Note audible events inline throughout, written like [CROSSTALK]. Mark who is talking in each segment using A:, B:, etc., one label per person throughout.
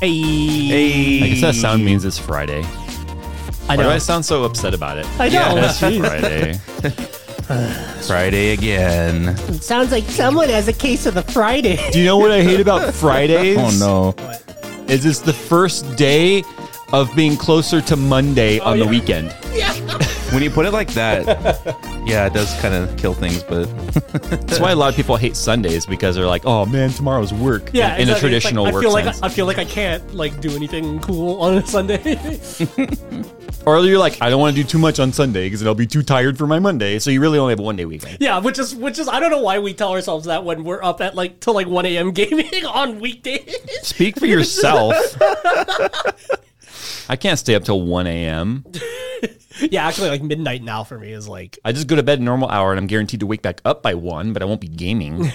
A: Hey.
B: Hey.
A: I guess that sound means it's Friday.
B: I
A: Why do
B: know.
A: I sound so upset about it?
B: I know.
A: It's
B: [LAUGHS]
A: Friday.
C: Friday again.
B: It sounds like someone has a case of the Friday.
A: Do you know what I hate
B: [LAUGHS]
A: about Fridays?
C: Oh no.
A: Is it's the first day of being closer to Monday
B: Oh,
A: on the weekend.
C: When you put it like
A: [LAUGHS]
C: that, yeah, it does kind of kill things, but
A: That's why a lot of people hate Sundays because they're like, "Oh man, tomorrow's work." in, in a
B: exactly. It's
A: traditional
B: like,
A: work
B: I feel
A: sense.
B: like I feel like I can't like do anything cool on a Sunday.
A: [LAUGHS] or you're like, "I don't want to do too much on Sunday because I'll be too tired for my Monday." So you really only have one day weekend.
B: yeah, which is which is I don't know why we tell ourselves that when we're up at like till like one a.m. [LAUGHS] gaming on weekdays.
A: Speak for
B: [LAUGHS]
A: yourself. I can't stay up till 1 a.m.
B: yeah, actually, like midnight now for me is like
A: I just go to bed normal hour and I'm guaranteed to wake back up by 1, but I won't be
B: [LAUGHS]
A: gaming.
B: [LAUGHS]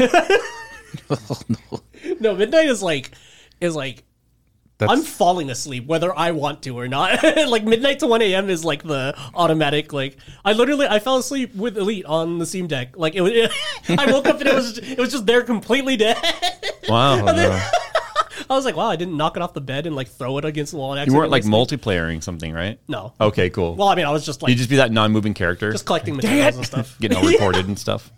B: no midnight is like is like
C: that's
B: I'm falling asleep whether I want to or not. [LAUGHS] like midnight to 1 a.m. is like the automatic. Like I literally I fell asleep with Elite on the Steam Deck. Like it was, [LAUGHS] I woke up and it was it was just there completely dead. [LAUGHS]
A: wow.
B: I was like, wow, I didn't knock it off the bed and like throw it against the wall. And
A: You weren't like
B: accidentally
A: multiplayering something, right?
B: No.
A: Okay, cool.
B: Well, I mean, I was just like
A: you just be that non moving character,
B: just collecting materials
A: [LAUGHS]
B: and stuff.
A: getting all recorded and stuff.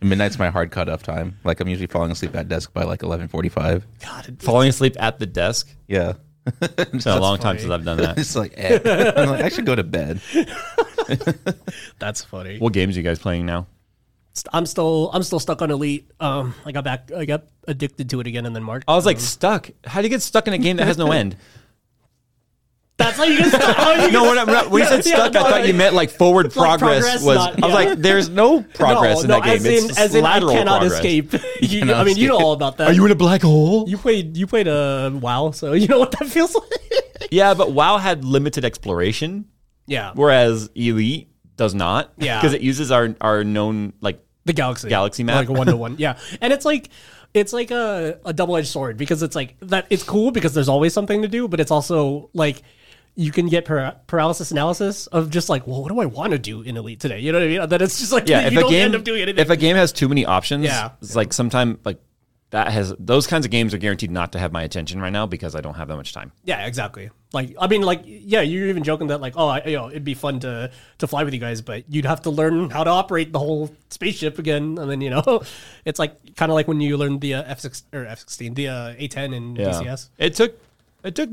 C: midnight's my hard cut off time. Like I'm usually falling asleep at desk by like eleven forty five.
B: God, it-
A: Falling asleep at the desk.
C: Yeah. [LAUGHS]
A: It's been a long time since I've done [LAUGHS] that.
C: It's like, eh. I'm like, I should go to bed.
B: that's funny.
A: what games are you guys playing now?
B: I'm still I'm still stuck on Elite. Um, I got back I got addicted to it again, and then Mark.
A: I was like stuck. How do you get stuck in a game that has [LAUGHS] no end?
B: That's how you get
A: [LAUGHS]
B: stuck. how you
A: no,
B: get
A: when, I, when you said
B: Yeah,
A: stuck,
B: no,
A: I thought
B: like-
A: you meant like forward progress,
B: progress,
A: was.
B: not-
A: I was
B: yeah.
A: [LAUGHS] like, there's no progress in that game.
B: as
A: it's
B: in,
A: just
B: as in I
A: lateral
B: cannot
A: progress. [LAUGHS]
B: escape. [LAUGHS] You- I mean, you know
C: escape.
B: all about that.
A: Are [LAUGHS] you in a black hole?
B: You played you played a uh, WoW, so [LAUGHS] you know what that feels like.
A: yeah, but WoW had limited exploration,
B: yeah,
A: whereas Elite does not.
B: Yeah.
A: because it uses our our known like
B: the galaxy
A: Galaxy map.
B: like a one
A: [LAUGHS]
B: to one. Yeah, and it's like it's like a, a double edged sword because it's like that. It's cool because there's always something to do, but it's also like you can get para- paralysis analysis of just like, well, what do I want to do in Elite today? You know what I mean? That it's just like [LAUGHS]
A: yeah.
B: you,
A: if
B: don't
A: a game
B: end up doing anything.
A: if a game has too many options,
B: Yeah.
A: it's like sometime like that has those kinds of games are guaranteed not to have my attention right now because I don't have that much time.
B: Yeah, exactly. Like, I mean, like, yeah, you're even joking that, like, oh, I, you know, it'd be fun to to fly with you guys, but you'd have to learn how to operate the whole spaceship again, and then you know, [LAUGHS] it's like kind of like when you learned the uh, F six or F sixteen, the uh, A ten in DCS.
A: It took it took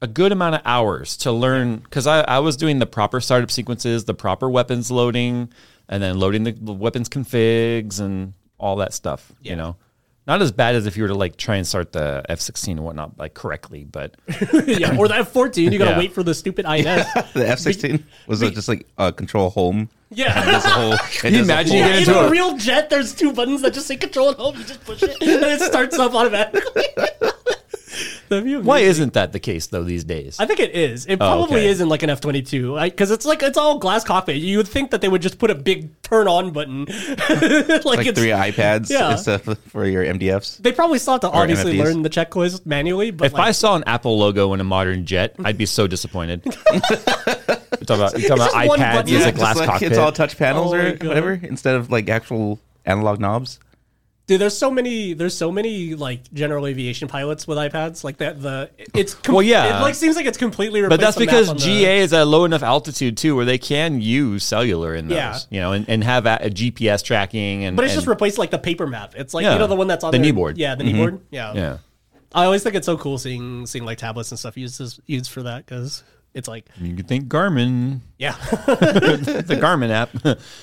A: a good amount of hours to learn because I, I was doing the proper startup sequences, the proper weapons loading, and then loading the, the weapons configs and all that stuff. You know, not as bad as if you were to like try and start the F sixteen and whatnot like correctly, but
B: [LAUGHS] yeah, or the F fourteen, you gotta
A: Yeah.
B: wait for the stupid INS.
C: The F sixteen was it just like uh, control home.
B: [LAUGHS] yeah.
A: [LAUGHS]
C: It's a whole. Can
A: you imagine you
B: Yeah,
A: get
B: in
A: into
B: a
A: a-
B: real jet, there's two buttons that just say control and home. You just push it, and it starts up automatically. [LAUGHS] That'd be
A: why
B: amazing.
A: isn't that the case though these days?
B: I think it is. It probably
A: Oh, okay.
B: is in like an F twenty two because it's like it's all glass cockpit. You would think that they would just put a big turn on button, [LAUGHS] like,
C: like
A: [LAUGHS]
B: it's,
C: three iPads
B: Yeah.
C: and stuff for your MDFs.
B: They probably still have to obviously
C: MFEs.
B: learn the checklist manually, but
A: if
B: like,
A: I saw an Apple logo in a modern jet, I'd be so
B: [LAUGHS]
A: disappointed. You're talking about, you're talking about
B: just one
A: iPads
B: button.
A: as
B: Yeah,
A: a
B: just
A: glass
C: like
A: cockpit.
C: it's all touch panels
B: Oh my
C: or
B: God.
C: whatever instead of like actual analog knobs.
B: dude, there's so many, there's so many like general aviation pilots with iPads like that. The it's com-
A: Well, yeah.
B: it like seems like it's completely.
A: But
B: replaced
A: that's
B: the map
A: because
B: on the-
A: GA is at a low enough altitude too, where they can use cellular in those,
B: Yeah.
A: you know, and, and have a, a GPS tracking and.
B: But it's
A: and-
B: just replaced like the paper map. It's like
A: Yeah.
B: you know the one that's on
A: The
B: there?
A: kneeboard. Mm-hmm.
B: Yeah, the kneeboard. Yeah.
A: yeah.
B: I always think it's so cool seeing seeing like tablets and stuff used used for that because it's like
A: You could think Garmin,
B: yeah. [LAUGHS]
A: the Garmin app.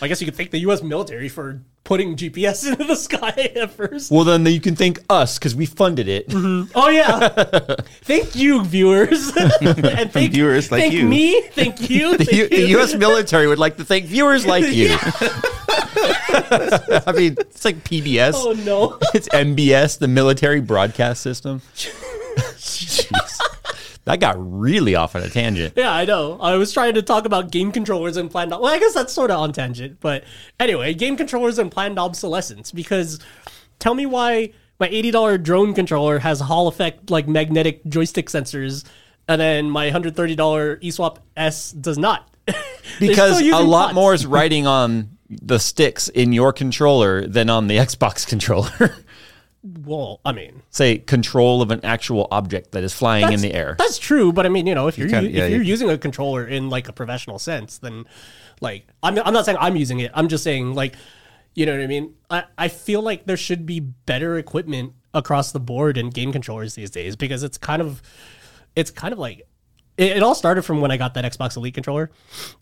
B: I guess you could thank the U.S. military for putting GPS [LAUGHS] into the sky at first.
A: well, then you can thank us because we funded it.
B: Oh yeah, [LAUGHS] thank you, viewers, and thank
C: viewers like
B: thank
C: you.
B: me, thank you, thank
A: You-
B: you.
A: the U.S. military would like to thank viewers like you. [LAUGHS] I mean, it's like PBS.
B: [LAUGHS] Oh no,
A: [LAUGHS] It's MBS, the military broadcast system. [LAUGHS] Jeez. That got really off on a tangent.
B: yeah, I know. I was trying to talk about game controllers and planned. Well, I guess that's sort of on tangent, but anyway, game controllers and planned obsolescence. Because tell me why my eighty dollar drone controller has Hall effect like magnetic joystick sensors, and then my hundred thirty dollar eSwap S does not. [LAUGHS] They're
A: Because
B: still
A: a
B: using
A: lot
B: [LAUGHS] pots.
A: more is riding on the sticks in your controller than on the [LAUGHS] Xbox controller. [LAUGHS]
B: Well, I mean,
A: Say control of an actual object that is flying in
B: that's-
A: the air.
B: That's true, [LAUGHS] but I mean, you know, if you're
C: can-
B: u-
C: yeah,
B: if
C: you
B: you're
C: can-
B: using a controller in like a professional sense, then like I'm I'm not saying I'm using it. I'm just saying like, you know what I mean. I I feel like there should be better equipment across the board in game controllers these days because it's kind of it's kind of like it, it all started from when I got that Xbox Elite controller,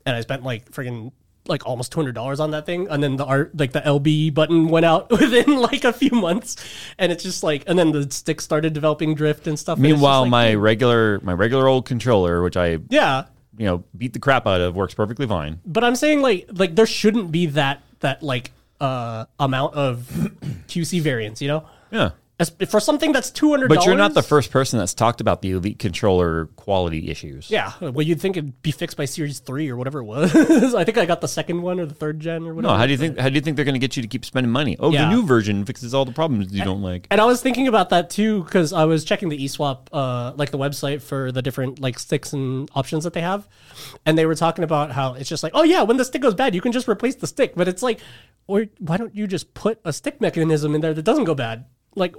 B: and I spent like friggin' like almost two hundred dollars on that thing, and then the art like the LB button went out [LAUGHS] within like a few months, and it's just like, and then the stick started developing drift and stuff. and it's just
A: Meanwhile,
B: like,
A: my regular my regular old controller, which I you
B: yeah,
A: know beat the crap out of, works perfectly fine.
B: but I'm saying like like there shouldn't be that that like uh amount of
A: [CLEARS THROAT]
B: QC variance, you know,
A: Yeah.
B: As, for something that's two hundred.
A: But you're not the first person that's talked about the elite controller quality issues.
B: Yeah, well, you'd think it'd be fixed by Series Three or whatever it was. [LAUGHS] I think I got the second one or the third gen or
A: No,
B: whatever.
A: how do you think how do you think they're going to get you to keep spending money? Oh,
B: Yeah.
A: the new version fixes all the problems you don't like.
B: and I was thinking about that too because I was checking the eSwap, uh, like the website for the different like sticks and options that they have, and they were talking about how it's just like, oh yeah, when the stick goes bad, you can just replace the stick. But it's like, or why don't you just put a stick mechanism in there that doesn't go bad, like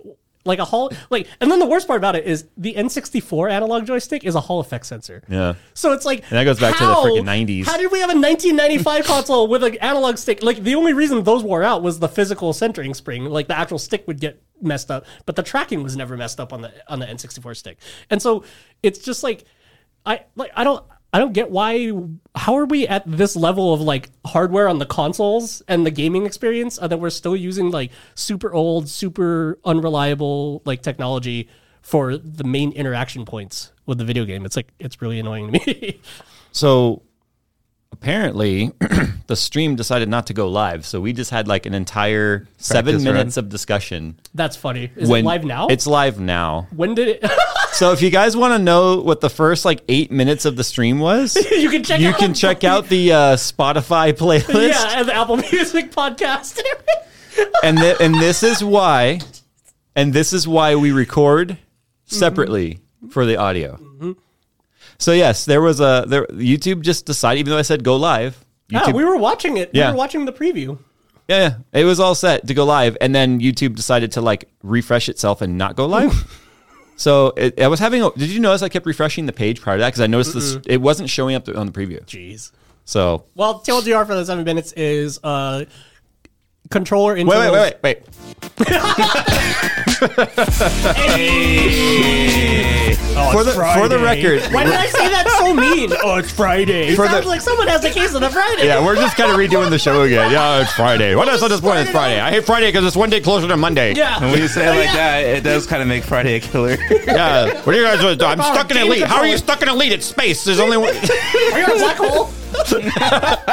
B: like a hall like? And then the worst part about it is the N64 analog joystick is a Hall effect sensor.
A: Yeah.
B: So it's like
A: And that goes back to the
B: how-
A: frickin' 90s.
B: How did we have a 1995 [LAUGHS] console with an analog stick? Like the only reason those wore out was the physical centering spring. Like the actual stick would get messed up, but the tracking was never messed up on the on the N64 stick. And so it's just like I like I don't I don't get why how are we at this level of like hardware on the consoles and the gaming experience and that we're still using like super old, super unreliable like technology for the main interaction points with the video game. It's like it's really annoying to me. [LAUGHS]
A: So apparently [CLEARS THROAT] the stream decided not to go live, so we just had like an entire 7
C: run.
A: minutes of discussion.
B: That's funny. Is it live now?
A: It's live now.
B: when did it? [LAUGHS]
A: So if you guys want to know what the first like 8 minutes of the stream was,
B: [LAUGHS] you can check.
A: you
B: out
A: can check out the uh, Spotify playlist.
B: Yeah, and the Apple Music podcast and everything.
A: and th- and this is why, and this is why we record separately for the audio. So yes, there was a there. YouTube just decided, even though I said go live, YouTube,
B: [LAUGHS] Yeah, we Ah, were watching it.
A: Yeah.
B: We were watching the preview.
A: yeah, yeah, it was all set to go live, and then YouTube decided to like refresh itself and not go live. so it, I was having. A, did you notice I kept refreshing the page prior to that because I noticed this it wasn't showing up on the preview.
B: Jeez.
A: So
B: Well, TLDR for the seven minutes is uh, controller into
A: wait, wait, wait, wait, wait. for the
B: Oh,
A: for the record,
B: Why did I say that
A: [LAUGHS]
B: so mean? oh, it's Friday. It
A: For
B: sounds
A: the-
B: like someone has the case of the Friday.
A: Yeah, we're just kind of redoing the show again. Yeah, it's Friday. Why did I say this morning it's Friday? I hate Friday because it's one day closer to Monday.
B: Yeah.
C: When you say it like
B: Yeah.
C: that, it does kind of make Friday a [LAUGHS] killer.
A: Yeah. What are you guys doing? I'm stuck in
B: Game
A: elite. How are you
B: controller.
A: stuck in elite? It's space. There's only one. [LAUGHS]
B: Are you a black hole?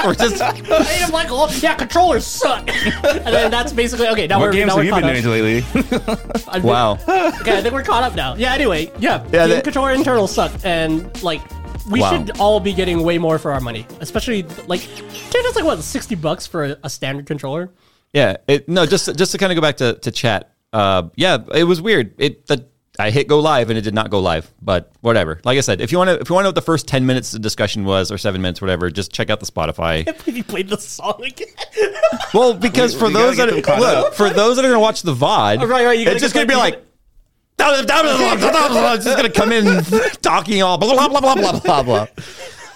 A: We're just,
B: I hate a black hole. Yeah, controllers suck. [LAUGHS] and then that's basically okay. Now
C: what
B: we're
C: games have
B: now we're
C: you
B: caught
C: been
B: up.
C: doing lately?
B: [LAUGHS] I've been-
A: wow.
B: Okay, I think we're caught up now. Yeah. Anyway, yeah.
A: Yeah,
B: Game
A: that-
B: controller and turtles suck, and like we
A: Wow.
B: should all be getting way more for our money, especially like dude, that's like what sixty bucks for a, a standard controller. [LAUGHS]
A: Yeah. It, no, just just to kind of go back to, to chat. Uh, yeah, it was weird. It the, I hit go live and it did not go live, but whatever. Like I said, if you want to if you want to know what the first ten minutes of discussion was or seven minutes, whatever, just check out the Spotify.
B: [LAUGHS] If you played the song again,
A: Well, because
C: We-
A: for
C: we gotta
A: those
C: get
A: that
C: them caught
A: look,
C: up.
A: for those that are gonna watch the VOD,
B: Oh, right, right, you gotta
A: it's just
B: get
A: gonna be
B: them-
A: like it's just gonna come
B: [LAUGHS]
A: in talking all blah blah blah blah blah blah blah.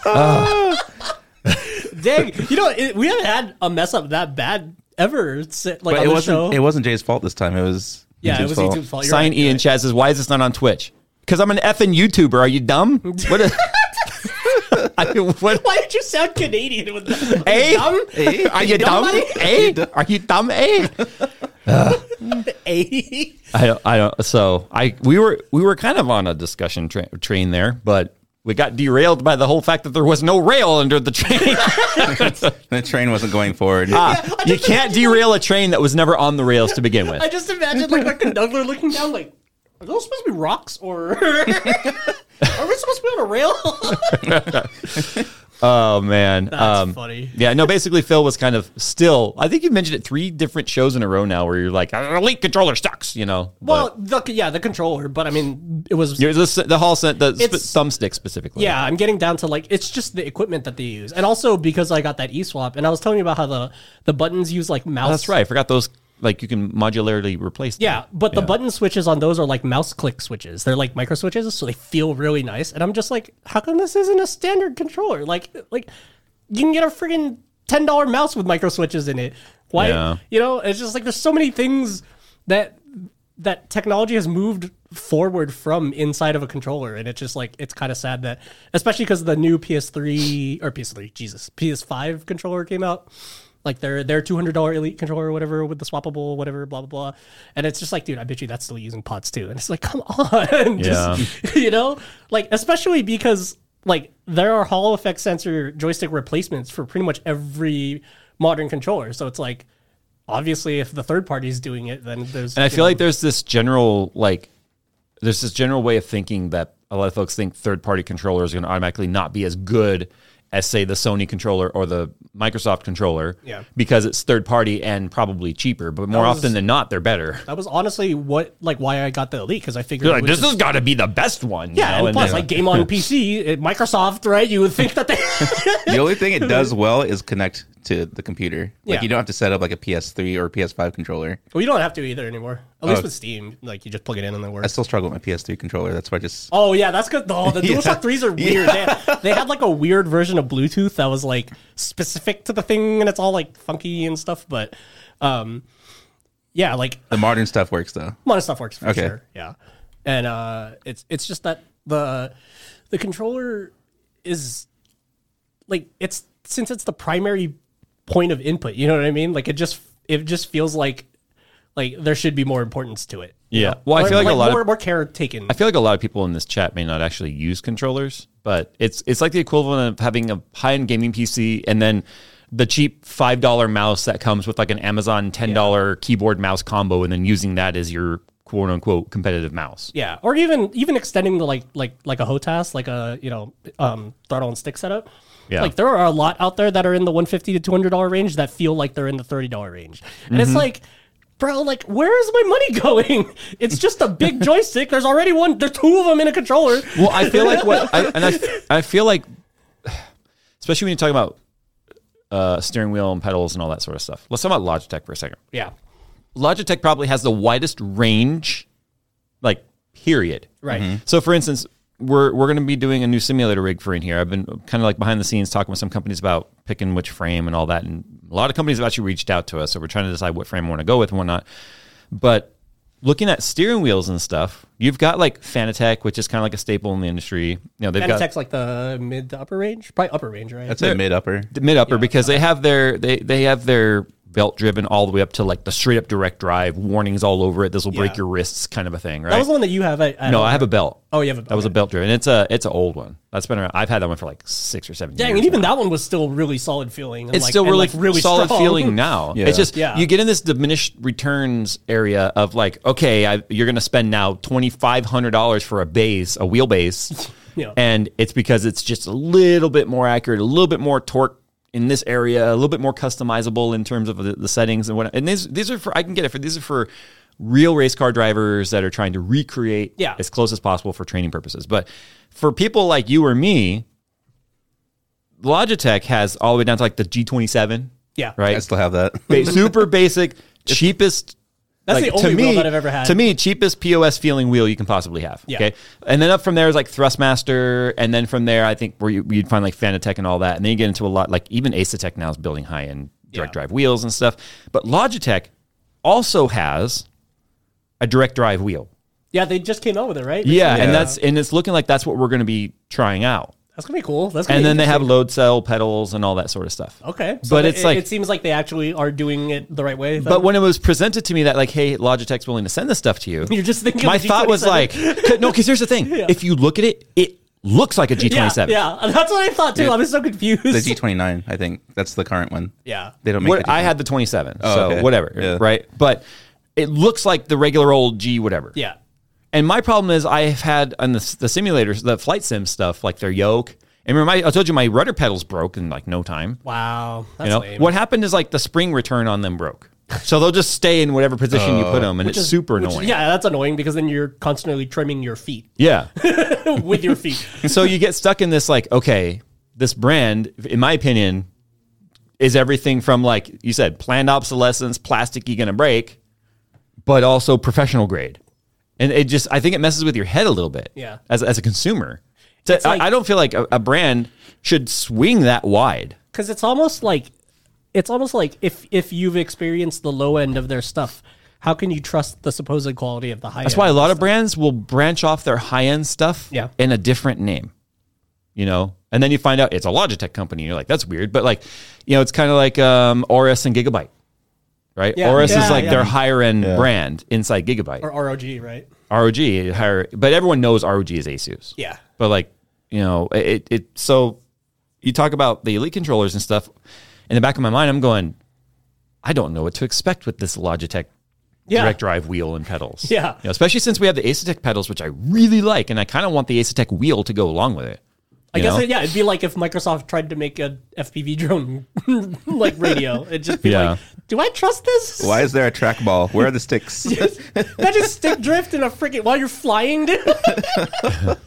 B: Oh, dang, you know it, we haven't had a mess up that bad ever. si- Like
C: But
B: on
C: it
B: the
C: wasn't.
B: show,
C: It wasn't Jay's fault this time. It was.
B: yeah, it
C: YouTube's
B: was
C: fault.
B: YouTube's fault. You're
A: Sign
B: right.
A: Ian Chaz says, Why is this not on Twitch? Because I'm an effing YouTuber. Are you
B: [LAUGHS]
A: dumb? What is I mean, what
B: Why did you sound Canadian
C: [LAUGHS]
B: with that?
A: Eh?
B: dumb?
A: Eh? Are you dumb?
B: Nobody?
A: Eh? Are you dumb? Eh?
B: Eh?
A: I don't, I don't. So I we were we were kind of on a discussion tra- train there, but we got derailed by the whole fact that there was no rail under the [LAUGHS] train.
C: The train wasn't going forward.
B: Ah.
A: you can't derail a train that was never on the rails to begin [LAUGHS] with.
B: [LAUGHS] I just imagine like a conductor looking down, like, are those supposed to [LAUGHS] be rocks or are we supposed to be on a rail?
A: Oh man, that's
B: funny.
A: Yeah, no. Basically, Phil was kind of still. I think you mentioned it three different shows in a row now, where you're like, "Ah, "Elite controller sucks," you know.
B: Well, the, yeah, the controller, but I mean, it was.
A: but, You're the, the hall sent the sp-
B: It's-
A: thumbstick specifically.
B: Yeah, I'm getting down to like it's just the equipment that they use, and also because I got that eSwap, and I was telling you about how the the buttons use like mouse.
A: that's right. I forgot those. Like you can modularly replace. them.
B: Yeah, but the button switches on those are like mouse click switches. They're like micro switches, so they feel really nice. And I'm just like, how come this isn't a standard controller? Like, like you can get a friggin' ten dollar mouse with micro switches in it. Why?
A: Yeah.
B: You know, it's just like there's so many things that that technology has moved forward from inside of a controller, and it's just like it's kind of sad that, especially because the new PS3 or PS3, Jesus, PS5 controller came out. Like their their two hundred dollar elite controller or whatever with the swappable whatever blah blah blah, and it's just like dude I bet you that's still using pods too, and it's like come [LAUGHS] on, just, [LAUGHS] you know like especially because like there are Hall effect sensor joystick replacements for pretty much every modern controller, so it's like obviously if the third party's doing it then there's
A: And I
B: you
A: feel
B: know,
A: like there's this general like there's this general way of thinking that a lot of folks think third party controllers are going to automatically not be as good as say the Sony controller or the Microsoft controller
B: Yeah.
A: because it's third party and probably cheaper, but more often than not they're better.
B: that was honestly what like why I got the elite because I figured
A: They're
B: it
A: like
B: would
A: this
B: just-
A: has got to be the best one. you
B: yeah
A: know,
B: and plus
A: then- [LAUGHS]
B: like game on PC at Microsoft right you would think that they [LAUGHS]
C: the only thing it does well is connect to the computer. Like
B: Yeah.
C: you don't have to set up like a PS3 or PS5 controller.
B: well you don't have to either anymore at
A: Uh,
B: least with Steam like you just plug it in and it
C: I
B: works.
C: still struggle with my PS3 controller. That's why I just
B: Oh yeah, that's good.
A: [LAUGHS]
B: Oh, the DualShock threes are weird. They, they had like a weird version of Bluetooth that was like specific to the thing, and it's all like funky and stuff. But, um, yeah, like
C: the modern stuff works though.
B: a lot of stuff works for
C: Okay.
B: sure. Yeah, and uh, it's it's just that the the controller is like it's since it's the primary point of input. You know what I mean? Like it just it just feels like like there should be more importance to it.
A: yeah. Well, I feel like, a lot
B: more,
A: of
B: more care taken.
A: I feel like a lot of people in this chat may not actually use controllers, but it's it's like the equivalent of having a high end gaming PC and then the cheap five dollar mouse that comes with like an Amazon ten dollar keyboard mouse combo, and then using that as your quote unquote competitive mouse.
B: Yeah, or even even extending the like like like a HOTAS, like a you know um, throttle and stick setup.
A: Yeah.
B: Like there are a lot out there that are in the one fifty to two hundred dollar range that feel like they're in the thirty dollar range, and
A: Mm-hmm.
B: it's like, bro, like where is my money [LAUGHS] going? It's just a
A: [LAUGHS]
B: big joystick. There's already one. There's two of them in a controller.
A: Well, I feel like what I, and I I feel like, especially when you talk about uh, steering wheel and pedals and all that sort of stuff. Let's talk about Logitech for a second.
B: Yeah,
A: Logitech probably has the widest range, like period.
B: right.
A: So, for instance, we're we're going to be doing a new simulator rig for in here. I've been kind of like behind the scenes talking with some companies about picking which frame and all that, and a lot of companies have actually reached out to us. So we're trying to decide what frame we want to go with and whatnot. But looking at steering wheels and stuff, you've got like Fanatec, which is kind of like a staple in the industry. You know, they've got
B: Fanatec's like the mid to upper range, probably upper range, right?
C: That's a mid upper.
A: mid upper because they have their they they have their belt driven all the way up to like the straight up direct drive warnings all over it. This will break
B: Yeah.
A: your wrists, kind of a thing, right?
B: that was the one that you have. I, I
A: no,
B: don't-
A: I have a belt.
B: Oh, you have a
A: That was a
B: okay.
A: belt driven. It's a it's an old one. That's been around. I've had that one for like six or seven.
B: Dang,
A: years.
B: and even that one was still really solid feeling. and,
A: it's
B: like-
A: still
B: and,
A: really,
B: like,
A: solid
B: strong. [LAUGHS]
A: feeling now.
C: Yeah.
A: It's just
B: Yeah.
A: you get in this diminished returns area of like, okay, I, you're going to spend now twenty five hundred dollars for a base, a wheelbase,
B: [LAUGHS] Yeah.
A: and it's because it's just a little bit more accurate, a little bit more torque in this area, a little bit more customizable in terms of the, the settings and what. And these these are for I can get it for these are for real race car drivers that are trying to recreate
B: Yeah.
A: as close as possible for training purposes. But for people like you or me, Logitech has all the way down to like the G27,
B: Yeah.
A: right?
C: I still have
B: [LAUGHS]
C: that.
A: [LAUGHS] Ba- super basic, cheapest.
B: That's
A: like,
B: the
A: to
B: only wheel
A: me-
B: that I've ever had.
A: To me, cheapest POS feeling wheel you can possibly have.
B: Yeah.
A: Okay, and then up from there is like Thrustmaster, and then from there I think where you, you'd find like Fanatec and all that, and then you get into a lot like even Asetek now is building high end direct
B: Yeah.
A: drive wheels and stuff. But Logitech also has a direct drive wheel.
B: Yeah, they just came out with it, right? They
A: Yeah,
B: came
A: and
B: out-
A: that's and it's looking like that's what we're going to be trying out.
B: that's gonna be cool. That's gonna
A: And
B: be
A: then they have load cell pedals and all that sort of stuff.
B: Okay,
A: But
B: they-
A: it's
B: it,
A: like-
B: it seems like they actually are doing it the right way.
A: But when it was presented to me that like, hey, Logitech's willing to send this stuff to you,
B: [LAUGHS] You're just thinking
A: My
B: of the
A: thought was like,
B: G27.
A: c- no, because here's the
B: [LAUGHS]
A: thing: if you look at it, it looks like a
B: yeah,
A: G27.
B: yeah, [LAUGHS] that's what I thought too. I was so confused.
C: The G29, I think that's the current one.
B: yeah,
C: They don't make.
A: What,
C: the
A: I
C: G29.
A: had the 27, so
C: okay.
A: whatever,
C: Yeah.
A: right? But it looks like the regular old G whatever.
B: [LAUGHS] yeah,
A: And my problem is I've had on the, the simulators, the flight sim stuff, like their yoke And remember, I told you my rudder pedals broke in like no time.
B: Wow, that's
A: You know
B: lame.
A: what happened is like the spring return on them broke, so they'll just stay in whatever position you put them, and it's
B: Oh. Which is-
A: super
B: which is-
A: annoying.
B: yeah, that's annoying because then you're constantly trimming your feet [LAUGHS]
A: yeah.
B: with
A: [LAUGHS]
B: your feet.
A: And so you get stuck in this like, okay, this brand, in my opinion, is everything from like you said, planned obsolescence, plasticky gonna break, but also professional grade. And it just I think it messes with your head a little bit.
B: Yeah.
A: As as a consumer. To-
B: like-
A: I, I don't feel like a, a brand should swing that wide.
B: because it's almost like it's almost like if if you've experienced the low end of their stuff how can you trust the supposed quality of the high
A: That's why a lot of brands will branch off their high end stuff
B: Yeah.
A: in a different name, you know? And then you find out it's a Logitech company. You're like, that's weird. But like, you know, it's kind of like um, Aorus and Gigabyte, right?
B: Yeah.
A: Aorus
B: Yeah,
A: is like
B: yeah.
A: their higher end brand inside Gigabyte.
B: or rog right
A: ROG, higher, but everyone knows ROG is Asus.
B: yeah
A: But like, you know, it, it, so you talk about the Elite controllers and stuff. In the back of my mind, I'm going, I don't know what to expect with this Logitech
B: yeah
A: direct drive wheel and pedals.
B: Yeah.
A: You know, especially since we have the Asetek pedals, which I really like, and I kind of want the Asetek wheel to go along with it.
B: i
A: you
B: guess
A: know?
B: it, yeah it'd be like if microsoft tried to make a fpv drone [LAUGHS] like radio it'd just be
A: Yeah.
B: like do i trust this
C: Why is there a trackball? Where are the sticks?
B: [LAUGHS] that just stick drift in a freaking while you're
A: [LAUGHS]
B: flying dude That'd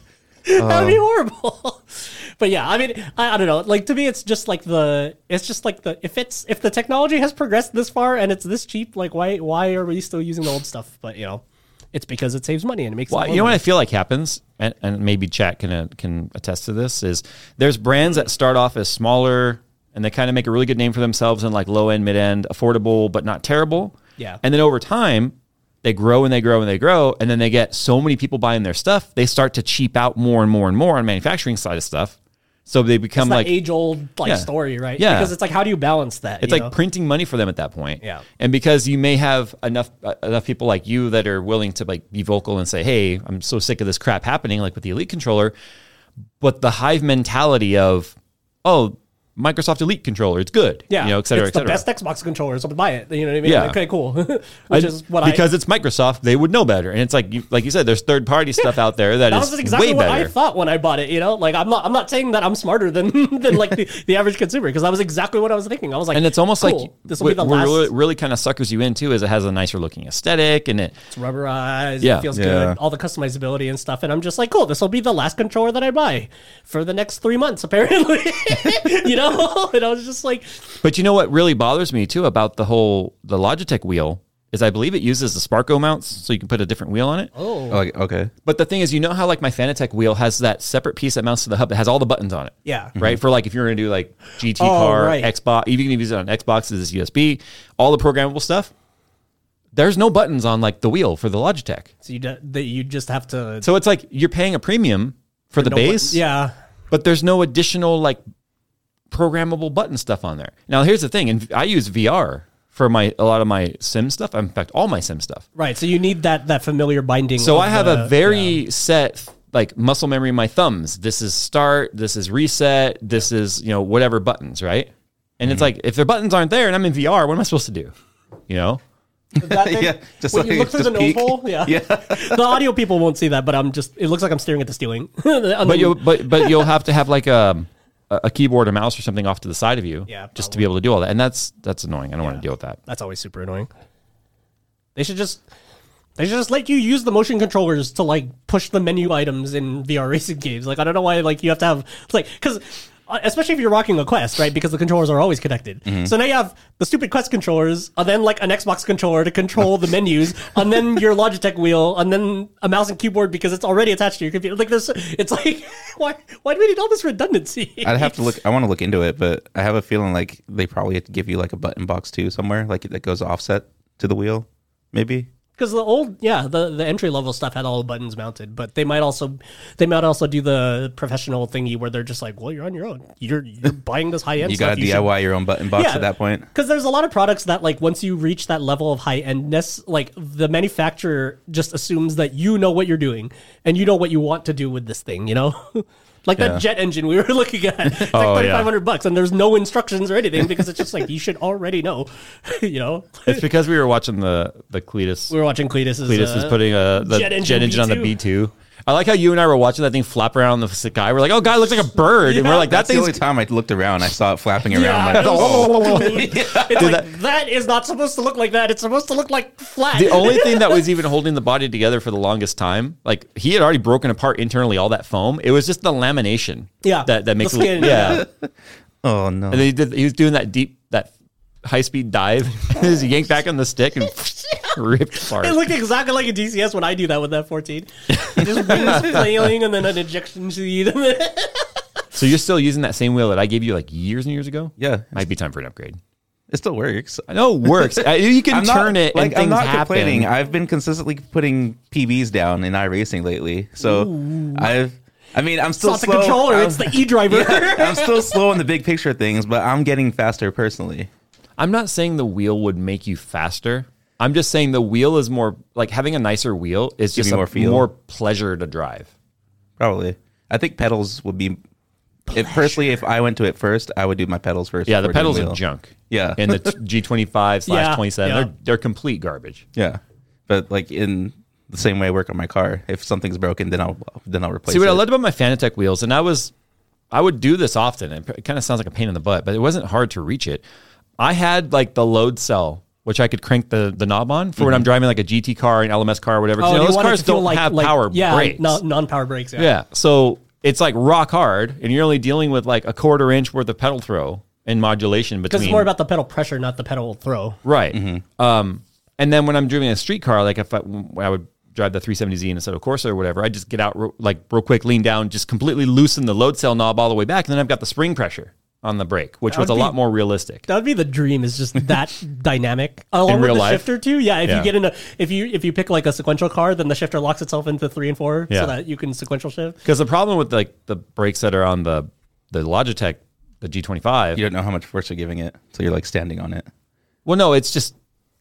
A: Uh.
B: be horrible. [LAUGHS] But yeah, I mean, I, I don't know. Like to me, it's just like the it's just like the if it's if the technology has progressed this far and it's this cheap, like why why are we still using the old stuff? But you know, it's because it saves money and it makes.
A: Well,
B: it
A: you know
B: more
A: what I
B: money.
A: feel like happens, and, and maybe chat can uh, can attest to this is there's brands that start off as smaller and they kind of make a really good name for themselves in like low end, mid end, affordable but not terrible.
B: Yeah.
A: And then over time, they grow and they grow and they grow, and then they get so many people buying their stuff, they start to cheap out more and more and more on manufacturing side of stuff. So they become
B: It's
A: like
B: that age old like
A: Yeah.
B: story, right?
A: Yeah.
B: because it's like how do you balance that?
A: It's
B: you
A: like
B: know?
A: printing money for them at that point.
B: Yeah.
A: And because you may have enough uh, enough people like you that are willing to like be vocal and say, "Hey, I'm so sick of this crap happening," like with the Elite controller, but the hive mentality of, "Oh, Microsoft Elite controller, it's good."
B: yeah,
A: You know, et cetera,
B: It's
A: et cetera.
B: the best Xbox controller, so buy it. You know what I mean?
A: Yeah.
B: Like, okay, cool. [LAUGHS] Which
A: I-
B: is what I
A: because it's Microsoft, they would know better. And it's like you, like you said, there's third party stuff out there that
B: That
A: is
B: was exactly
A: way
B: what I
A: better.
B: thought when I bought it. You know, like I'm not I'm not saying that I'm smarter than [LAUGHS] than like the, the average consumer because that was exactly what I was thinking. I was like,
A: and it's almost like
B: cool, this will be the
A: what
B: last.
A: really, really kind of suckers you in too is it has a nicer looking aesthetic and it
B: it's rubberized.
A: Yeah.
B: it feels
C: Yeah.
B: good. All the customizability and stuff. And I'm just like, cool. This will be the last controller that I buy for the next three months, apparently. [LAUGHS] you know, [LAUGHS] and I was just like,
A: But you know what really bothers me too about the whole the Logitech wheel is I believe it uses the Sparko mounts, so you can put a different wheel on it.
B: oh
C: [LAUGHS] Like, okay.
A: But the thing is, you know how like my Fanatec wheel has that separate piece that mounts to the hub that has all the buttons on it.
B: yeah,
A: Right for like if you're gonna do like GT
B: Oh,
A: car,
B: right.
A: Xbox, even if you use it on Xbox as this USB, all the programmable stuff. There's no buttons on like the wheel for the Logitech,
B: So you d- that you just have to
A: so it's like you're paying a premium for, the
B: no
A: base,
B: button- Yeah,
A: but there's no additional like programmable button stuff on there. Now here's the thing, and I use VR for my a lot of my sim stuff. In fact, all my sim stuff.
B: right. So you need that that familiar binding.
A: So
B: of
A: I have
B: the-
A: a very set like muscle memory in my thumbs. This is start, this is reset, this is, you know, whatever buttons, right? And it's like if their buttons aren't there and I'm in VR, what am I supposed to do? You know? [LAUGHS]
B: that thing-
C: Yeah, just
B: when
C: like-
B: you look through
C: just
B: the
C: peek.
B: nose hole,
C: [LAUGHS]
B: yeah. the audio people won't see that, but I'm just. It looks like I'm staring at the ceiling. [LAUGHS]
A: But you'll but but you'll have to have like a a a keyboard or mouse or something off to the side of you
B: Yeah,
A: just to be able to do all that. And that's that's annoying. I don't want to deal with that.
B: that's always super annoying. They should just. They should just let you use the motion controllers to like push the menu items in VR racing games. Like I don't know why like you have to have like because especially if you're rocking a Quest, right? Because the controllers are always connected.
C: Mm-hmm.
B: So now you have the stupid Quest controllers, and then like an Xbox controller to control the menus, and then your Logitech wheel, and then a mouse and keyboard because it's already attached to your computer. Like there's, it's like [LAUGHS] why why do we need all this redundancy?
C: I'd have to look. I want to look into it, but I have a feeling like they probably have to give you like a button box too somewhere, like that goes offset to the wheel, maybe.
B: Because the old, yeah, the, the entry level stuff had all the buttons mounted, but they might also they might also do the professional thingy where they're just like, well, you're on your own. You're you're buying this high end.
C: You got to DIY your own button box at that point.
B: Because there's a lot of products that like once you reach that level of high endness, like the manufacturer just assumes that you know what you're doing and you know what you want to do with this thing. You know. [LAUGHS] Like that jet engine we were [LAUGHS] looking at, it's like
A: Oh, yeah.
B: 3,500 bucks, and there's no instructions or anything because it's just like you should already know, [LAUGHS] you know.
A: It's because we were watching the the Cletus.
B: We were watching Cletus's.
A: Cletus is
B: uh,
A: putting uh, the
B: jet
A: jet
B: engine
A: engine, on the B
B: B2.
A: two, I like how you and I were watching that thing flap around the sky. We're like, oh, God, it looks like a bird. and we're like, that
C: That's the
A: thing's.
C: only time I looked around. I saw it flapping around.
B: Yeah,
C: like,
B: it [LAUGHS] was-
C: oh.
B: It's like, that is not supposed to look like that. It's supposed to look like
A: [LAUGHS]
B: flat.
A: the only thing that was even holding the body together for the longest time, like he had already broken apart internally all that foam. It was just the lamination.
B: Yeah,
A: That, that
B: the
A: makes it
B: skin.
A: look, yeah.
C: Oh, no.
A: And then he did, he was doing that deep, that high speed dive. [LAUGHS] he just yanked back on the stick and [LAUGHS] ripped apart.
B: [LAUGHS] It looked exactly like a DCS when I do that with that 14.
A: [LAUGHS]
B: Just wings flailing and then an ejection seat. [LAUGHS]
A: So you're still using that same wheel that I gave you like years and years ago?
C: Yeah.
A: Might be time for an upgrade.
C: It still works.
A: I know it works. I- you can turn it and things
C: I'm not
A: happen.
C: complaining. I've been consistently putting PBs down in iRacing lately. So I've, I mean, I'm
B: it's
C: still
B: not the
C: slow.
B: controller,
C: I'm,
A: [LAUGHS]
B: it's the e driver. [LAUGHS]
C: I'm [LAUGHS] still slow in the big picture things, but I'm getting faster personally.
A: I'm not saying the wheel would make you faster. I'm just saying the wheel is more like having a nicer wheel is
C: Give
A: just
C: you
A: a
C: more feel.
A: more pleasure to drive.
C: Probably. I think pedals would be. If personally, if I went to it first, I would do my pedals first.
A: Yeah, the
C: before doing
A: pedals are
C: wheel.
A: junk.
C: Yeah.
A: and the
C: [LAUGHS]
A: t- G25 slash
B: Yeah,
A: 27,
B: yeah.
A: they're they're complete garbage.
C: Yeah, but like in the same way I work on my car, if something's broken, then I'll then I'll replace
A: See what
C: it.
A: I loved about my Fanatec wheels, and I was, I would do this often. and It kind of sounds like a pain in the butt, but it wasn't hard to reach it. I had like the load cell, which I could crank the the knob on
C: Mm-hmm.
A: for when I'm driving like a GT car, an LMS car, or whatever.
B: Oh,
A: 'Cause, you know, those cars don't have power
B: yeah,
A: brakes.
B: non power brakes. Yeah.
A: Yeah. So it's like rock hard, and you're only dealing with like a quarter inch worth of pedal throw and modulation
B: Because
A: between.
B: it's more about Mm-hmm. the pedal pressure, not the pedal throw.
A: right. Um, and then when I'm driving a street car, like if I, when I would drive the 370Z instead of Corsa or whatever, I just get out real- like real quick, lean down, just completely loosen the load cell knob all the way back, and then I've got the spring pressure on the brake, which was a
B: would be-
A: lot more realistic.
B: That would be the dream.
A: [LAUGHS]
B: Is just that dynamic along
A: In
B: with
A: real
B: the
A: life?
B: shifter too. Yeah, if
A: Yeah.
B: you get in a if you if you pick like a sequential car, then the shifter locks itself into three and four,
A: Yeah.
B: so that you can sequential shift.
A: Because the problem with like the brakes that are on the the Logitech, the G25,
C: you don't know how much force you're giving it, so you're like standing on it.
A: Well, no, it's just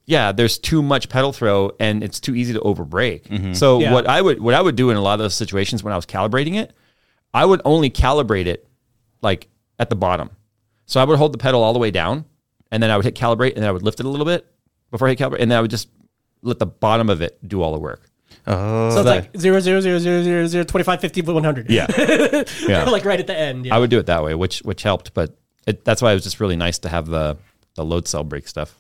A: yeah, there's too much pedal throw and it's too easy to overbrake. So
B: Yeah.
A: what I would what I would do in a lot of those situations when I was calibrating it, I would only calibrate it like at the bottom. So I would hold the pedal all the way down and then I would hit calibrate and then I would lift it a little bit before I hit calibrate and then I would just let the bottom of it do all the work.
C: Oh,
B: So it's like zero zero zero zero zero zero twenty five fifty one hundred. [LAUGHS]
A: Yeah. yeah.
B: like right at the end. Yeah.
A: I would do it that way, which which helped. But it, that's why it was just really nice to have the the load cell break stuff.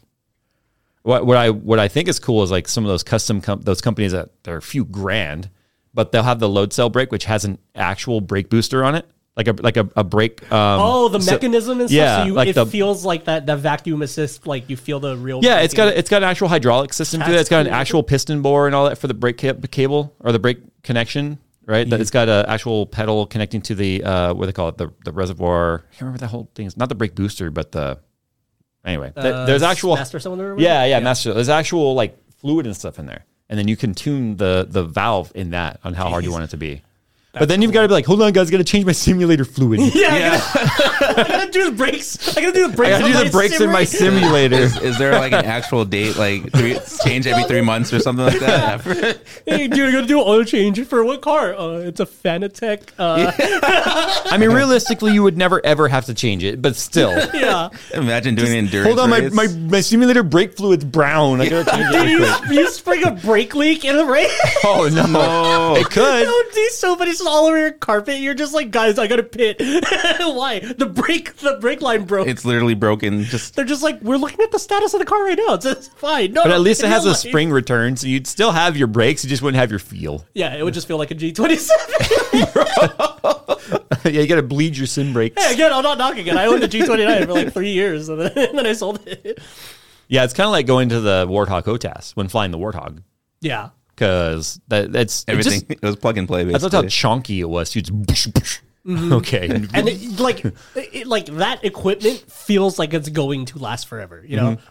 A: What what I what I think is cool is like some of those custom com- those companies that they're a few grand, but they'll have the load cell brake which has an actual brake booster on it, like a like a, a brake. Um,
B: Oh, the
A: so-
B: mechanism and stuff.
A: yeah,
B: so you,
A: like
B: it
A: the-
B: feels like that, that vacuum assist. Like you feel the real.
A: yeah, it's
B: braking.
A: got a, it's got an actual hydraulic system to it.
B: That's
A: It's got an
B: cool.
A: actual piston bore and all that for the brake ca- cable or the brake connection. Right, That it's got an actual pedal connecting to the uh, what do they call it, the the reservoir. I can't remember what that whole thing. is not the brake booster, but the anyway. th-
B: Uh,
A: there's actual
B: master cylinder. or whatever?
A: Yeah, yeah, master. There's actual like fluid and stuff in there, and then you can tune the the valve in that on how hard you want it to be. but then you've got to be like, hold on, guys, I got to change my simulator
B: [LAUGHS]
A: fluid.
B: Yeah, I, gotta, [LAUGHS] I gotta do the brakes. I gotta do the
A: I
B: brakes.
A: got to
B: on
A: do the brakes in my
B: simulator.
A: simulator.
B: [LAUGHS]
C: is, is there like an actual date, like three, change every three months or something like that?
B: Hey, dude, I gotta do an oil change for what car? Uh, it's a Fanatec. Uh,
A: I mean, realistically, you would never ever have to change it, but still. [LAUGHS]
B: yeah.
C: [LAUGHS] Imagine doing an endurance.
A: Hold on, my,
C: race.
A: my, my simulator brake fluid's brown. I gotta change it.
B: Dude, you, you spring a brake leak in the rain.
A: [LAUGHS]
B: [LAUGHS]
A: Oh [LAUGHS] no, it could.
B: That would be so funny. It's just all over your carpet. You're just like, guys, I got to pit. [LAUGHS] Why? The brake, the brake line broke.
C: It's literally broken. Just
B: They're just like, we're looking at the status of the car right now. It's, it's fine. No,
A: But
B: no,
A: at least it
B: in
A: has
B: real
A: a
B: life-
A: spring return, so you'd still have your brakes. You just wouldn't have your feel. [LAUGHS]
B: Yeah, it would just feel like a [LAUGHS] G27.
A: yeah, you gotta bleed your sim brakes.
B: Again, I'm not knocking it. I owned a G29
A: [LAUGHS]
B: for like three years, and then, [LAUGHS] and then I sold it.
A: Yeah, it's kind of like going to the Warthog OTAS when flying the Warthog,
B: Yeah.
A: because that, that's it
C: everything.
A: Just,
C: it was plug and play.
A: I loved how
C: Basically.
A: chonky it was. You just [LAUGHS] boosh, boosh. [LAUGHS] okay.
B: and it, like it, like that equipment feels like it's going to last forever you know
A: Mm-hmm.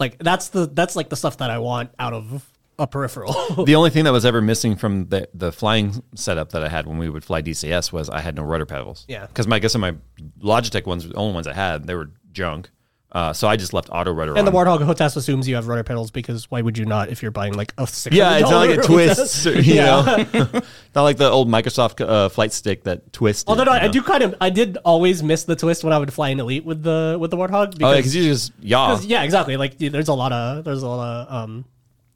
B: like that's the that's like the stuff that i want out of a peripheral [LAUGHS]
A: the only thing that was ever missing from the, the flying setup that I had when we would fly DCS was I had no rudder pedals.
B: Yeah.
A: because my I guess my Logitech ones, were the only ones I had, they were junk. Uh, so I just left auto rudder.
B: and the
A: on.
B: warthog hotas assumes you have rudder pedals because why would you not if you're buying like a six
A: Yeah, it's not like
B: [LAUGHS]
A: it
B: a
A: twists, or, [LAUGHS] you know, not like the old Microsoft uh, flight stick that twists.
B: Although no, I do kind of, I did always miss the twist when I would fly an elite with the with the warthog.
A: Oh,
B: Because,
A: because you just yaw.
B: yeah, exactly. Like dude, there's a lot of there's a lot of um,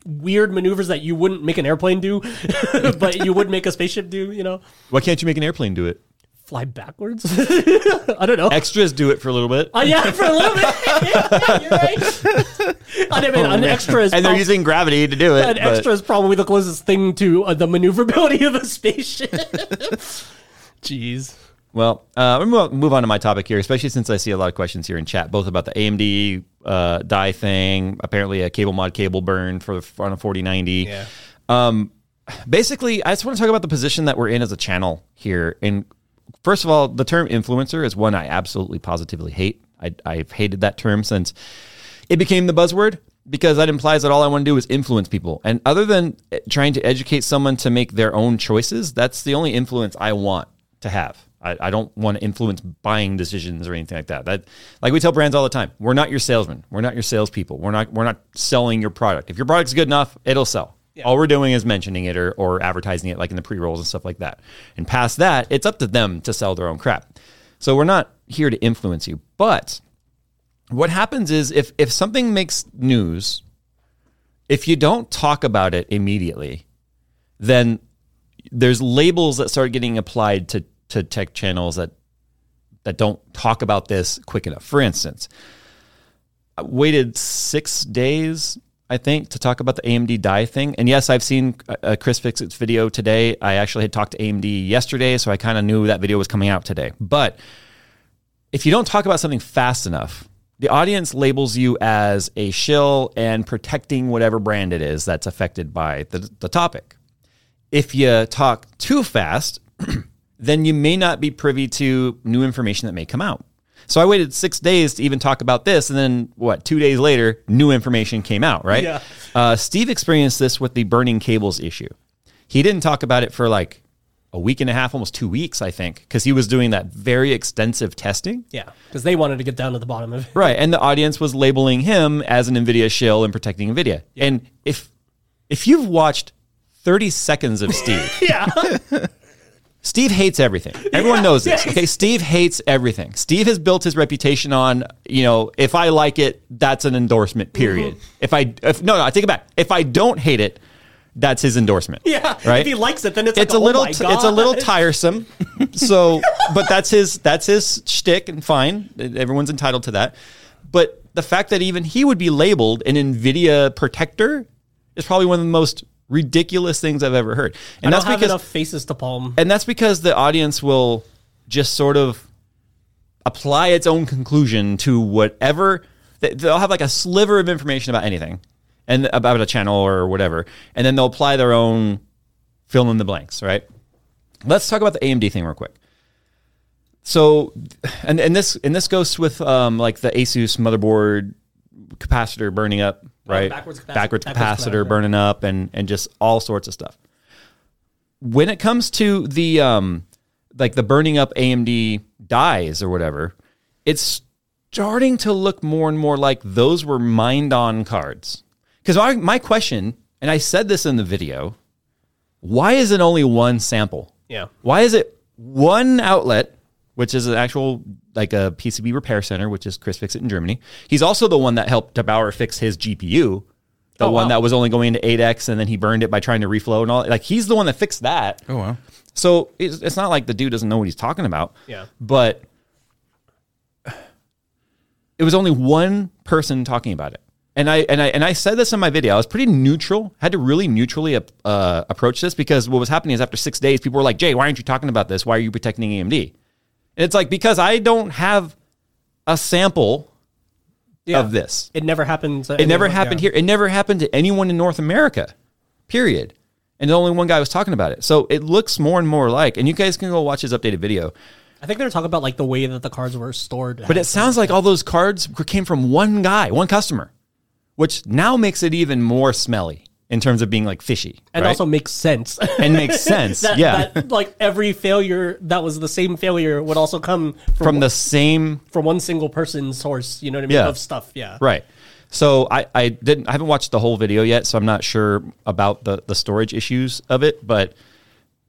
B: weird maneuvers that you wouldn't make an airplane do, [LAUGHS] but you would make a spaceship do. You know,
A: Why can't you make an airplane do it?
B: fly backwards. [LAUGHS] I don't know.
A: Extras do it for a little bit.
B: Oh yeah, for a little bit. [LAUGHS] Yeah,
A: [LAUGHS]
B: you're right. I mean, an extra is
A: Oh, and they're
B: prob-
A: using gravity to do it.
B: an
A: but-
B: extra is probably the closest thing to uh, the maneuverability of
A: [LAUGHS]
B: a spaceship. Jeez.
A: Well, uh, we'll move- move on to my topic here, especially since I see a lot of questions here in chat, both about the AMD uh, die thing, apparently a cable mod cable burn for the on a 4090.
B: Yeah.
A: Um, basically, I just want to talk about the position that we're in as a channel here. And first of all, the term influencer is one I absolutely positively hate. I, I've hated that term since it became the buzzword because that implies that all I want to do is influence people. And other than eh, trying to educate someone to make their own choices, that's the only influence I want to have. I, I don't want to influence buying decisions or anything like that. That, like we tell brands all the time, we're not your salesman. We're not your salespeople. We're not we're not selling your product. If your product's good enough, it'll sell. All we're doing is mentioning it or, or advertising it, like in the pre rolls and stuff like that. And past that, it's up to them to sell their own crap. So we're not here to influence you. But what happens is if if something makes news, if you don't talk about it immediately, then there's labels that start getting applied to to tech channels that that don't talk about this quick enough. For instance, I waited six days, I think, to talk about the AMD die thing. And yes, I've seen uh, uh, Chris Fixit's video today. I actually had talked to AMD yesterday, so I kind of knew that video was coming out today. But if you don't talk about something fast enough, the audience labels you as a shill and protecting whatever brand it is that's affected by the, the topic. If you talk too fast, [CLEARS THROAT] then you may not be privy to new information that may come out. So I waited six days to even talk about this, and then what? Two days later, new information came out. Right?
B: Yeah.
A: Uh, Steve experienced this with the burning cables issue. He didn't talk about it for like a week and a half, almost two weeks, I think, because he was doing that very extensive testing.
B: Yeah, because they wanted to get down to the bottom
A: [LAUGHS]
B: of it.
A: Right, and the audience was labeling him as an Nvidia shill and protecting Nvidia. And if if you've watched 30 seconds of Steve,
B: Yeah.
A: Steve hates
B: [LAUGHS]
A: everything. Everyone
B: Yeah,
A: knows this.
B: yeah.
A: Okay, Steve hates everything. Steve has built his reputation on, you know, if I like it, that's an endorsement
B: Mm-hmm.
A: period. If I if no, no, I take it back. If I don't hate it, that's his endorsement.
B: [LAUGHS] Yeah.
A: Right?
B: If he likes it, then it's,
A: it's
B: like,
A: a little
B: Oh my
A: t- it's a little
B: God. [LAUGHS]
A: tiresome. So, but that's his that's his shtick, and fine. Everyone's entitled to that. But the fact that even he would be labeled an Nvidia protector is probably one of the most ridiculous things I've ever heard. And
B: I
A: that's
B: don't have
A: because
B: enough faces to palm.
A: and that's because the audience will just sort of apply its own conclusion to whatever they- they'll have like a sliver of information about anything and about a channel or whatever and then they'll apply their own fill in the blanks right let's talk about the amd thing real quick so and, and this and this goes with um, like the asus motherboard capacitor burning up right
B: backwards capaci-
A: backwards
B: backwards
A: capacitor
B: capacitor.
A: burning up and and just all sorts of stuff when it comes to the um like the burning up AMD dies or whatever, it's starting to look more and more like those were mined on cards. Because my, my question, and I said this in the video, why is it only one sample?
B: Yeah.
A: Why is it one outlet, which is an actual like a PCB repair center, which is Chris Fixit in Germany? He's also the one that helped Debauer fix his GPU, the one
B: wow.
A: that was only going into 8x and then he burned it by trying to reflow and all. Like he's the one that fixed that.
C: Oh wow.
A: So it's, it's not like the dude doesn't know what he's talking about.
B: Yeah.
A: But it was only one person talking about it. And I and I and I said this in my video. I was pretty neutral. Had to really neutrally uh, approach this because what was happening is after six days, people were like, "Jay, why aren't you talking about this? Why are you protecting AMD?" And it's like because I don't have a sample
B: Yeah.
A: of this.
B: It never happens.
A: It never happened here. It never happened to anyone in North America, period. And the only one guy was talking about it. So it looks more and more like, and you guys can go watch his updated video.
B: I think they were talking about like the way that the cards were stored.
A: But it sounds like all those cards came from one guy, one customer, which now makes it even more smelly in terms of being like fishy.
B: and
A: right?
B: also [LAUGHS] makes sense.
A: and makes sense.
B: that,
A: yeah.
B: that, like every failure that was the same failure would also come from
A: from the same
B: from one single person's source. You know what I mean?
A: Yeah.
B: Of stuff. Yeah.
A: Right. So I, I didn't I haven't watched the whole video yet, so I'm not sure about the, the storage issues of it, but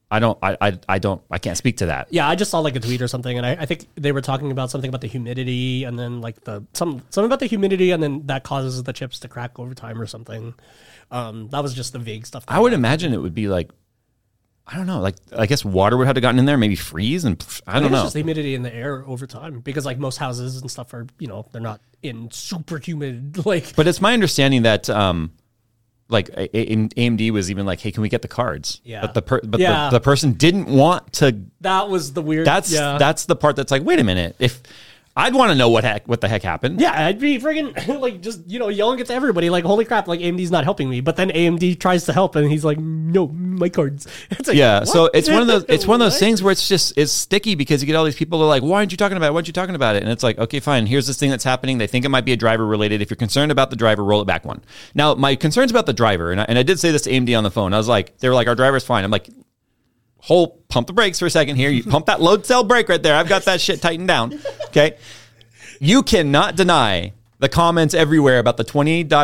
A: I don't. I, I. I don't. I can't speak to that.
B: Yeah, I just saw like a tweet or something, and I, I think they were talking about something about the humidity, and then like the some something about the humidity, and then that causes the chips to crack over time or something. Um, that was just the vague stuff.
A: I would imagine it would be like, I don't know. Like I guess water would have gotten in there, maybe freeze, and pff, I don't
B: It's
A: know.
B: just the humidity in the air over time because like most houses and stuff are you know they're not in super humid [LAUGHS] like
A: But it's my understanding that um, like A- A- AMD was even like, hey, can we get the cards?
B: Yeah.
A: But the per- but
B: Yeah.
A: the, the person didn't want to.
B: that was the weird.
A: That's
B: yeah.
A: that's the part that's like, wait a minute. If I'd want to know what heck what the heck happened.
B: Yeah, I'd be friggin' [LAUGHS] like just you know yelling at everybody like holy crap like AMD's not helping me, but then AMD tries to help and he's like no my cards. [LAUGHS] It's like,
A: Yeah, so
B: what?
A: it's one of those it's one of those
B: [LAUGHS] What?
A: things where it's just it's sticky because you get all these people who are like, why aren't you talking about it? Why aren't you talking about it? And it's like, okay, fine. Here's this thing that's happening. They think it might be a driver related. If you're concerned about the driver, roll it back one. Now, my concerns about the driver, and I, and I did say this to AMD on the phone. I was like, they were like, our driver's fine. I'm like, whole pump the brakes for a second here. You pump that load cell brake right there. I've got that shit tightened down. [LAUGHS] Okay. You cannot deny the comments everywhere about the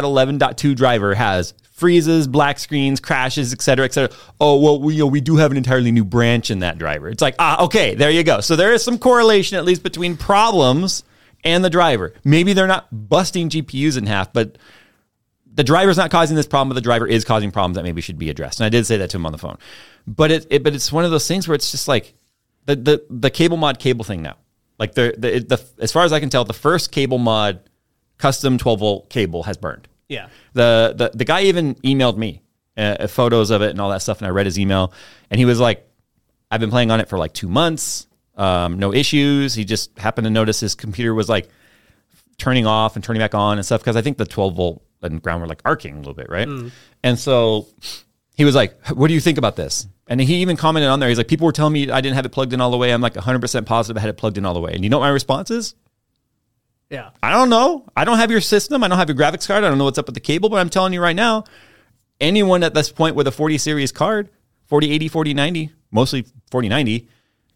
A: 28.11.2 driver has freezes, black screens, crashes, et cetera, et cetera. Oh, well, we, you know, we do have an entirely new branch in that driver. It's like, ah, okay, there you go. So there is some correlation, at least, between problems and the driver. Maybe they're not busting GPUs in half, but the driver's not causing this problem, but the driver is causing problems that maybe should be addressed. And I did say that to him on the phone. But it, it but it's one of those things where it's just like the the, the cable mod cable thing now. Like the the, it, the as far as I can tell, the first cable mod custom 12 volt cable has burned.
B: Yeah.
A: The the the guy even emailed me uh, photos of it and all that stuff, and I read his email, and he was like, "I've been playing on it for like two months, um, no issues." He just happened to notice his computer was like turning off and turning back on and stuff because I think the 12 volt and ground were like arcing a little bit, right? And so he was like, "What do you think about this?" And he even commented on there. He's like, "People were telling me I didn't have it plugged in all the way. I'm like 100% positive I had it plugged in all the way." And you know what my response is?
B: Yeah.
A: I don't know. I don't have your system. I don't have your graphics card. I don't know what's up with the cable, but I'm telling you right now, anyone at this point with a 40 series card, 4080, 4090, mostly 4090,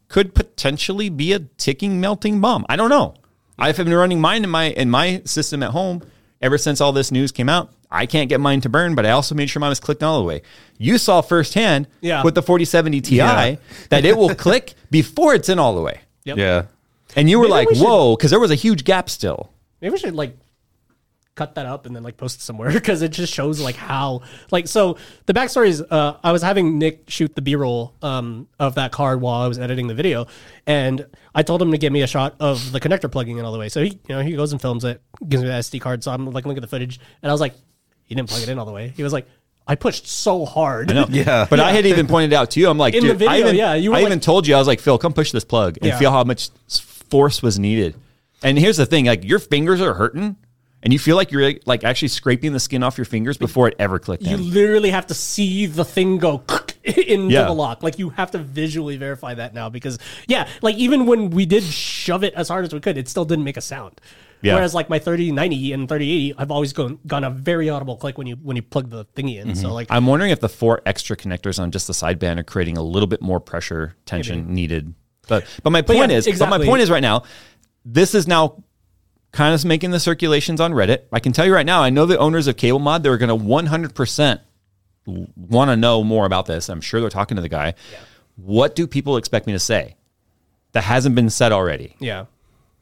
A: could potentially be a ticking melting bomb. I don't know. I've been running mine in my in my system at home ever since all this news came out. I can't get mine to burn, but I also made sure mine was clicked all the way. You saw firsthand
B: Yeah.
A: with the 4070 Ti
C: Yeah.
A: that it will [LAUGHS] click before it's in all the way.
B: Yep.
C: Yeah.
A: And you were
B: Maybe
A: like,
B: we should-
A: whoa, because there was a huge gap still.
B: Maybe we should like cut that up and then like post it somewhere [LAUGHS] because it just shows like how like so the backstory is uh, I was having Nick shoot the B roll um, of that card while I was editing the video, and I told him to give me a shot of the connector plugging in all the way. So he you know he goes and films it, gives me the SD card. So I'm like looking at the footage, and I was like, he didn't plug it in all the way. He was like, I pushed so hard.
C: [LAUGHS] Yeah.
A: But I had even pointed out to you, I'm like,
B: In the
A: dude, I,
B: video,
A: even,
B: yeah, you were
A: I
B: like-
A: even told you, I was like, Phil, come push this plug and
B: Yeah.
A: feel how much s- force was needed. And here's the thing, like your fingers are hurting and you feel like you're like actually scraping the skin off your fingers before it ever clicked
B: You
A: in.
B: literally have to see the thing go [LAUGHS] into
A: Yeah.
B: the lock. Like you have to visually verify that now because yeah, like even when we did shove it as hard as we could, it still didn't make a sound.
A: Yeah.
B: Whereas like my 3090 and 3080, I've always gone gone a very audible click when you when you plug the thingy in. So like
A: I'm wondering if the four extra connectors on just the sideband are creating a little bit more pressure tension needed. But but my point
B: yeah,
A: is, but
B: exactly.
A: my point is right now, this is now kind of making the circulations on Reddit. I can tell you right now, I know the owners of Cable Mod, they're going to 100% want to know more about this. I'm sure they're talking to the guy. What do people expect me to say that hasn't been said already?
B: yeah.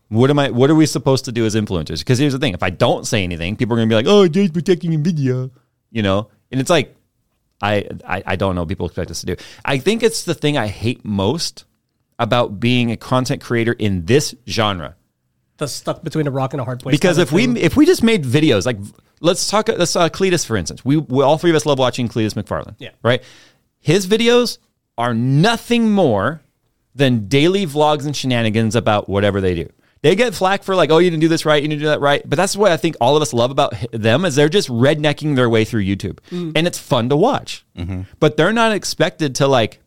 A: What am I? What are we supposed to do as influencers? Because here's the thing: if I don't say anything, people are going to be like, "Oh, Jay's protecting Nvidia," you know. And it's like, I, I I don't know. what People expect us to do. I think it's the thing I hate most about being a content creator in this genre.
B: The stuck between a rock and a hard place.
A: Because
B: kind
A: if
B: of thing.
A: we if we just made videos, like let's talk let's uh, Cletus for instance. We, we all three of us love watching Cletus McFarland.
B: Yeah.
A: Right. His videos are nothing more than daily vlogs and shenanigans about whatever they do. They get flack for like, oh, you didn't do this right, you didn't do that right. But that's what I think all of us love about h- them is they're just rednecking their way through YouTube, and it's fun to watch. But they're not expected to like,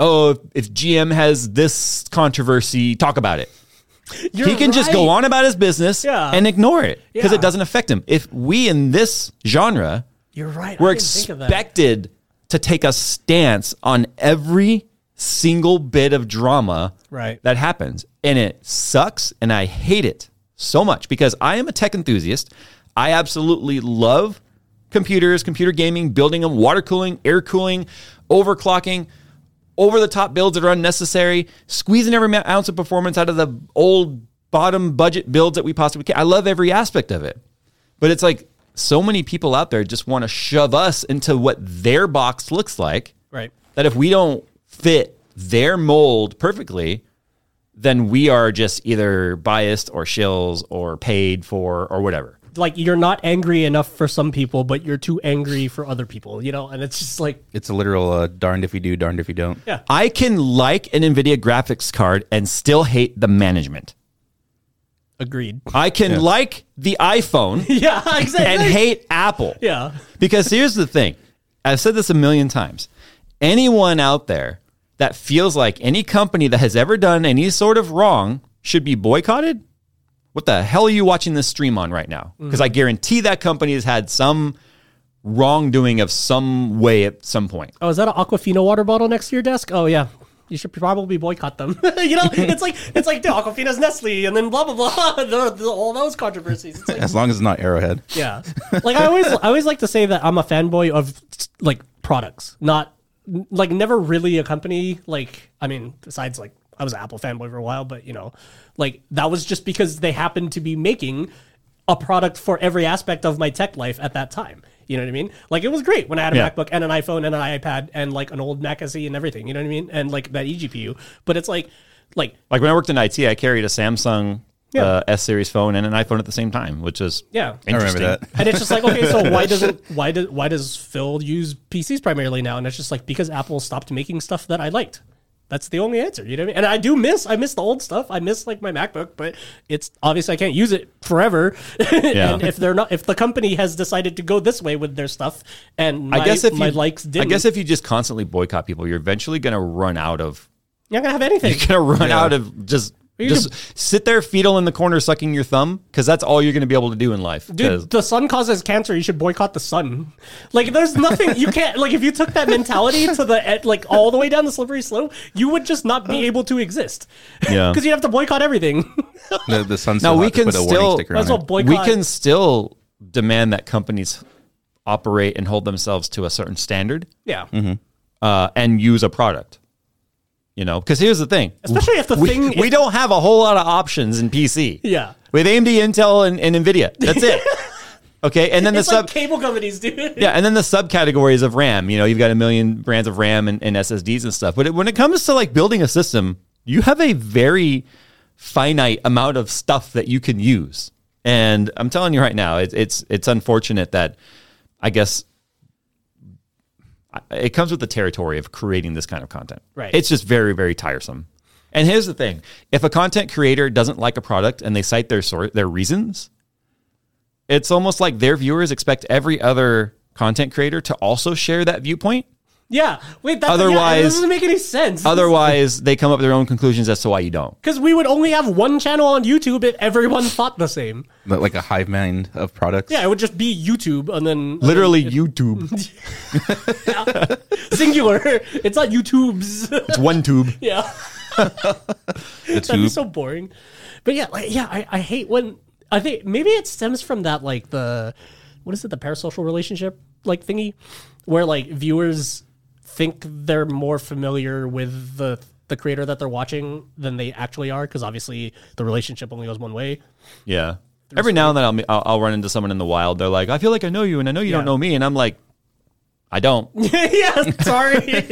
A: oh, if, if GM has this controversy, talk about it
B: You're
A: he can just go
B: right.
A: on about his business
B: Yeah.
A: and ignore it because
B: Yeah.
A: it doesn't affect him. If we in this genre
B: You're right. I
A: were
B: didn't think of that.
A: expected to take a stance on every single bit of drama
B: Right.
A: that happens, and it sucks, and I hate it so much because I am a tech enthusiast. I absolutely love computers, computer gaming, building them, water cooling, air cooling, overclocking, over the top builds that are unnecessary, squeezing every ounce of performance out of the old bottom budget builds that we possibly can. I love every aspect of it. But it's like so many people out there just want to shove us into what their box looks like
B: Right.
A: that if we don't fit their mold perfectly, then we are just either biased or shills or paid for or whatever.
B: Like you're not angry enough for some people, but you're too angry for other people, you know? And it's just like,
C: It's a literal uh, darned if you do, darned if you don't.
B: Yeah.
A: I can like an NVIDIA graphics card and still hate the management.
B: agreed. [LAUGHS]
A: I can like the iPhone
B: Yeah,
A: [LAUGHS]
B: exactly.
A: and hate Apple.
B: yeah.
A: Because here's the thing I've said this a million times. Anyone out there that feels like any company that has ever done any sort of wrong should be boycotted, what the hell are you watching this stream on right now?
B: Mm.
A: Because I guarantee that company has had some wrongdoing of some way at some point.
B: Oh, is that an Aquafina water bottle next to your desk? Oh yeah. You should probably boycott them. [LAUGHS] you know, it's like it's like dude, Aquafina's Nestle, and then blah blah blah. [LAUGHS] the, the, all those controversies. It's like,
C: As long as it's not Arrowhead.
B: yeah. Like I always, I always like to say that I'm a fanboy of like products, not like never really a company. Like I mean, besides like I was an Apple fanboy for a while, but you know, like that was just because they happened to be making a product for every aspect of my tech life at that time. You know what I mean? Like it was great when I had a
A: Yeah.
B: MacBook and an iPhone and an iPad and like an old Mac SE and everything. You know what I mean? And like that E eGPU. But it's like, like
A: Like when I worked in IT, I carried a Samsung
B: Yeah.
A: uh, S series phone and an iPhone at the same time, which is
B: yeah,
C: I remember
A: Interesting.
C: that.
B: and it's just like okay so
A: [LAUGHS]
B: why doesn't why does why does phil use pcs primarily now and it's just like because apple stopped making stuff that i liked that's the only answer you know what i mean and i do miss i miss the old stuff i miss like my macbook but it's obviously i can't use it forever [LAUGHS]
A: Yeah.
B: and if they're not if the company has decided to go this way with their stuff and my,
A: I guess if
B: my
A: you,
B: likes didn't
A: I guess if you just constantly boycott people, you're eventually going to run out of
B: you're not gonna have anything
A: you're going to run out of just just sit there fetal in the corner sucking your thumb because that's all you're going to be able to do in life. 'Cause-
B: Dude, the sun causes cancer. You should boycott the sun. Like, there's nothing you can't. Like, if you took that mentality to the eh, like all the way down the slippery slope, you would just not be able to exist. [LAUGHS]
A: Yeah.
B: because you have to boycott everything. [LAUGHS]
C: The, the sun's
A: Now,
C: still
A: we
C: hot to
A: can
C: put a
A: still-
C: warning sticker
B: That's
C: on
B: what
C: it.
A: we
B: boycott.
A: can still demand that companies operate and hold themselves to a certain standard
B: yeah,
A: uh, and use a product. You know, because here's the thing.
B: Especially if the
A: we,
B: thing
A: we
B: is-
A: don't have a whole lot of options in PC.
B: yeah.
A: With AMD, Intel, and, and NVIDIA. That's
C: [LAUGHS]
A: it. okay. And then
B: It's
A: the
B: like
A: sub
B: cable companies, dude.
A: [LAUGHS]
B: [LAUGHS]
A: yeah, and then the subcategories of RAM. You know, you've got a million brands of RAM and, and SSDs and stuff. But it, when it comes to like building a system, you have a very finite amount of stuff that you can use. And I'm telling you right now, it's it's it's unfortunate that I guess I- it comes with the territory of creating this kind of content.
B: Right.
A: It's just very very tiresome. And here's the thing: if a content creator doesn't like a product and they cite their sor- their reasons, it's almost like their viewers expect every other content creator to also share that
B: [LAUGHS]
A: viewpoint.
B: Yeah. Wait, that's, yeah,
A: Otherwise-
B: this doesn't make any sense.
A: Otherwise, they come up with their own conclusions as to why you don't.
B: because we would only have one channel on YouTube if everyone thought the same.
C: But Like a hive mind of products.
B: Yeah, it would just be YouTube and
A: [LAUGHS]
B: then
A: Literally,
B: [LAUGHS]
A: YouTube.
B: singular. it's not YouTube's.
A: It's one tube.
B: yeah.
C: The
B: That'd be
C: tube.
B: so boring. But yeah, like yeah, I, I hate when I think maybe it stems from that like the what is it, the parasocial relationship like thingy? Where like viewers think they're more familiar with the the creator that they're watching than they actually are, because obviously the relationship only goes one way. [LAUGHS]
A: Yeah. Every now and then, I'll, me- I'll I'll run into someone in the wild. They're like, "I feel like I know you, and I know you
B: Yeah.
A: don't know me," and I'm like, "I don't."
B: yeah,
A: [LAUGHS]
B: sorry,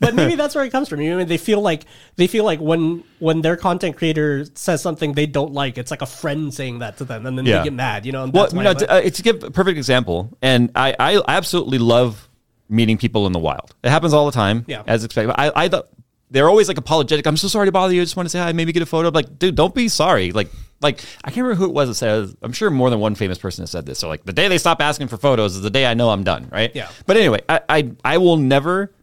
B: but maybe that's where it comes from. You know, what I mean, they feel like they feel like when when their content creator says something they don't like, it's like a friend saying that to them, and then
A: Yeah.
B: they get mad. You know, and
A: Well,
B: that's why
A: no,
B: I'm-
A: to, uh, to give a perfect example, and I, I absolutely love meeting people in the wild. It happens all the time,
B: Yeah.
A: as expected. I, I th- they're always like apologetic. I'm so sorry to bother you. I just want to say hi, maybe get a photo. I'm like, dude, don't be sorry. Like, like I can't remember who it was that said. I'm sure more than one famous person has said this. So like, the day they stop asking for photos is the day I know I'm done, right?
B: Yeah.
A: But anyway, I, I, I will never.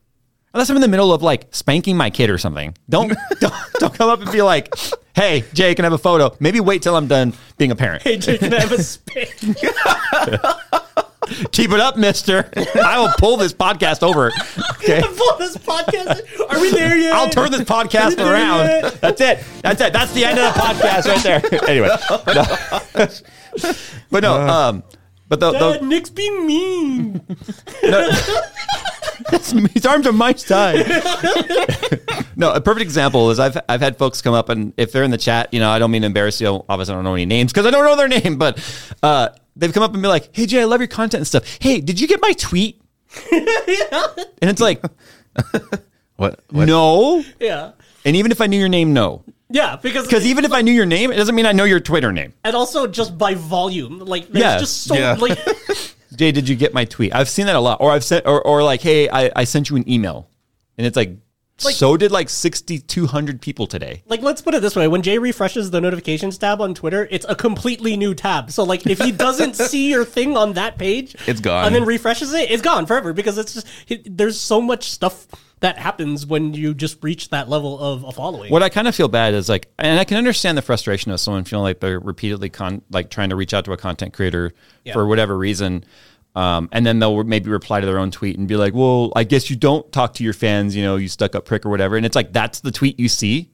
A: Unless I'm in the middle of like spanking my kid or something, don't [LAUGHS] don't, don't come up and be like, "Hey, Jay, can I have a photo?" Maybe wait till I'm done being a parent.
B: Hey, Jake, can
A: [LAUGHS]
B: I have a spin?
A: Keep it up, mister. I will pull this podcast over. Okay.
B: Pull this podcast. Are we there yet?
A: I'll turn this podcast around. That's it. That's it. That's the end of the podcast right there. Anyway. no. but no, um, but the,
B: Dad,
A: the [LAUGHS]
B: Nick's being mean.
A: no, His arms are my size. no, a perfect example is I've I've had folks come up and if they're in the chat, you know, I don't mean to embarrass you. Obviously, I don't know any names because I don't know their name, but uh, they've come up and be like, "Hey, Jay, I love your content and stuff. Hey, did you get my tweet?" And it's like,
C: What? what?
A: no.
B: yeah.
A: And even if I knew your name, no.
B: Yeah, because
A: Because even if I knew your name, it doesn't mean I know your Twitter name.
B: and also just by volume, like there's
A: Yeah.
B: just so
C: Yeah.
B: like [LAUGHS]
A: Jay, did you get my tweet? I've seen that a lot. Or I've sent, or, or like, hey, I, I sent you an email, and it's like,
B: Like-
A: so did like sixty two hundred people today.
B: like let's put it this way: when Jay refreshes the notifications tab on Twitter, it's a completely new tab. So like
A: [LAUGHS]
B: if he doesn't see your thing on that page,
C: It's gone.
B: and then refreshes it, it's gone forever because it's just he- there's so much stuff that happens when you just reach that level of a following.
A: What I kind of feel bad is like, and I can understand the frustration of someone feeling like they're repeatedly con like trying to reach out to a content creator for whatever reason. Um, and then they'll maybe reply to their own tweet and be like, "Well, I guess you don't talk to your fans, you know, you stuck up prick or whatever." And it's like that's the tweet you see.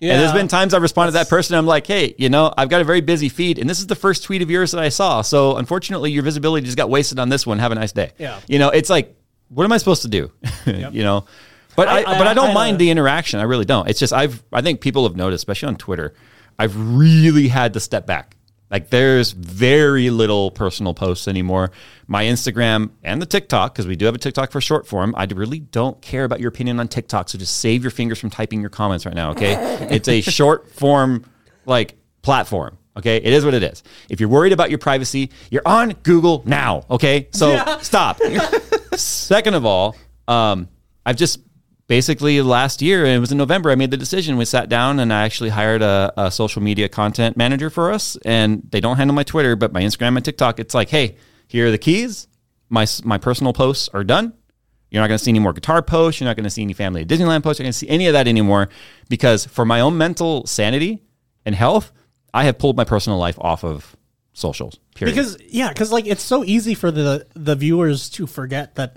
A: And there's
B: Yeah.
A: been times I've responded to that person. I'm like, hey, you know, I've got a very busy feed, and this is the first tweet of yours that I saw. So unfortunately, your visibility just got wasted on this one. Have a nice day.
B: Yeah.
A: You know, it's like, what am I supposed to do? [LAUGHS] you know, but I,
B: I-
A: but I don't
B: I-
A: mind the interaction. I really don't. It's just I've I think people have noticed, especially on Twitter, I've really had to step back. Like there's very little personal posts anymore. My Instagram and the TikTok, because we do have a TikTok for short form. I really don't care about your opinion on TikTok, so just save your fingers from typing your comments right now. Okay, it's a short form like platform. Okay, it is what it is. If you're worried about your privacy, you're on Google now. Okay, so stop. Second of all, um, I've just basically last year, and it was in November, I made the decision. We sat down and I actually hired a, a social media content manager for us. And they don't handle my Twitter, but my Instagram and TikTok. It's like, hey, here are the keys. My, s- my personal posts are done. You're not going to see any more guitar posts. You're not going to see any family at Disneyland posts. You're not going to see any of that anymore because for my own mental sanity and health, I have pulled my personal life off of socials. Period.
B: because yeah because like it's so easy for the the viewers to forget that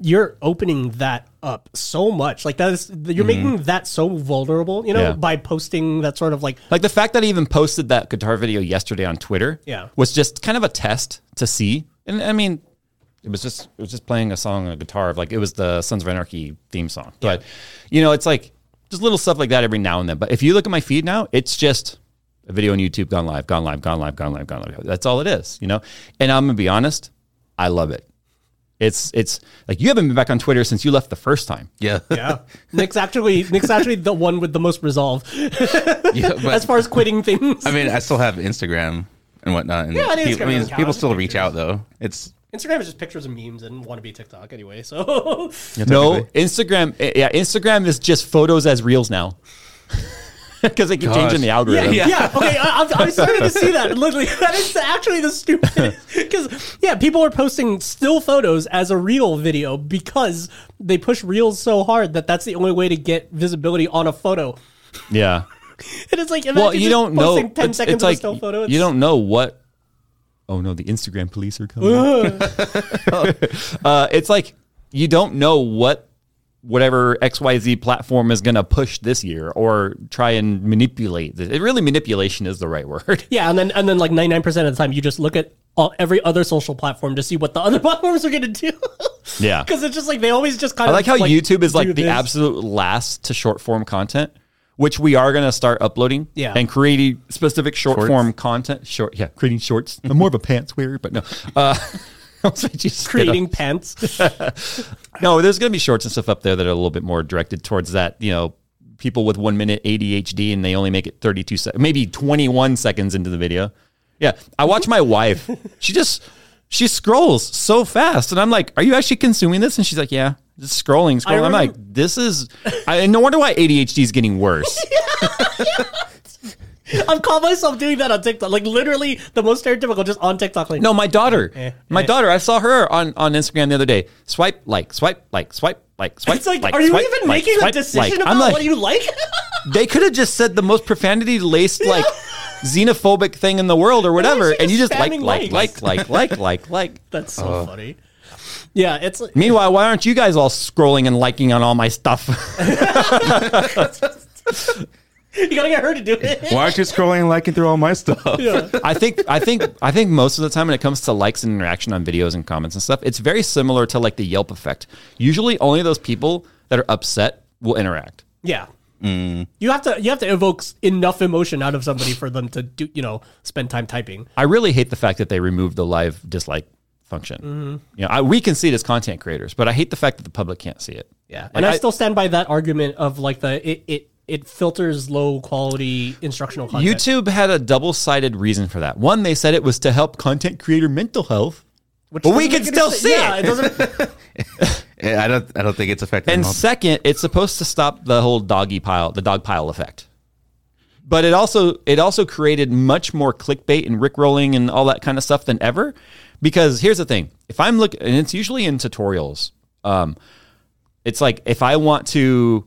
B: you're opening that up so much like that is you're
C: Mm-hmm.
B: making that so vulnerable you know
A: Yeah.
B: by posting that sort of like
A: Like the fact that I even posted that guitar video yesterday on Twitter
B: Yeah.
A: was just kind of a test to see. And I mean, it was just it was just playing a song on a guitar of like it was the Sons of Anarchy theme song. But you know, it's like just little stuff like that every now and then. But if you look at my feed now, it's just a video on YouTube gone live, gone live, gone live, gone live, gone live. That's all it is, you know? And I'm gonna be honest, I love it. It's it's like you haven't been back on Twitter since you left the first time.
C: Yeah. [LAUGHS] Yeah.
B: yeah nick's actually nick's actually the one with the most resolve
C: but,
B: as far as quitting things
C: I mean, I still have Instagram and whatnot. And
B: Yeah, I think
C: people, I
B: Instagram
C: mean,
B: doesn't count.
C: people
B: It's
C: still
B: just
C: reach out though. It's
B: instagram is just pictures and memes and want to be tiktok anyway so
A: No, Instagram. eh, Yeah, Instagram is just photos as reels now [LAUGHS] because they keep
C: Gosh.
A: changing the algorithm.
B: Yeah, yeah. Okay, I, I'm, I'm starting to see that. Literally, [LAUGHS] that is actually the [LAUGHS] stupid. Because yeah, people are posting still photos as a reel video because they push reels so hard that that's the only way to get visibility on a photo.
A: Yeah.
B: And it's like, imagine
A: Well, you
B: just
A: don't know.
B: posting ten
A: it's,
B: seconds
A: it's
B: of
A: like
B: a still photo.
A: you don't know what. Oh no, the Instagram police are
B: [LAUGHS]
A: coming. [LAUGHS] uh, it's like you don't know what whatever XYZ platform is going to push this year or try and manipulate. This. It really manipulation is the right
B: [LAUGHS]
A: word.
B: Yeah, and then and then like 99 percent of the time, you just look at all, every other social platform to see what the other [LAUGHS] platforms are going to do. [LAUGHS]
A: Yeah.
B: because it's just like they always just
A: I
B: kind of
A: like how YouTube is like
B: do
A: the
B: this.
A: absolute last to short form content, which we are going to start uploading.
B: Yeah.
A: And creating specific short form content. Short, yeah, creating shorts. I'm more of a pants wearer, but no. Uh, [LAUGHS] I was like, Jesus, get
B: creating pants. [LAUGHS]
A: up. No, there's going to be shorts and stuff up there that are a little bit more directed towards that, you know, people with one minute ADHD and they only make it 32 seconds, maybe 21 seconds into the video. Yeah. I watch my wife. She just, she scrolls so fast. And I'm like, are you actually consuming this? And she's like, yeah. Just scrolling, scrolling. I'm like,
B: remember-
A: this is. I, and no wonder why ADHD is getting
B: [LAUGHS]
A: worse.
B: I've caught myself doing that on TikTok. Like literally the most stereotypical just on TikTok. Like
A: No, my daughter. My
B: eh.
A: daughter. I saw her on, on Instagram the other day. Swipe like, swipe like, swipe like, swipe.
B: It's like,
A: like,
B: are you
A: swipe
B: even
A: like,
B: making a
A: swipe
B: decision
A: like. I'm
B: about
A: like,
B: what you like? [LAUGHS]
A: they could have just said the most profanity laced like xenophobic thing in the world or whatever,
B: actually
A: and you
B: just
A: just like
B: spamming
A: like
B: likes.
A: like like [LAUGHS] like like like.
B: That's so funny. Yeah, it's like,
A: Meanwhile, why aren't you [LAUGHS] guys all scrolling and liking on all my stuff?
B: You gotta get her to do [LAUGHS] it.
C: Why aren't you scrolling and liking through all my stuff? [LAUGHS]
B: Yeah.
A: I think I think I think most of the time when it comes to likes and interaction on videos and comments and stuff, it's very similar to like the Yelp effect. Usually only those people that are upset will interact.
B: Yeah.
A: Mm.
B: You have to you have to evoke s- enough emotion out of somebody for them to do you know spend time typing.
A: I really hate the fact that they removed the live dislike function. You know, I, we can see it as content creators, but I hate the fact that the public can't see it.
B: Yeah, and I,
A: I-
B: still stand by that argument of like the it it, it filters low quality instructional content.
A: YouTube had a double-sided reason for that. One, they said it was to help content creator mental health,
B: Which
A: but we
B: doesn't
A: can
B: make
A: still
B: any sense.
A: see
B: yeah,
A: it. [LAUGHS]
B: doesn't.
C: I don't. I don't think it's affecting.
A: And
C: them all.
A: second, it's supposed to stop the whole doggy pile, the dog pile effect. But it also it also created much more clickbait and rickrolling and all that kind of stuff than ever. Because here's the thing: if I'm looking, and it's usually in tutorials. Um, it's like if I want to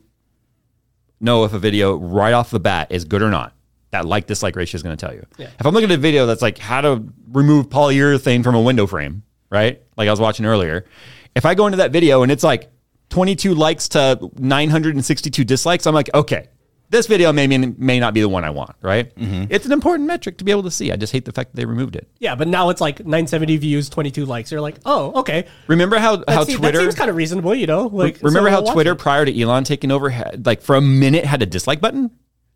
A: know if a video right off the bat is good or not, that like dislike ratio is going to tell you. If I'm looking at a video that's like how to remove polyurethane from a window frame, right? Like I was watching earlier. If I go into that video and it's like 22 likes to 962 dislikes, I'm like, okay, this video may may not be the one I want, right?
B: Mm-hmm.
A: It's an important metric to be able to see. I just hate the fact that they removed it.
B: yeah, but now it's like 970 views, 22 likes. You're like, oh, okay.
A: Remember how how
B: That seems-
A: Twitter
B: that seems kind of reasonable, you know. Like
A: Remember
B: so I'll
A: how
B: watch
A: Twitter
B: it.
A: prior to Elon taking over had like for a minute had a dislike button?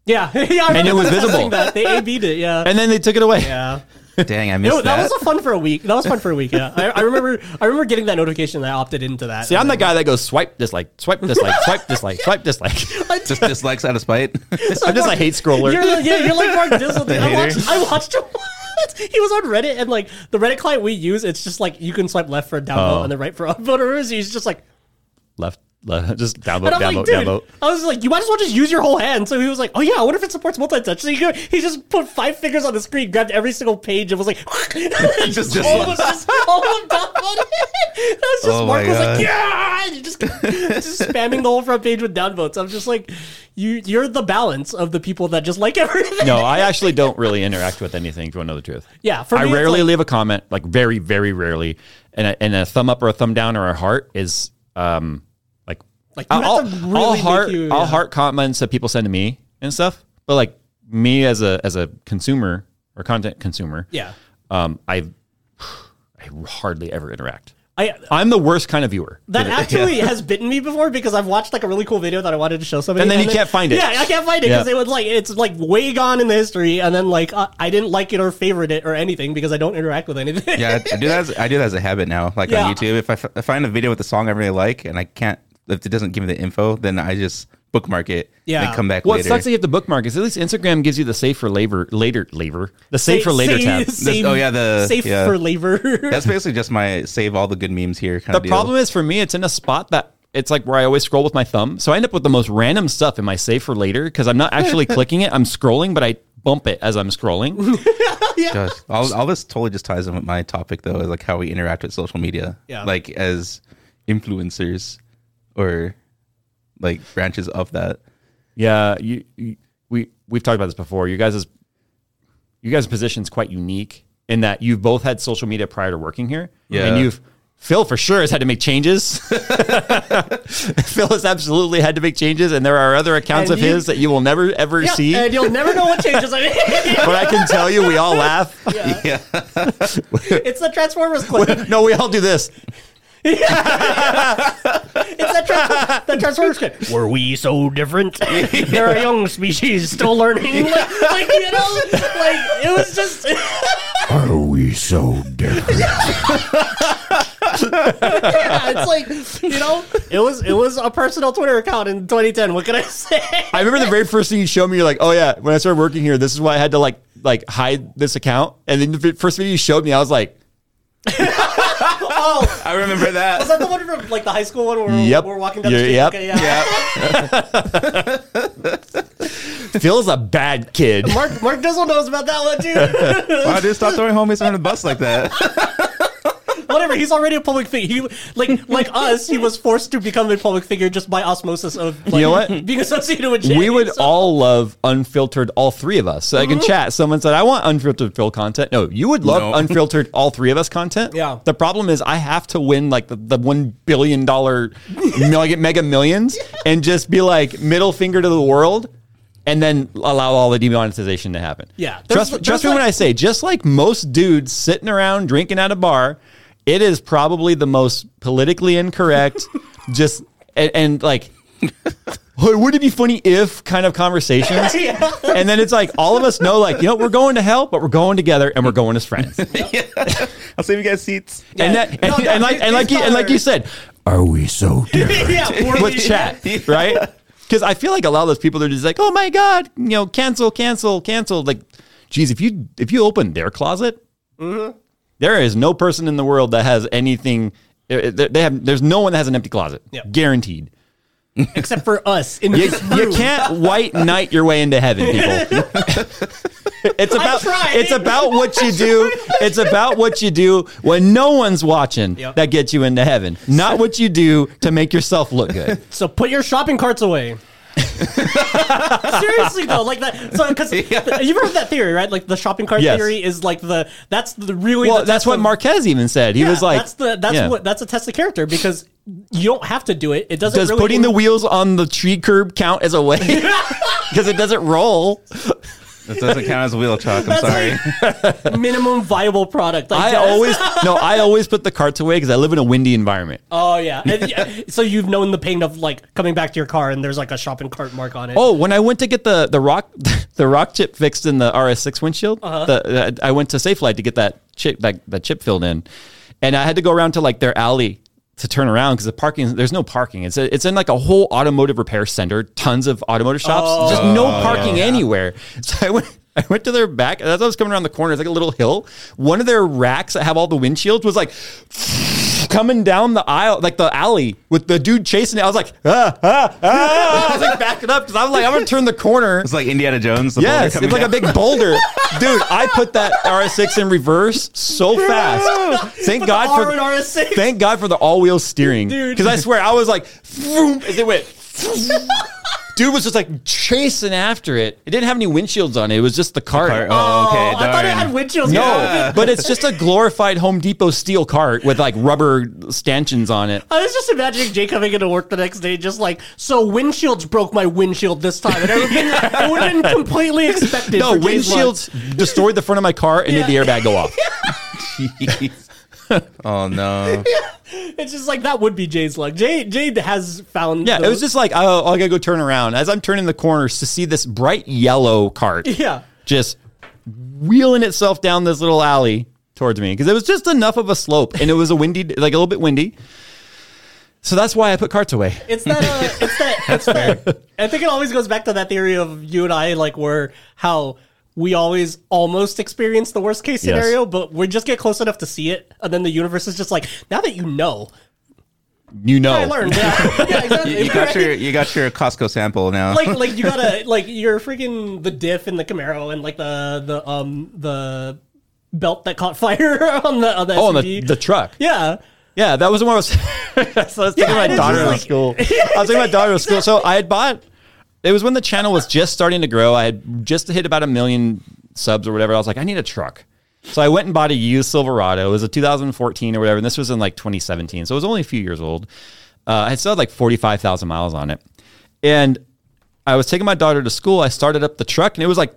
B: Yeah, [LAUGHS] yeah, I remember
A: it was visible.
B: discussing That. They AB'd
A: [LAUGHS]
B: it. Yeah,
A: And then they took it away.
B: yeah. [LAUGHS]
C: dang, I
B: You
C: missed
B: know, that
C: that. [LAUGHS]
B: was a fun for a week. That was fun for a week. Yeah, I, I remember. I remember getting that notification. that I opted into that.
A: See, I'm the guy that goes swipe dislike, swipe dislike, swipe dislike, swipe
B: [LAUGHS]
A: dislike.
C: Just dislikes out of spite. [LAUGHS]
A: I'm just a hate scroller.
B: You're, the- yeah, you're like
A: [LAUGHS]
B: Mark Dizzle. dude. I
C: hater.
B: watched, I watched him. he was on Reddit, and like the Reddit client we use, it's just like you can swipe left for a
A: Oh.
B: download and then right for upvote. Or is he's just like,
A: left, left, just downvote,
B: and I'm
A: downvote,
B: like, dude,
A: downvote.
B: I was like, you might as well just use your whole hand. So he was like, oh yeah, I wonder if it supports multi-touch. So he, go, he just put five fingers on the screen, grabbed every single page, and was like, [LAUGHS]
C: Just-
B: just,
C: just-
B: all of them, just all of them downvoted. [LAUGHS] That was just
C: Oh my
B: Mark was
C: God.
B: like, yeah, and just just spamming the whole front page with downvotes. I'm just like, you you're the balance of the people that just like [LAUGHS] everything.
A: No, I actually don't really interact with anything. If you want to know the truth?
B: Yeah, for
A: I
B: me, it's
A: rarely
B: like-
A: leave a comment, like very, very rarely. And a, and a thumb up or a thumb down or a heart is um like
B: Like, you have
A: all,
B: to really
A: all
B: make
A: heart
B: you-
A: all
B: yeah.
A: heart comments that people send to me and stuff. But like me as a as a consumer or content consumer,
B: Yeah.
A: um, I [SIGHS] I hardly ever interact.
B: I
A: I'm the worst kind of viewer.
B: that
A: [LAUGHS]
B: actually has bitten me before because I've watched like a really cool video that I wanted to show somebody,
A: And then you can't find it.
B: Yeah, I can't find it
A: Yeah.
B: because it was like it's like way gone in the history, and then like uh, I didn't like it or favorite it or anything because I don't interact with [LAUGHS] anything.
C: yeah, I, I do that. As, I do that as a habit now. Like
B: Yeah.
C: on YouTube, if I, f- I find a video with a song I really like and I can't, if it doesn't give me the info, then I just bookmark it. and
B: Yeah.
C: then come back
A: What
C: later.
A: sucks that you have to bookmark is at least Instagram gives you the save for labor later labor the save for later tab.
B: Save,
C: oh, yeah, the-
B: safe
C: yeah.
B: for labor.
C: That's basically just my save all the good memes here kind
A: The
C: of deal.
A: problem is for me, it's in a spot that it's like where I always scroll with my thumb, so I end up with the most random stuff in my save for later because I'm not actually
C: [LAUGHS]
A: clicking it. I'm scrolling, but I bump it as I'm scrolling.
C: Gosh, all, all this totally just ties in with my topic though, is like how we interact with social media,
B: Yeah.
C: like as influencers or like branches of that.
A: yeah, you, you we we've talked about this before. You guys is you guys' position's quite unique in that you've both had social media prior to working here,
C: Yeah.
A: and you've. Phil for sure has had to make changes. [LAUGHS] Phil has absolutely had to make changes, and there are other accounts
B: And
A: of
B: you-
A: his that you will never ever
B: [LAUGHS] Yeah,
A: see.
B: and you'll never know what changes. I
A: [LAUGHS] but I can tell you, we all
B: [LAUGHS]
A: laugh.
C: [LAUGHS] Yeah.
B: it's the Transformers clip.
A: No, we all do this.
B: It's that trans- the Transformers kid. Were we so different? [LAUGHS] They're a young species still
A: [LAUGHS]
B: learning. Like, like, you know, like it was just.
D: Are we so different?
B: yeah, it's like you know, it was it was a personal Twitter account in 2010. What can I say?
A: I remember the very first thing you showed me. You're like, oh yeah, when I started working here, this is why I had to like like hide this account. And then the v- first video you showed me, I was like,
B: Oh,
C: I remember
B: is
C: that.
B: that the one from like the high school one where we're-
A: Yep.
B: we're walking down the
A: Yeah,
B: street?
A: yep.
B: Okay, yeah.
A: Phil's a bad
B: [LAUGHS]
A: kid.
B: Mark Mark Dizzle knows about that one
A: [LAUGHS]
B: too.
C: Wow, dude, stop throwing homies under the bus like that. [LAUGHS]
B: Whatever, he's already a public figure. He like like us, he was forced to become a public figure just by osmosis of like,
A: You know what?
B: being associated with.
A: We
B: Jandy,
A: would
B: so- Mm-hmm.
A: all love unfiltered, all three of us. So I can chat. Someone said, I want unfiltered Phil content. No, you would love
C: No.
A: unfiltered, all three of us content.
B: Yeah.
A: The problem is, I have to win like the, the $1 billion
B: [LAUGHS]
A: dollar mega, mega millions and just be like middle finger to the world and then allow all the demonetization to happen.
B: Yeah.
A: trust
B: There's-
A: trust
B: there's
A: me when
B: like-
A: I say, just like most dudes sitting around drinking at a bar, it is probably the most politically incorrect.
B: [LAUGHS]
A: just and, and like. "Hey, Would it be funny if kind of
B: [LAUGHS]
A: conversations? [LAUGHS]
B: [LAUGHS] Yeah.
A: And then it's like all of us know, like, you know, we're going to hell, but we're going together and we're going as
B: [LAUGHS]
A: friends.
C: I'll save you guys seats.
A: And that and,
B: No, no,
A: and like
B: it's
A: and like you, and like you
B: hard.
A: said,
D: Are we
B: [LAUGHS]
D: so different?
B: yeah, more
A: with
B: than-
A: chat, right? Because I feel like a lot of those people are just like, oh my god, you know, cancel, cancel, cancel. Like, geez, if you if you open their closet,
B: Mm-hmm.
A: there is no person in the world that has anything. eh, They they have there's no one that has an empty closet,
B: Yeah.
A: guaranteed.
B: Except for us in
A: You,
B: this
A: you
B: room.
A: can't white knight your way into heaven, people. [LAUGHS] it's about
B: tried.
A: it's about what you do. It's about what you do when no one's watching
B: Yep.
A: that gets you into heaven, not what you do to make yourself look
B: [LAUGHS]
A: good.
B: So put your shopping
A: [LAUGHS]
B: carts away. Seriously though, like that. So
A: [LAUGHS]
B: because you've heard that theory, right? Like the shopping cart
A: Yes.
B: theory is like the that's the really
A: Well,
B: the
A: that's
B: test
A: what
B: of-
A: Marquez even said. He
B: Yeah,
A: was like,
B: that's the that's
A: yeah.
B: what that's a test of character because you don't have to do it. It doesn't
A: does
B: really
A: putting the wheels on the tree curb count as a
B: [LAUGHS]
A: way? [LAUGHS] Because it doesn't roll.
C: That doesn't count as wheel talk. I'm
B: That's
C: sorry.
B: like [LAUGHS] minimum viable product. Like
A: I
B: that's-
A: always no. I always put the carts away because I live in a windy environment.
B: [LAUGHS] Oh yeah. And, yeah, so you've known the pain of like coming back to your car and there's like a shopping cart mark on it.
A: Oh, when I went to get the the rock [LAUGHS] the rock chip fixed in the RS6 windshield,
B: Uh-huh.
A: the, I went to SafeLight to get that chip that, that chip filled in, and I had to go around to like their alley to turn around because the parking there's no parking. It's a, it's in like a whole automotive repair center, tons of automotive shops,
B: Oh.
A: just no parking anywhere. [LAUGHS] So I went. I went to their back, and as I was coming around the corner, it's like a little hill. One of their racks that have all the windshields was like coming down the aisle, like the alley, with the dude chasing it. I was like, ah, ah, ah. I was like backing up because I'm like, I'm gonna turn the corner.
C: It's like Indiana Jones. The boulder
A: Yes,
C: coming
A: it's like a
C: down.
A: big boulder, dude. I put that RS6 in reverse so fast. Thank
B: But the
A: God
B: R and
A: for
B: RS6.
A: thank God for the all-wheel steering,
B: Dude.
A: Because I swear I was like, vroom, as it went. vroom. Dude was just like chasing after it. It didn't have any windshields on it. It was just the cart.
C: Or- Oh, okay.
B: I thought it
C: darn.
B: had windshields.
A: No,
B: Yeah.
A: but it's just a glorified Home Depot steel cart with like rubber stanchions on it.
B: I was just imagining Jay coming into work the next day, just like, so windshields broke my windshield this time. And I would have been, I would have been completely expected.
A: No,
B: for Jay's lunch. [LAUGHS]
A: windshields destroyed the front of my car and made the airbag go off.
C: [LAUGHS] Jeez. oh
B: [LAUGHS]
C: no.
B: It's just like, that would be Jay's luck. Jay, Jay has found.
A: Yeah,
B: the-
A: it was just like, oh, I gotta go turn around. As I'm turning the corners to see this bright yellow cart
B: Yeah.
A: just wheeling itself down this little alley towards me because it was just enough of a slope and it was a windy, like a little bit windy. So that's why I put carts away.
B: It's that. Uh, it's that. It's that. I think it always goes back to that theory of you and I, like, where how we always almost experience the worst case
A: Yes.
B: scenario, but we just get close enough to see it, and then the universe is just like, now that you know,
A: You know,
B: I learned. Yeah,
A: [LAUGHS]
B: yeah exactly.
C: You got your you got your Costco sample now.
B: like like
A: [LAUGHS]
B: you gotta like you're freaking the diff in the Camaro and like the the um the belt that caught fire [LAUGHS] on the on the
A: oh, and the,
B: SUV.
A: the truck.
B: yeah.
A: Yeah, that was the one I was. so I was taking
B: Yeah,
A: my
B: and it's
A: daughter
B: just
A: to
B: like-
A: school. I was taking my daughter to school. So I had bought. It was when the channel was just starting to grow. I had just hit about a million subs or whatever. I was like, I need a truck. So I went and bought a used Silverado. It was a 2014 or whatever, and this was in like 2017. So it was only a few years old. Uh, I still had like 45,000 miles on it, and I was taking my daughter to school. I started up the truck, and it was like,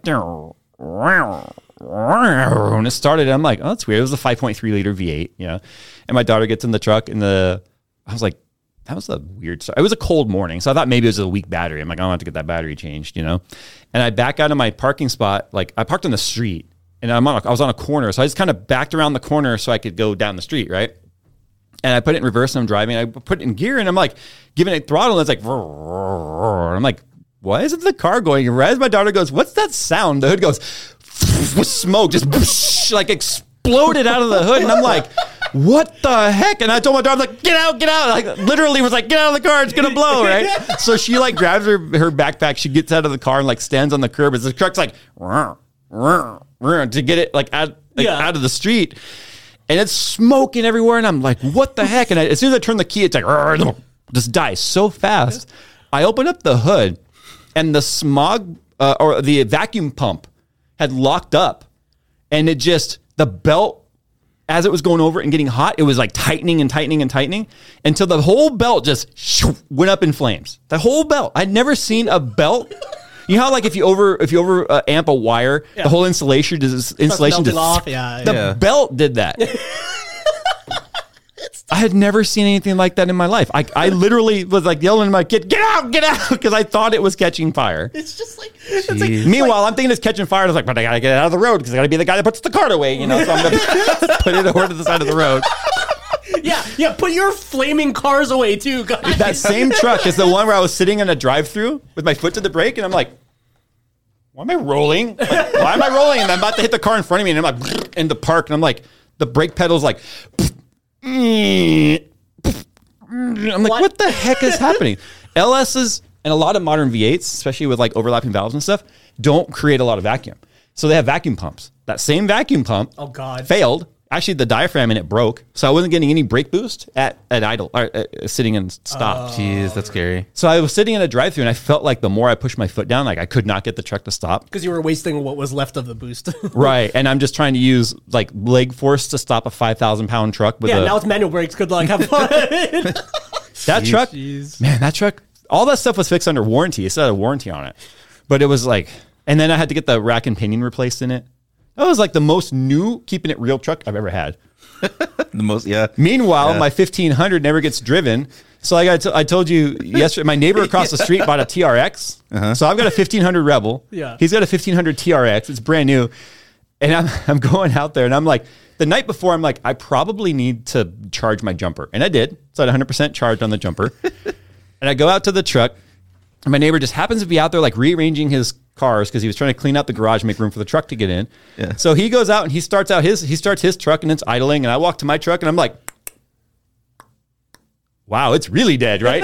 A: and it started. And I'm like, oh, that's weird. It was a 5.3 liter V8, you know. And my daughter gets in the truck, and the I was like, that was a weird. Start. It was a cold morning, so I thought maybe it was a weak battery. I'm like, I don't have to get that battery changed, you know. And I back out of my parking spot, like I parked on the street, and I'm on. A, I was on a corner, so I just kind of backed around the corner so I could go down the street, right? and I put it in reverse and I'm driving. I put it in gear and I'm like giving it throttle and it's like, "Vroom, vroom, vroom." And I'm like, why isn't the car going? And Right as my daughter goes, what's that sound? The hood goes [LAUGHS] with smoke, just [LAUGHS] like exploded out of the hood. And I'm like, what the heck? And I told my daughter, I'm like, get out, get out. Like literally was like, get out of the car. It's going to blow. Right. So she like grabs her, her backpack. She gets out of the car and like stands on the curb as the truck's like, "Vroom, vroom, vroom," to get it like out, like,
B: Yeah.
A: out of the street and it's smoking everywhere. And I'm like, what the heck? And I, as soon as I turn the key, it's like, "Arr," just dies so fast. I open up the hood, and the smog uh, or the vacuum pump had locked up, and it just the belt as it was going over and getting hot, it was like tightening and tightening and tightening until the whole belt just shoo, went up in flames. The whole belt. I'd never seen a belt. You know how like if you over if you over uh, amp a wire,
B: Yeah.
A: the whole insulation does insulation
B: melting
A: just
B: off, yeah,
A: the
C: yeah.
A: belt did
B: [LAUGHS]
A: that. I had never seen anything like that in my life. I, I literally was like yelling at my kid, "Get out, get out!" because I thought it was catching fire.
B: It's just like it's like
C: Jeez.
A: Meanwhile, I'm thinking it's catching fire. and I was like, "But I gotta get it out of the road because I gotta be the guy that puts the cart away." You know, so I'm gonna [LAUGHS] put it over to the side of the road.
B: yeah, yeah. Put your flaming cars away
A: [LAUGHS]
B: too, guys.
A: That
B: [LAUGHS]
A: same truck is the one where I was sitting in a drive-through with my foot to the brake, and I'm like, "Why am I rolling? Like, why am I rolling?" And I'm about to hit the car in front of me, and I'm like, in the park, and I'm like, the brake pedal's like, I'm like,
B: What?
A: what the heck is happening? LSs and a lot of modern V8s, especially with like overlapping valves and stuff, don't create a lot of vacuum, so they have vacuum pumps. That same vacuum pump,
B: Oh, God.
A: failed. Actually, the diaphragm in it broke, so I wasn't getting any brake boost at at idle or uh, uh, sitting and stop.
B: Oh.
C: Jeez, that's scary.
A: So I was sitting in a drive-through, and I felt like the more I pushed my foot down, like I could not get the truck to stop.
B: because you were wasting what was left of the boost. [LAUGHS]
A: Right, and I'm just trying to use like leg force to stop a five thousand pound truck. With
B: yeah,
A: a,
B: now it's manual brakes. Good luck. Have
A: [LAUGHS]
B: fun. [LAUGHS]
A: that truck,
B: Jeez.
A: man, that truck. All that stuff was fixed under warranty. It still had a warranty on it, but it was like, and then I had to get the rack and pinion replaced in it. That was like the most new keeping it real truck I've ever had.
C: The most, yeah.
A: Meanwhile, my 1500 never gets driven. So like I, t- I told you yesterday, my neighbor across the street bought a TRX. So I've got a 1500 Rebel.
B: Yeah.
A: He's got a 1500 TRX. It's brand new. And I'm, [LAUGHS] I'm going out there and I'm like, the night before, I'm like, I probably need to charge my jumper. And I did. So I had 100% charged on the jumper. and I go out to the truck. And my neighbor just happens to be out there like rearranging his cars because he was trying to clean out the garage, and make room for the truck to get in.
C: Yeah.
A: So he goes out and he starts out his he starts his truck and it's idling, and I walk to my truck and I'm like, "Wow, it's really dead,
B: [LAUGHS]
A: right?"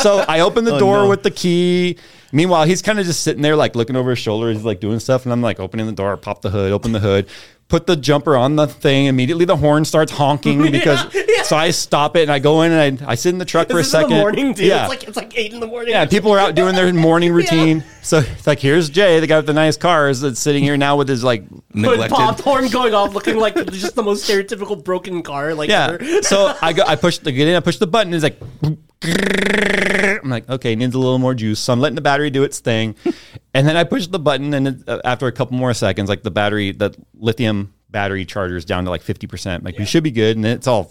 A: so I open
B: Oh,
A: the door
C: no.
A: with the key. Meanwhile, he's kind of just sitting there like looking over his shoulder, he's like doing stuff, and I'm like opening the door, pop the hood, open the hood. Put the jumper on the thing. Immediately, the horn starts
B: [LAUGHS]
A: honking because.
B: yeah.
A: So I stop it and I go in and I, I sit in the truck for a
B: This is
A: second.
B: In the morning, dude.
A: Yeah.
B: It's like it's like eight in the morning.
A: Yeah, people are out doing their morning routine. So it's like, here's Jay, the guy with the nice cars, that's sitting here now with his like,
B: Hood popped,
C: Neglected.
B: horn going off, looking like just the most stereotypical broken car. Like ever.
A: yeah. So I go, I push the get in, I push the button. It's like, I'm like, okay, needs a little more juice. So I'm letting the battery do its thing, and then I push the button, and it, uh, after a couple more seconds, like the battery, the lithium battery charger's down to like fifty percent. Like we should be good, and it's all.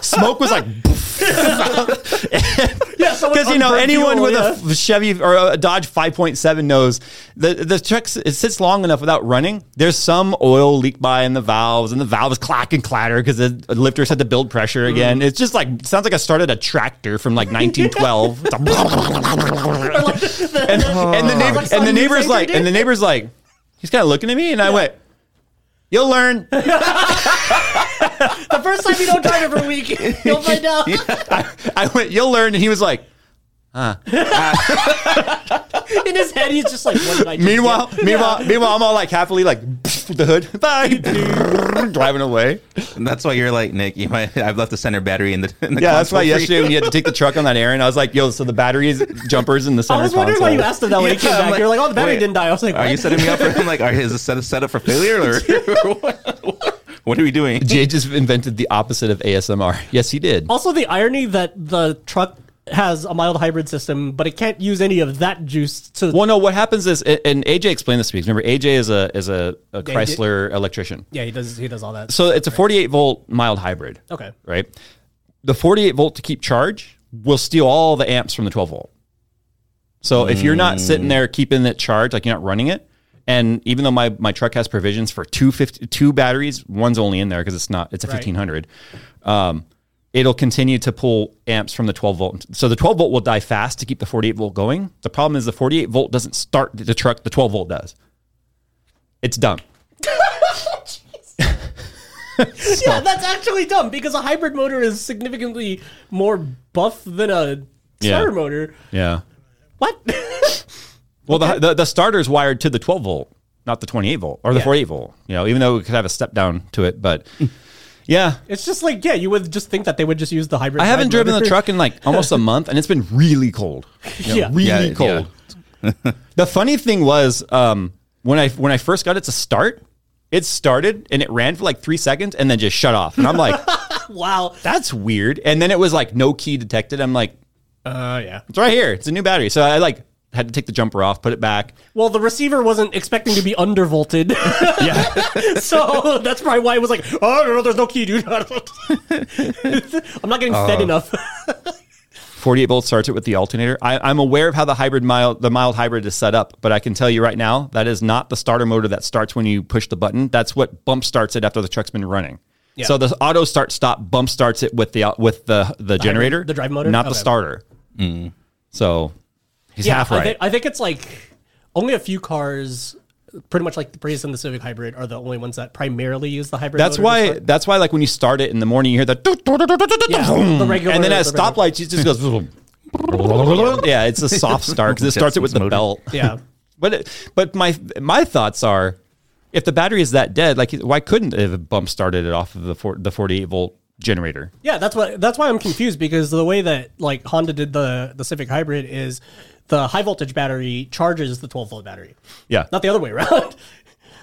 A: Smoke was like
B: yeah. so
A: because you know
B: unbreakable,
A: anyone with
B: yeah.
A: a Chevy or a Dodge 5.7 knows the the truck s- it sits long enough without running. There's some oil leak by in the valves, and the valves clack and clatter because the lifters had to build pressure
B: Mm-hmm.
A: again. It's just like sounds like I started a tractor from like
B: [LAUGHS]
A: 1912. It's a- and, and the neighbor, and the neighbor's like, and the neighbor's like, he's kind of looking at me, and I went, "You'll learn."
B: the first time you don't drive every week, [LAUGHS] you'll find
A: [LAUGHS]
B: out.
A: I went, "You'll learn," and he was like.
B: In his head, he's just like, what did I
A: [LAUGHS]
B: just
A: Meanwhile,
B: get?
A: meanwhile, meanwhile, I'm all like happily like [LAUGHS] with the hood, bye, [LAUGHS] driving away.
C: And that's why you're like Nick. You might, I've left the center battery in the. In the
A: Yeah, that's
C: console
A: why
C: for you.
A: yesterday when you had to take the truck on that errand, I was like, "Yo, so the batteries, jumpers in the center
B: I was wondering why
A: console."
B: you asked him that when he
C: Yeah,
B: came
C: I'm
B: back.
C: like,
B: You're like, oh, the battery
C: wait,
B: didn't die. I was like,
C: Are you
B: what?
C: setting me up for like? Are is this set, set up for
A: [LAUGHS]
C: failure or [LAUGHS] what, what are we doing?
A: Jay just invented the opposite of ASMR. Yes, he did.
B: Also, the irony that the truck has a mild hybrid system, but it can't use any of that juice to.
A: Well, no, what happens is, and AJ explained this to me. 'cause Remember, AJ is a is a, a
B: he did.
A: Chrysler electrician.
B: Yeah, he does. He does all that.
A: So it's a 48 volt mild hybrid. [LAUGHS]
B: Okay.
A: Right. The 48 volt to keep charge will steal all the amps from the 12 volt. So if you're not sitting there keeping it charged, like you're not running it, and even though my, my truck has provisions for two, 50, two batteries, one's only in there because it's not, it's a
B: Right.
A: 1500. Um, it'll continue to pull amps from the 12 volt. So the 12 volt will die fast to keep the 48 volt going. The problem is the 48 volt doesn't start the truck, the 12 volt does. It's dumb.
B: yeah, that's actually dumb because a hybrid motor is significantly more buff than a
A: Yeah.
B: starter motor.
A: Yeah.
B: What? [LAUGHS]
A: Well, the, the the starter's wired to the 12 volt, not the 28 volt or the
B: Yeah. Hmm.
A: 48 volt. You know, even though we could have a step down to it, but yeah,
B: it's just like, yeah, you would just think that they would just use the hybrid.
A: I haven't
B: drive
A: driven the
B: motor.
A: truck in like almost a month, and it's been really cold. You know,
B: [LAUGHS] Yeah.
A: really
C: Yeah, yeah.
A: cold. [LAUGHS] the funny thing was um, when I when I
B: [LAUGHS]
A: first got it to start, it started and it ran for like three seconds and then just shut off, and I'm like.
B: [LAUGHS] wow.
A: That's weird. And then it was like no key detected. I'm like,
B: Uh, yeah.
A: it's right here. It's a new battery. So I like had to take the jumper off, put it back.
B: Well, the receiver wasn't expecting to be undervolted. [LAUGHS] yeah. [LAUGHS] so that's probably why it was like, oh, no, no there's no key, dude. [LAUGHS] I'm not getting fed enough. [LAUGHS]
A: 48 volt starts it with the alternator. I, I'm aware of how the hybrid mild, the mild hybrid is set up, but I can tell you right now that is not the starter motor that starts when you push the button. That's what bump starts it after the truck's been running.
B: Yeah.
A: So the auto start stop bump starts it with the uh, with the the, generator,
B: the drive motor?
A: not the
B: Okay.
A: starter. Mm. So he's half
B: I,
A: right.
B: think, I think it's like only a few cars, pretty much like the Prius and the Civic Hybrid, are the only ones that primarily use the hybrid.
A: That's
B: motor to
A: why.
B: start.
A: That's why. Like when you start it in the morning, you hear that. "Doo, doo, doo, doo, doo, doo, doo,
B: Yeah,
A: vroom."
B: the regular-
A: and then at
B: the regular-
A: stoplights, it just goes. vroom. [LAUGHS] yeah, it's a soft start because it starts it with the
C: Motor.
A: belt.
B: Yeah.
A: But it, but my my thoughts are, if the battery is that dead, like why couldn't it have bump started it off of the four, the forty eight volt generator?
B: Yeah, that's what that's why I'm confused because the way that like Honda did the the Civic Hybrid is the high voltage battery charges the 12 volt battery,
A: Yeah.
B: not the other way [LAUGHS] around.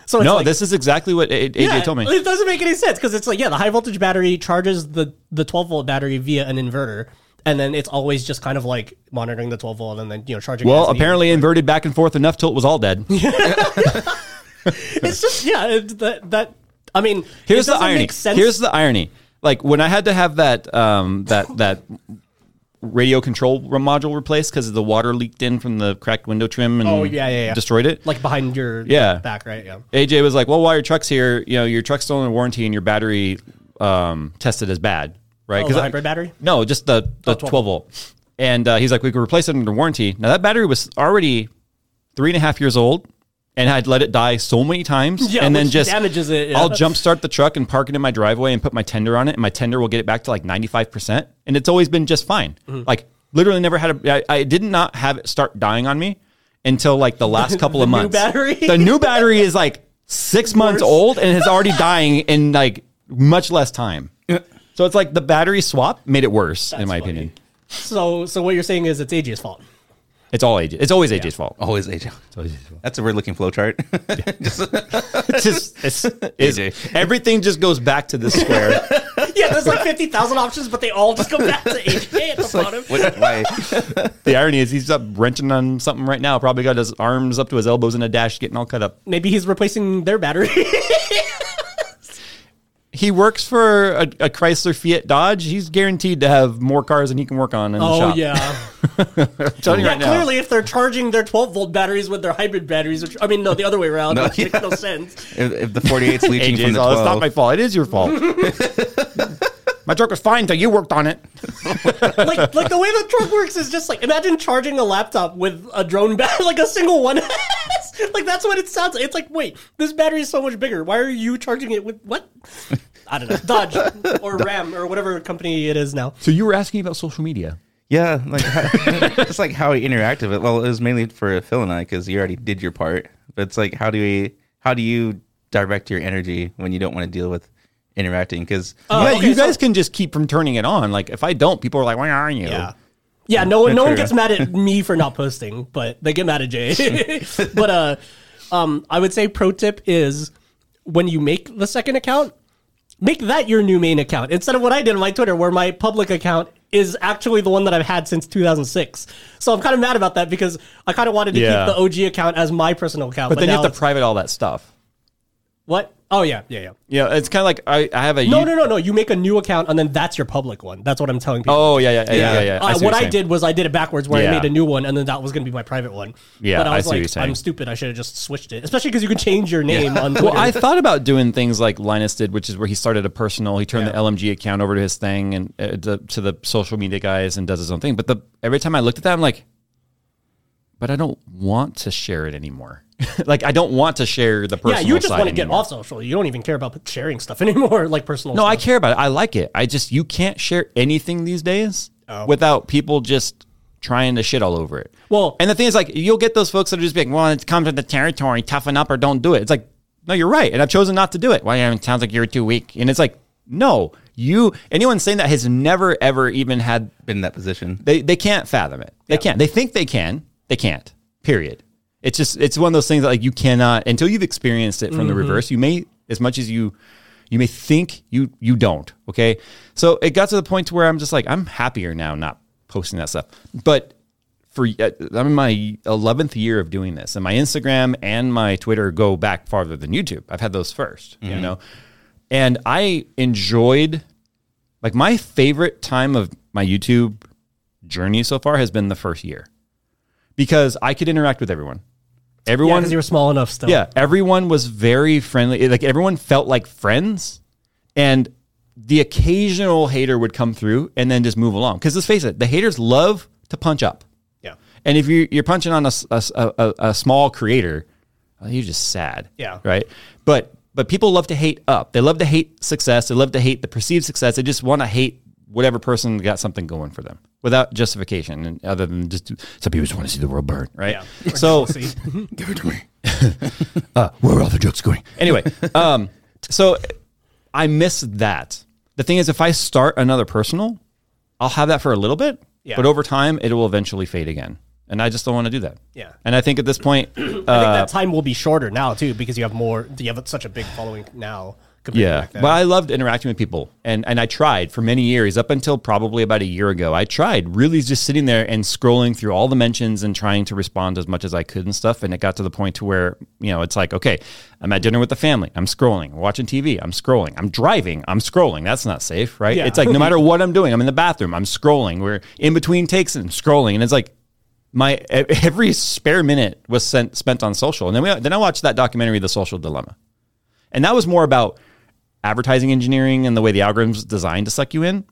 B: So it's
A: no,
B: like,
A: this is exactly what A- A- AJ
B: yeah,
A: told me.
B: It doesn't make any sense because it's like yeah, the high voltage battery charges the the 12 volt battery via an inverter, and then it's always just kind of like monitoring the 12 volt and then you know charging.
A: Well,
B: as needed.
A: apparently inverted back and forth enough till it was all
B: [LAUGHS]
A: dead.
B: it's just yeah it, that that I mean
A: Here's the
B: it doesn't
A: irony.
B: Make sense.
A: Here's the irony. Like when I had to have that um, that that radio control re- module replaced because the water leaked in from the cracked window trim and
B: Oh, yeah, yeah, yeah.
A: destroyed it.
B: like behind your
A: Yeah.
B: back right yeah.
A: AJ was like, "Well, while your truck's here, you know your truck's still under warranty and your battery um, tested as bad, right?
B: Oh, the
A: I-
B: hybrid battery? Oh,
A: No, just the the 12.
B: 12.
A: volt." And uh, he's like, "We could replace it under warranty." Now that battery was already three and a half years old, and I'd let it die so many times,
B: [LAUGHS] Yeah,
A: and then
B: which
A: just
B: damages it, yeah.
A: I'll jump start the truck and park it in my driveway and put my tender on it, and my tender will get it back to like ninety five percent, and it's always been just fine.
B: Mm-hmm.
A: Like literally never had a. I, I did not have it start dying on me until like the
B: [LAUGHS]
A: last couple of
B: new
A: months.
B: battery?
A: The new battery is like six months old and is already dying in like much less time. So it's like the battery swap made it worse, in my
B: funny.
A: opinion.
B: So so what you're saying is it's AJ's fault.
A: It's all AJ. It's always AJ's fault.
C: Always AJ. That's a weird looking [LAUGHS] flowchart.
A: [LAUGHS] It's just it's, it's-
C: AJ.
A: everything just goes back to this square.
B: Yeah, there's like 50,000 options, but they all just go back to
A: [LAUGHS]
B: AJ at the bottom.
C: What- why?
A: the irony is he's up wrenching on something right now. Probably got his arms up to his elbows in a dash, getting all cut up.
B: Maybe he's replacing their [LAUGHS] battery.
A: He works for a, a Chrysler Fiat Dodge. He's guaranteed to have more cars than he can work on in the shop.
B: Oh, yeah.
A: I'm telling you
B: yeah,
A: right now.
B: clearly if they're charging their 12 volt batteries with their hybrid batteries, which I mean, no, the other way around,
C: No,
B: which makes no sense.
C: If, if
A: [LAUGHS]
C: the 48's leeching from
A: AJ's
C: the
A: all, oh, it's not
C: 12,
A: my fault. It is your [LAUGHS] fault. my truck was fine until you worked on it.
B: Like, like the way the truck works is just like imagine charging a laptop with a drone battery, [LAUGHS] like a single one. [LAUGHS] like that's what it sounds like. It's like, wait, this battery is so much bigger. Why are you charging it with
A: [LAUGHS]
B: what? I don't know, Dodge or Ram or whatever company it is now.
A: So you were asking about social media.
C: yeah, like how, [LAUGHS] it's like how we interact with it. Well, it was mainly for Phil and I because you already did your part. But it's like how do we? How do you direct your energy when you don't want to deal with interacting? Because
A: yeah,
B: Oh, okay,
A: you guys
B: so-
A: can just keep from turning it on. Like if I don't, people are like, "Where are you?"
B: Yeah. Yeah, no one no one
C: True.
B: gets mad at me for not posting, but they get mad at Jay. [LAUGHS] but uh um I would say pro tip is when you make the second account, make that your new main account instead of what I did on my Twitter where my public account is actually the one that I've had since 2006. So I'm kind of mad about that because I kind of wanted to
A: Yeah.
B: keep the OG account as my personal account.
A: But then you
B: now
A: have to
B: it's-
A: private all that stuff.
B: what? Oh yeah, yeah, yeah.
A: Yeah, it's kind of like I, I have a
B: No, no, no, no. You make a new account and then that's your public one. That's what I'm telling people.
A: Oh yeah, yeah, yeah, yeah. yeah,
C: Yeah.
A: yeah. see
B: Uh, what
A: you're
B: I
A: saying.
B: did was I did it backwards, where
A: Yeah.
B: I made a new one, and then that was going to be my private one.
A: Yeah,
B: but
A: I
B: I was
A: see what you're
B: like,
A: saying.
B: I'm stupid. I should have just switched it, especially because you can change your name on Twitter.
A: [LAUGHS] Well, I thought about doing things like Linus did, which is where he started a personal. He turned the LMG account over to his thing and uh, to, to the social media guys and does his own thing. But the every time I looked at that, I'm like, but I don't want to share it anymore. [LAUGHS] like I don't want to share the
B: yeah,
A: personal.
B: you just
A: side
B: want to get
A: anymore.
B: off social. You don't even care about sharing stuff [LAUGHS] anymore, like personal.
A: No, I
B: stuff.
A: care about it. I like it. I just you can't share anything these days
B: Oh.
A: without people just trying to shit all over it.
B: Well-
A: and the thing is, like, you'll get those folks that are just being, well, it comes with the territory, toughen up or don't do it. It's like, no, you're right, and I've chosen not to do it. Well, yeah, it sounds like you're too weak, and it's like, no, you. Anyone saying that has never ever even had
C: been in that position.
A: they they can't fathom it. They can't. They think they can. They can't. Period. It's just it's one of those things that like you cannot until you've experienced it from the reverse. You may as much as you You may think you you don't. Okay. So it got to the point to where I'm just like, I'm happier now not posting that stuff. But for uh, I'm in my 11th year of doing this, and my Instagram and my Twitter go back farther than YouTube. I've had those 1st you know, and I enjoyed like my favorite time of my YouTube journey so far has been the first year because I could interact with everyone.
B: Yeah,
A: Everyone,
B: because you were small enough still.
A: yeah, everyone was very friendly. Like everyone felt like friends, and the occasional hater would come through and then just move along. Because let's face it, the haters love to punch up.
B: Yeah.
A: And if you you're punching on a, s- a s- a- a- a small creator, well, you're just sad.
B: Yeah.
A: Right. But but people love to hate up. They love to hate success. They love to hate the perceived success. They just want to hate whatever person got something going for them without justification and other than just some people just want to see the world burn. Right.
B: [LAUGHS]
A: [LAUGHS]
B: Or
A: So
B: jealousy.
D: Give it to me. uh, where are all the jokes going?
B: [LAUGHS]
A: anyway, um, so I miss that. The thing is, if I start another personal, I'll have that for a little bit,
B: Yeah.
A: but over time, it will eventually fade again. And I just don't want to do that.
B: Yeah.
A: And I think at this point, uh,
B: I think that time will be shorter now too because you have more. You have such a big following now compared to
A: yeah.
B: back then.
A: But I loved interacting with people, and and I tried for many years, up until probably about a year ago. I tried really just sitting there and scrolling through all the mentions and trying to respond as much as I could and stuff. And it got to the point to where you know it's like, okay, I'm at dinner with the family, I'm scrolling, watching TV, I'm scrolling, I'm driving, I'm scrolling. That's not safe, right?
B: Yeah.
A: It's like no matter what I'm doing, I'm in the bathroom, I'm scrolling. We're in between takes and scrolling, and it's like my e- every spare minute was sent, spent on social. And then we then I watched that documentary, The Social Dilemma, and that was more about advertising engineering and the way the algorithm's designed to suck you in.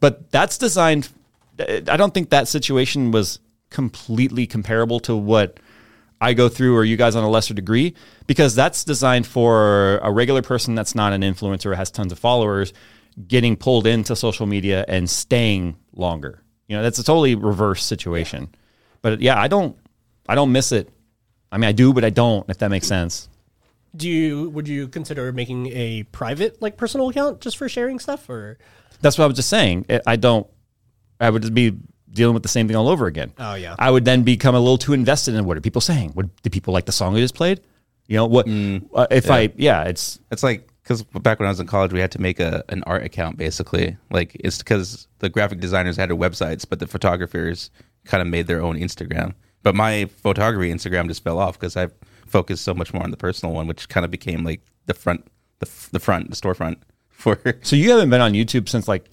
A: But that's designed. I don't think that situation was completely comparable to what I go through or you guys on a lesser degree because that's designed for a regular person that's not an influencer or has tons of followers getting pulled into social media and staying longer. You know, that's a totally reverse situation. But yeah, I don't I don't miss it. I mean, I do, but I don't if that makes sense.
B: Do you would you consider making a private like personal account just for sharing stuff or?
A: That's what I was just saying. I- I don't. I would just be dealing with the same thing all over again.
B: Oh, yeah.
A: I would then become a little too invested in what are people saying? What did people like the song I just played? You know what? uh, if I yeah, it's
C: It's like because back when I was in college, we had to make a an art account basically. Like it's because the graphic designers had their websites, but the photographers kind of made their own Instagram. But my photography Instagram just fell off because I focused so much more on the personal one, which kind of became like the front, the f- the front, the storefront [LAUGHS] for.
A: so you haven't been on YouTube since like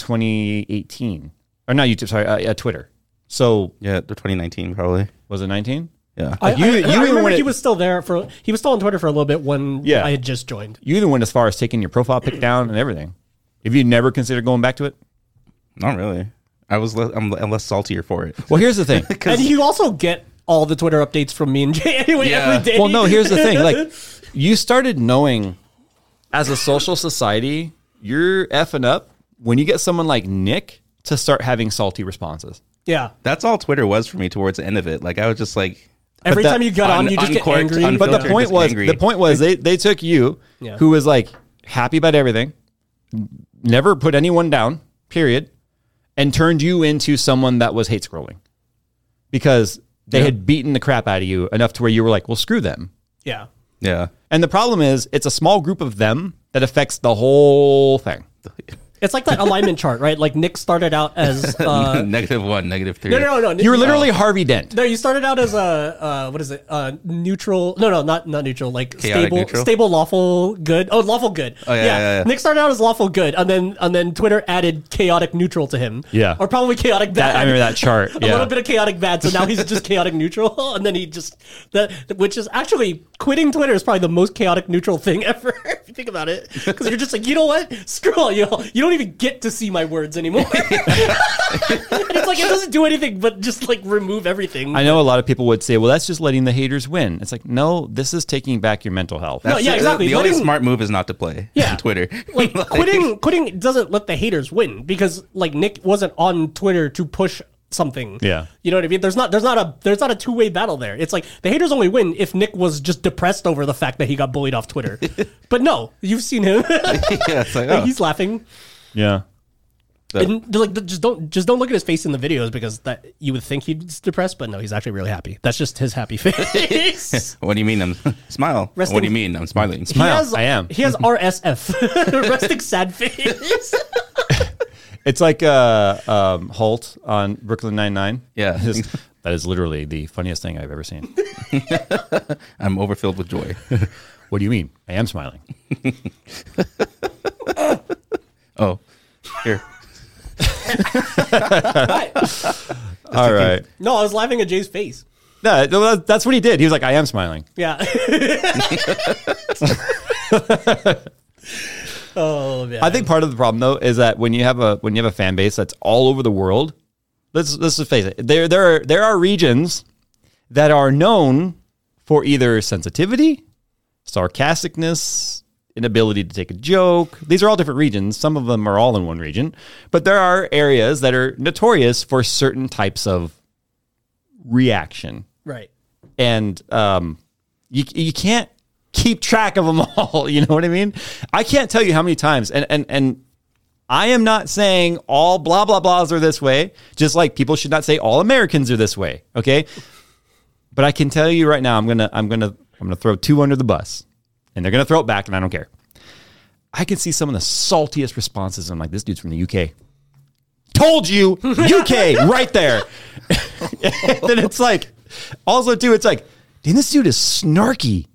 A: 2018 or not YouTube? Sorry, uh, uh, Twitter. So
C: Yeah, the 2019 probably.
A: was it 19?
C: Yeah,
B: I,
A: you-
B: I-
A: you
B: I
A: even
B: remember
A: when
B: he
A: it-
B: was still there for he was still on Twitter for a little bit when
A: Yeah.
B: I had just joined.
A: You even went as far as taking your profile pic down and everything. Have you never considered going back to it?
C: not really. I was le- I'm, I'm less saltier for it.
A: Well, here's the thing.
B: And you also get all the Twitter updates from me and [LAUGHS] Jay anyway
C: Yeah.
B: every day.
A: Well, no, here's the thing. Like, you started knowing as a social society, you're effing up when you get someone like Nick to start having salty responses.
B: [LAUGHS] yeah.
C: That's all Twitter was for me towards the end of it. Like I was just like,
B: Every
A: that-
B: time you got on,
C: un-
B: you just get
C: uncorked,
B: angry.
C: un-
A: But the
C: Filtered,
A: point
C: just
A: was,
C: angry.
A: the point was, they they took you,
B: Yeah.
A: who was like happy about everything, never put anyone down, period, and turned you into someone that was hate scrolling, because they had beaten the crap out of you enough to where you were like, well, screw them.
B: yeah.
C: yeah,
A: And the problem is, it's a small group of them that affects the whole thing.
B: It's like that alignment chart, right? Like Nick started out
A: [LAUGHS]
B: as
C: [LAUGHS]
B: uh,
C: negative one, negative three.
B: no, no, no, no.
A: You were literally Harvey Dent.
B: No, you started out as a uh, what is it? Uh, neutral? No, no, not not neutral. Like
C: Chaotic
B: stable,
C: neutral?
B: stable, lawful good. Oh, lawful good.
C: Oh, yeah, yeah, yeah.
B: Nick started out as lawful good, and then and then Twitter added chaotic neutral to him.
A: Yeah.
B: or probably chaotic bad.
A: I remember that chart.
B: A
A: yeah.
B: little bit of chaotic bad, so now he's just chaotic neutral, [LAUGHS] and then he just that, which is actually quitting Twitter is probably the most chaotic neutral thing [LAUGHS] ever. if you think about it, because you're just like, you know what? Screw all you. all You don't even get to see my words anymore. [LAUGHS] and it's like it doesn't do anything but just like remove everything.
A: I know a lot of people would say, well, that's just letting the haters win. It's like, no, this is taking back your mental health.
B: No,
C: [LAUGHS]
B: yeah,
C: the-
B: exactly.
C: The
B: Letting-
C: only smart move is not to play. [LAUGHS]
B: Yeah.
C: on Twitter.
B: [LAUGHS]
A: [LAUGHS]
C: [LAUGHS]
B: like quitting quitting doesn't let the haters win because like Nick wasn't on Twitter to push something.
A: Yeah.
B: You know what I mean? There's not there's not a there's not a two-way battle there. It's like the haters only win if Nick was just depressed over the fact that he got bullied
A: [LAUGHS]
B: off Twitter. but no, you've seen him. [LAUGHS]
C: yeah, it's like, oh,
B: He's laughing.
A: yeah.
C: So
B: And like, the- just don't just don't look at his face in the videos because that you would think he's depressed, but no, he's actually really happy. That's just his happy
A: [LAUGHS]
B: face. [LAUGHS]
C: what do you mean? I'm [LAUGHS] smile.
B: Resting-
C: What do you mean? I'm
B: [LAUGHS]
C: smiling.
B: He
A: Smile. I am.
B: He
A: [LAUGHS]
B: has [LAUGHS] RSF, resting sad face.
A: It's like uh, um, Holt on Brooklyn Nine Nine. [LAUGHS]
C: Yeah.
A: that is literally the funniest thing I've ever seen.
C: I'm overfilled with joy. [LAUGHS]
A: What do you mean? I am smiling.
C: Oh,
B: [LAUGHS]
C: here.
B: Right.
A: All right.
B: No, I was laughing at Jay's face.
A: No, that- that's what he did. He was like, "I am smiling."
B: Yeah. [LAUGHS] oh man.
A: I think part of the problem though is that when you have a when you have a fan base that's all over the world, let's let's just face it. There there are there are regions that are known for either sensitivity, sarcasticness, inability to take a joke. These are all different regions. Some of them are all in one region, but there are areas that are notorious for certain types of reaction
B: right.
A: and um, you you can't keep track of them [LAUGHS] all. You know what I mean? I can't tell you how many times, and and and I am not saying all blah blah blahs are this way. Just like people should not say all Americans are this way. Okay, but I can tell you right now, I'm gonna I'm gonna I'm gonna throw two under the bus, and they're gonna throw it back, and I don't care. I can see some of the saltiest responses. I'm like, this dude's from the UK. Told you, UK, right there. And [LAUGHS] then it's like, also too, it's like, damn, this dude is snarky.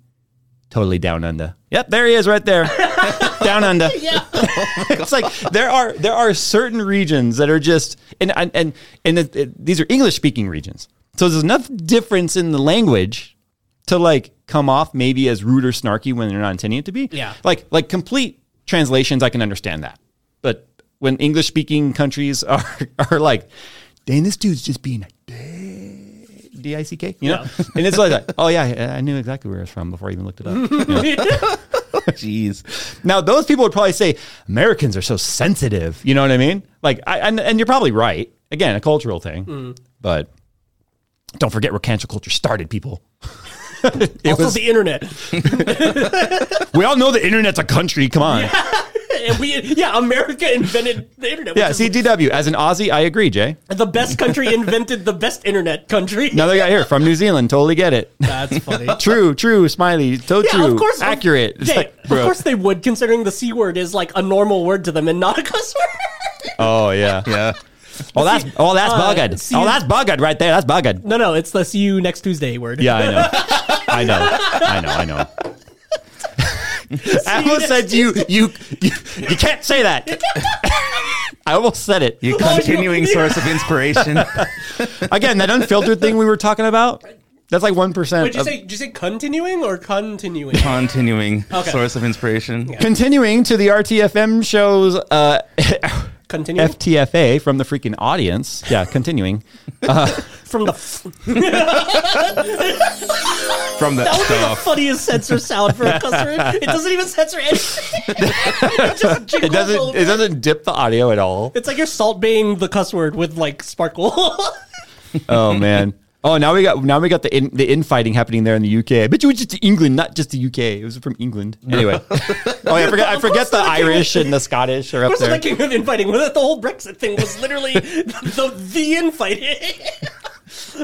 A: Totally down under. Yep, there he is, right there, [LAUGHS] down under. Yeah, [LAUGHS] it's like there are there are certain regions that are just and and and, and it, it- these are English speaking regions, so there's enough difference in the language to like come off maybe as rude or snarky when they're not intending it to be.
B: Yeah.
A: like like complete translations, I can understand that, but when English speaking countries [LAUGHS] are are like, damn, this dude's just being a D I C K. You know, and it's like, that. oh yeah, I- I knew exactly where it was from before I even looked it
B: Mm-hmm.
A: up. You know?
C: Jeez.
A: now those people would probably say Americans are so sensitive. You know what I mean? Like, I and, and you're probably right. Again, a cultural thing,
B: Mm-hmm.
A: but don't forget where cancel culture started, people. it
B: also
A: was,
B: the internet.
A: we all know the internet's a country. Come on.
B: And we yeah, America invented the internet.
A: Yeah,
B: which is
A: CDW. As an Aussie, I agree, Jay.
B: the best country invented the best internet country.
A: Another guy here from New Zealand. Totally get it. [LAUGHS]
B: That's funny.
A: True, true, smiley, so
B: Yeah,
A: true,
B: of course.
A: accurate. It's
B: Yeah,
A: like,
B: of
A: bro.
B: course they would, considering the c word is like a normal word to them and not a cuss word. [LAUGHS]
A: Oh yeah.
C: Yeah.
A: Oh that's oh that's
B: Uh,
A: buggered.
B: see-
A: Oh that's buggered right there. That's buggered.
B: no, no, it's the see you next Tuesday word.
A: Yeah, I know. I know. I know. I know. [LAUGHS] I almost said you, you you you can't say that. I almost said it.
C: You
B: no. [LAUGHS]
C: continuing source of inspiration.
A: Again, that unfiltered thing we were talking about. That's like one percent.
B: Did you say did you say continuing or
A: [LAUGHS]
B: continuing?
C: continuing
B: Okay.
C: source of inspiration.
A: Continuing to the RTFM show's uh,
B: Continuing
A: FTFA from the freaking audience. Yeah, continuing
B: from the. F-
C: From the
B: that would be the
C: stuff.
B: funniest censor sound for a cuss word. It doesn't even censor anything. [LAUGHS] it just jiggles
A: it doesn't
B: over.
A: it doesn't dip the audio at all.
B: It's like you're salt baying the cuss word with like sparkle. [LAUGHS]
A: [LAUGHS] Oh man. Oh, now we got now we got the in, the infighting happening there in the UK. I bet you it was just to England, not just the UK. It was from England. Anyway. oh, yeah, I forget I forget the Irish and the Scottish are up
B: Where's the
A: there.
B: king of infighting? Well, the whole Brexit thing was literally [LAUGHS] the the infighting. [LAUGHS]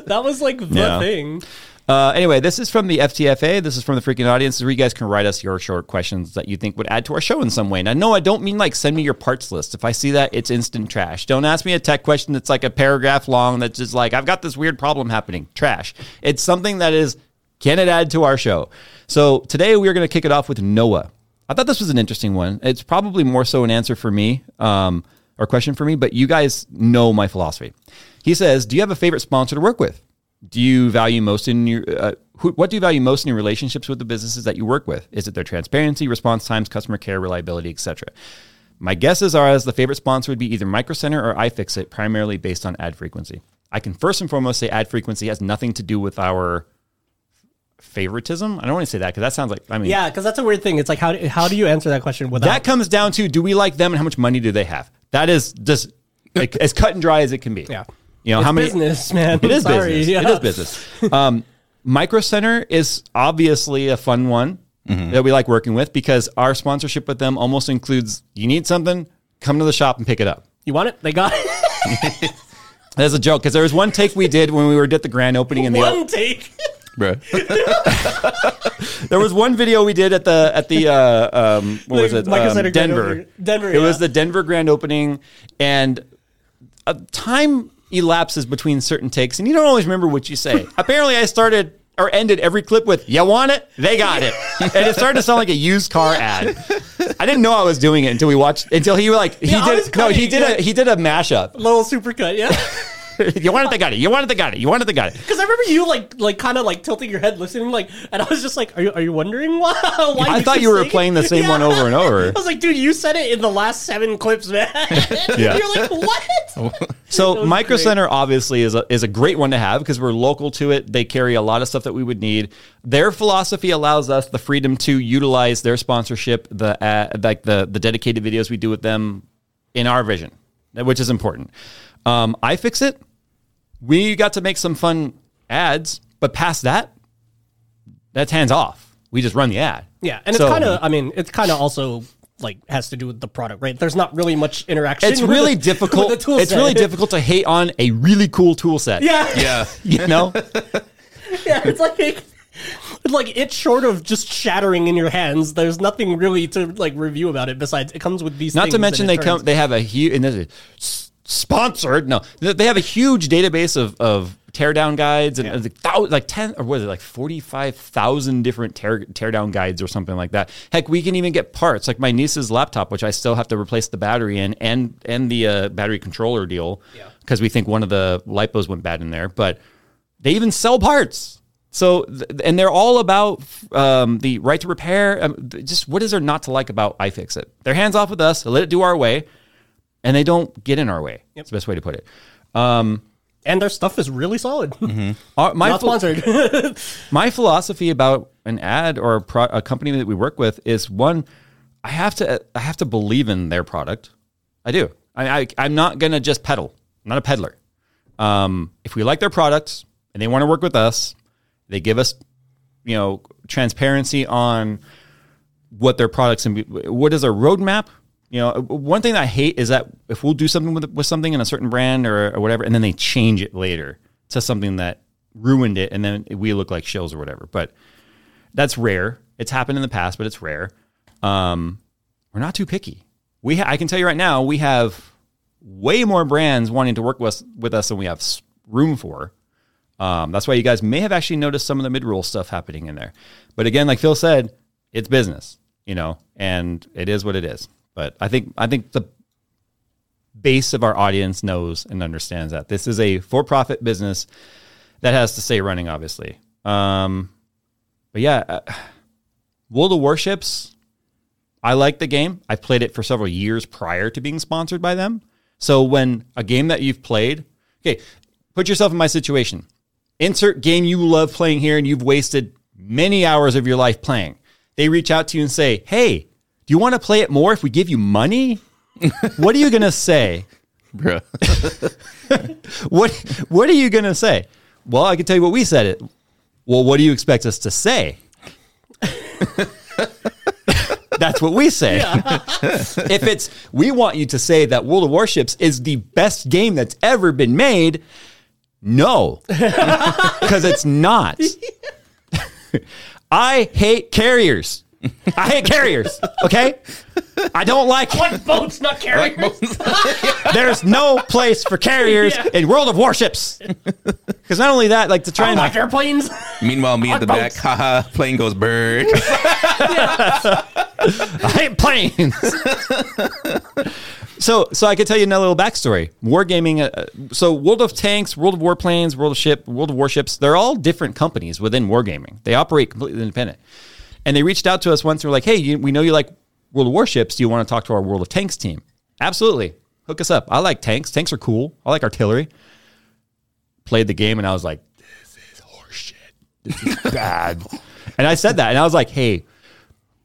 B: that was like the
A: Yeah.
B: thing.
A: Uh, anyway, this is from the FTFA. This is from the freaking audience. This is where you guys can write us your short questions that you think would add to our show in some way. Now, no, I don't mean like send me your parts list. If I see that, it's instant trash. Don't ask me a tech question that's like a paragraph long that's just like, I've got this weird problem happening. Trash. It's something that is, can it add to our show? So today we are going to kick it off with Noah. I thought this was an interesting one. It's probably more so an answer for me um, or question for me, but you guys know my philosophy. He says, Do you have a favorite sponsor to work with? Do you value most in your uh, who, what do you value most in your relationships with the businesses that you work with? Is it their transparency, response times, customer care, reliability, etc.? My guesses are as the favorite sponsor would be either Micro Center or iFixit, primarily based on ad frequency. I can first and foremost say ad frequency has nothing to do with our favoritism. I don't want to say that because that sounds like I mean
B: Yeah, because that's a weird thing. It's like how do- how do you answer that question without?
A: that comes down to do we like them and how much money do they have? That is just like, as cut and dry as it can be.
B: Yeah.
A: You know,
B: it's
A: how many
B: business, man?
A: It is
B: [LAUGHS] Sorry,
A: business.
B: yeah.
A: It is business. Um, Micro Center is obviously a fun one that we like working with because our sponsorship with them almost includes you need something, come to the shop and pick it up.
B: You want it? They got it.
A: That's a joke because there was one take we did when we were at the grand opening in the
B: One take. [LAUGHS]
C: bro.
A: There was one video we did at the at the uh, um, what was it?
B: Like I
A: Um,
B: said, a grand
A: Denver.
B: opening. Denver,
A: It was
B: yeah.
A: the Denver grand opening, and uh, time elapses between certain takes, and you don't always remember what you
B: [LAUGHS]
A: say. Apparently, I started or ended every clip with "You want it? They got
B: [LAUGHS]
A: it," and it started to sound like a used car ad. I didn't know I was doing it until we watched. Until he like he
B: Yeah, I was
A: did no he
B: cutting,
A: did
B: yeah.
A: a he did a mashup. [LAUGHS]
B: Little supercut, yeah.
A: you want it? They got it. You want it? They got it. You want it? They got it.
B: Because I remember you like like kind of like tilting your head, listening, like, and I was just like, "Are you are you wondering why?" why
A: I
B: you
A: thought
B: keep
A: you were
B: saying it?
A: playing the same
B: Yeah.
A: one over and over.
B: [LAUGHS] I was like, "Dude, you said it in the last seven clips, man." [LAUGHS]
A: Yeah.
B: You're like, "What?"
A: So
B: was
A: Micro
B: great.
A: Center obviously is a, is a great one to have because we're local to it. They carry a lot of stuff that we would need. Their philosophy allows us the freedom to utilize their sponsorship, the uh, like the the dedicated videos we do with them in our vision, which is important. Um, I fix it. We got to make some fun ads, but past that, that's hands off. We just run the ad.
B: [LAUGHS] Yeah, and it's
A: So-
B: kind of. I mean, it's kind of also like has to do with the product, right? There's not really much interaction.
A: It's
B: [LAUGHS] with
A: really
B: the-
A: difficult.
B: with the tool
A: It's
B: set.
A: really difficult to hate on a really cool tool set.
B: [LAUGHS] Yeah, yeah, [LAUGHS]
C: yeah,
A: You know?
B: It's like. [LAUGHS] it's Like it's short of just shattering in your hands. There's nothing really to like review about it. Besides, it comes with these.
A: Not
B: things
A: to
B: and
A: mention
B: it
A: they
B: turns-
A: come they have a huge and this is s- sponsored. No, Th- they have a huge database of of teardown guides and like, thou- like ten or was it like forty five thousand different tear teardown guides or something like that. Heck, we can even get parts like my niece's laptop, which I still have to replace the battery in and and the uh, battery controller deal because we think one of the lipos went bad in there, but they even sell parts. So, th- and they're all about um, the right to repair. Um, th- just what is there not to like about iFixit? They're hands off with us. They let it do our way, and they don't get in our way. That's the best way to put it.
B: and their stuff is really solid.
A: Our- Mm-hmm. my
B: [LAUGHS] Not
A: phil-
B: sponsored.
A: my philosophy about an ad or a, pro- a company that we work with is one i have to i have to believe in their product i do I, I, i'm not going to just peddle i'm not a peddler um, if we like their products and they want to work with us they give us you know transparency on what their products and what is their roadmap you know one thing that i hate is that if we'll do something with, with something in a certain brand or, or whatever and then they change it later to something that ruined it and then we look like shills or whatever but that's rare it's happened in the past but it's rare um, we're not too picky we ha- i can tell you right now we have way more brands wanting to work with, with us than we have s- room for um, that's why you guys may have actually noticed some of the mid-roll stuff happening in there. But again, like Phil said, it's business, you know, and it is what it is. But I think I think the base of our audience knows and understands that this is a for-profit business that has to stay running, obviously. Um, but yeah, uh, World of Warships. I like the game. I've played it for several years prior to being sponsored by them. So when a game that you've played, okay, put yourself in my situation. Insert game you love playing here and you've wasted many hours of your life playing. They reach out to you and say, "Hey, do you want to play it more if we give you money?" [LAUGHS] what are you going to say?
C: bro.
A: What what are you going to say? Well, I can tell you what we said it. Well, what do you expect us to say? [LAUGHS] That's what we say. [LAUGHS] if it's we want you to say that World of Warships is the best game that's ever been made, no. [LAUGHS] Cuz it's not. I hate carriers. I hate carriers, okay? I don't like
B: One boat's not carrying. [LAUGHS]
A: there's no place for carriers
B: Yeah.
A: in World of Warships. [LAUGHS] Because not only that, like to try
B: I
A: and
B: like airplanes.
C: Meanwhile, me at the back, haha, plane goes
B: [LAUGHS]
C: bird.
A: [LAUGHS] I hate planes. so, so I could tell you another little backstory. Wargaming. Uh, so, World of Tanks, World of Warplanes, World of Ship, World of Warships. They're all different companies within Wargaming. They operate completely independent. And they reached out to us once. They were like, "Hey, you, we know you like World of Warships. Do you want to talk to our World of Tanks team? Absolutely. Hook us up. I like tanks. Tanks are cool. I like artillery." Played the game, and I was like, [LAUGHS]
D: Bad.
A: and I said that, and I was like, "Hey,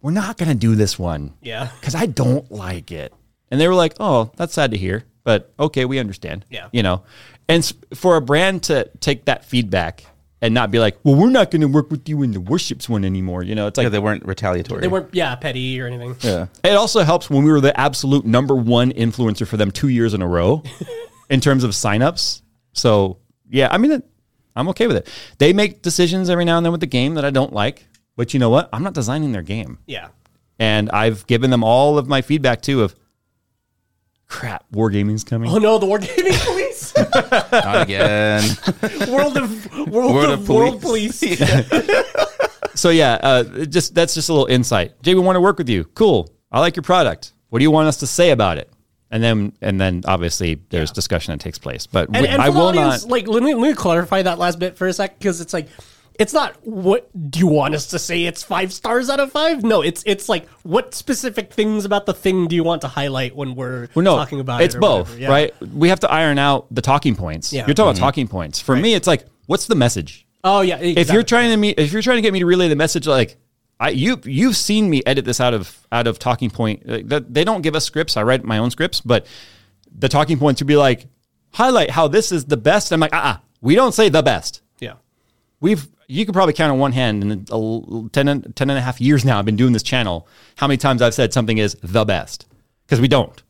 A: we're not gonna do this one."
B: Yeah.
A: because I don't like it. And they were like, "Oh, that's sad to hear, but okay, we understand."
B: Yeah.
A: you know, and s- for a brand to take that feedback and not be like, well, we're not going to work with you in the worships one anymore. You know, it's like
C: Yeah, they weren't retaliatory.
B: They weren't, yeah, petty or anything.
C: Yeah.
A: It also helps when we were the absolute number one influencer for them two years in a row in terms of signups. So yeah, I mean, I'm okay with it. They make decisions every now and then with the game that I don't like, but you know what? I'm not designing their game,
B: Yeah.
A: and I've given them all of my feedback too. Of crap, wargaming's coming.
B: Oh no, the Wargaming [LAUGHS] Police, [LAUGHS]
C: Not again.
B: World of World,
C: World
B: of,
C: of
B: World Police.
A: [LAUGHS] So yeah, uh, it just that's just a little insight. Jay, we want to work with you. Cool. I like your product. What do you want us to say about it? And then and then obviously there's discussion that takes place. But
B: And,
A: we-
B: and
A: I
B: for the
A: will
B: audience,
A: not.
B: like let me, let me clarify that last bit for a sec because it's like it's not what do you want us to say it's five stars out of five no it's it's like what specific things about the thing do you want to highlight when we're
A: Well, no,
B: talking about
A: it's
B: it or
A: both,
B: whatever? Yeah.
A: right? We have to iron out the talking points.
B: Yeah.
A: You're talking about talking points. For me, it's like, what's the message?
B: oh yeah
A: If you're trying to me, if you're trying to get me to relay the message, like I you you've seen me edit this out of out of talking point. Like, that, they don't give us scripts. I write my own scripts, but the talking points would be like highlight how this is the best. I'm like, uh-uh, we don't say the best.
B: yeah
A: We've you could probably count on one hand in a l- 10, and- 10 and a half years now. I've been doing this channel. How many times I've said something is the best because we don't.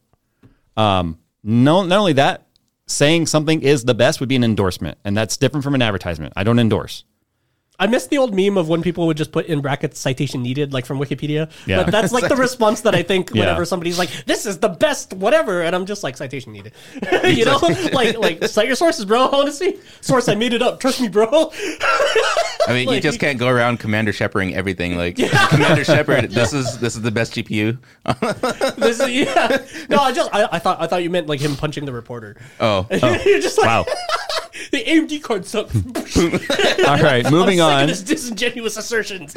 A: Um, no, not only that, saying something is the best would be an endorsement, and that's different from an advertisement. I don't endorse.
B: I miss the old meme of when people would just put in brackets citation needed, like from Wikipedia.
A: Yeah.
B: But that's
A: [LAUGHS]
B: like the response that I think
A: Yeah.
B: whenever somebody's like, "This is the best whatever," and I'm just like, "Citation needed," [LAUGHS] you know, like like cite your sources, bro. Honestly, source I made it up. Trust me, bro. [LAUGHS]
C: I mean, you
B: Like-
C: just can't go around Commander Sheparding everything.
B: [LAUGHS]
C: Like Commander Shepard, this is this is the best GPU.
B: This is yeah. No, I just I, I thought I thought you meant like him punching the reporter.
C: Oh,
B: [LAUGHS] You're just like
A: Wow.
B: the AMD card [LAUGHS] sucks. I'm
A: All
B: [LAUGHS]
A: right, moving
B: sick of
A: on.
B: this disingenuous assertions.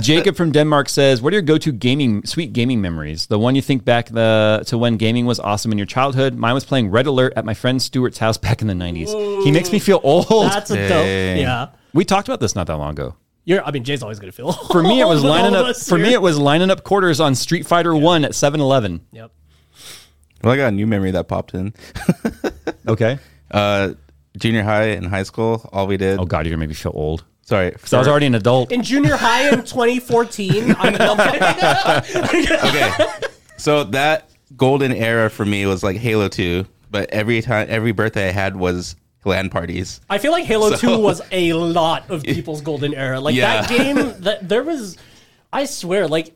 A: Jacob from Denmark says, "What are your go-to gaming, sweet gaming memories? The one you think back the to when gaming was awesome in your childhood. Mine was playing Red Alert at my friend Stuart's house back in the '90s. He makes me feel old.
B: That's a dope.
C: Dang.
B: Yeah.
A: [LAUGHS] we talked about this not that long ago.
B: You're, I mean, Jay's always gonna feel.
A: For me, it was
B: with
A: lining
B: [LAUGHS] all of
A: up.
B: us
A: For me,
B: here.
A: it was lining up quarters on Street Fighter One at 7-Eleven.
B: Yep.
C: well, I got a new memory that popped in.
A: Okay.
C: Uh, junior high and high school, all we did.
A: Oh God, you're gonna make me feel old.
C: Sorry,
A: So I was already an adult.
B: In junior high in 2014, I'm
A: [LAUGHS]
C: okay. So that golden era for me was like Halo Two, but every time every birthday I had was LAN parties.
B: I feel like Halo
C: So-
B: 2 was a lot of people's golden era. Like that
C: Yeah.
B: game, that there was, I swear, like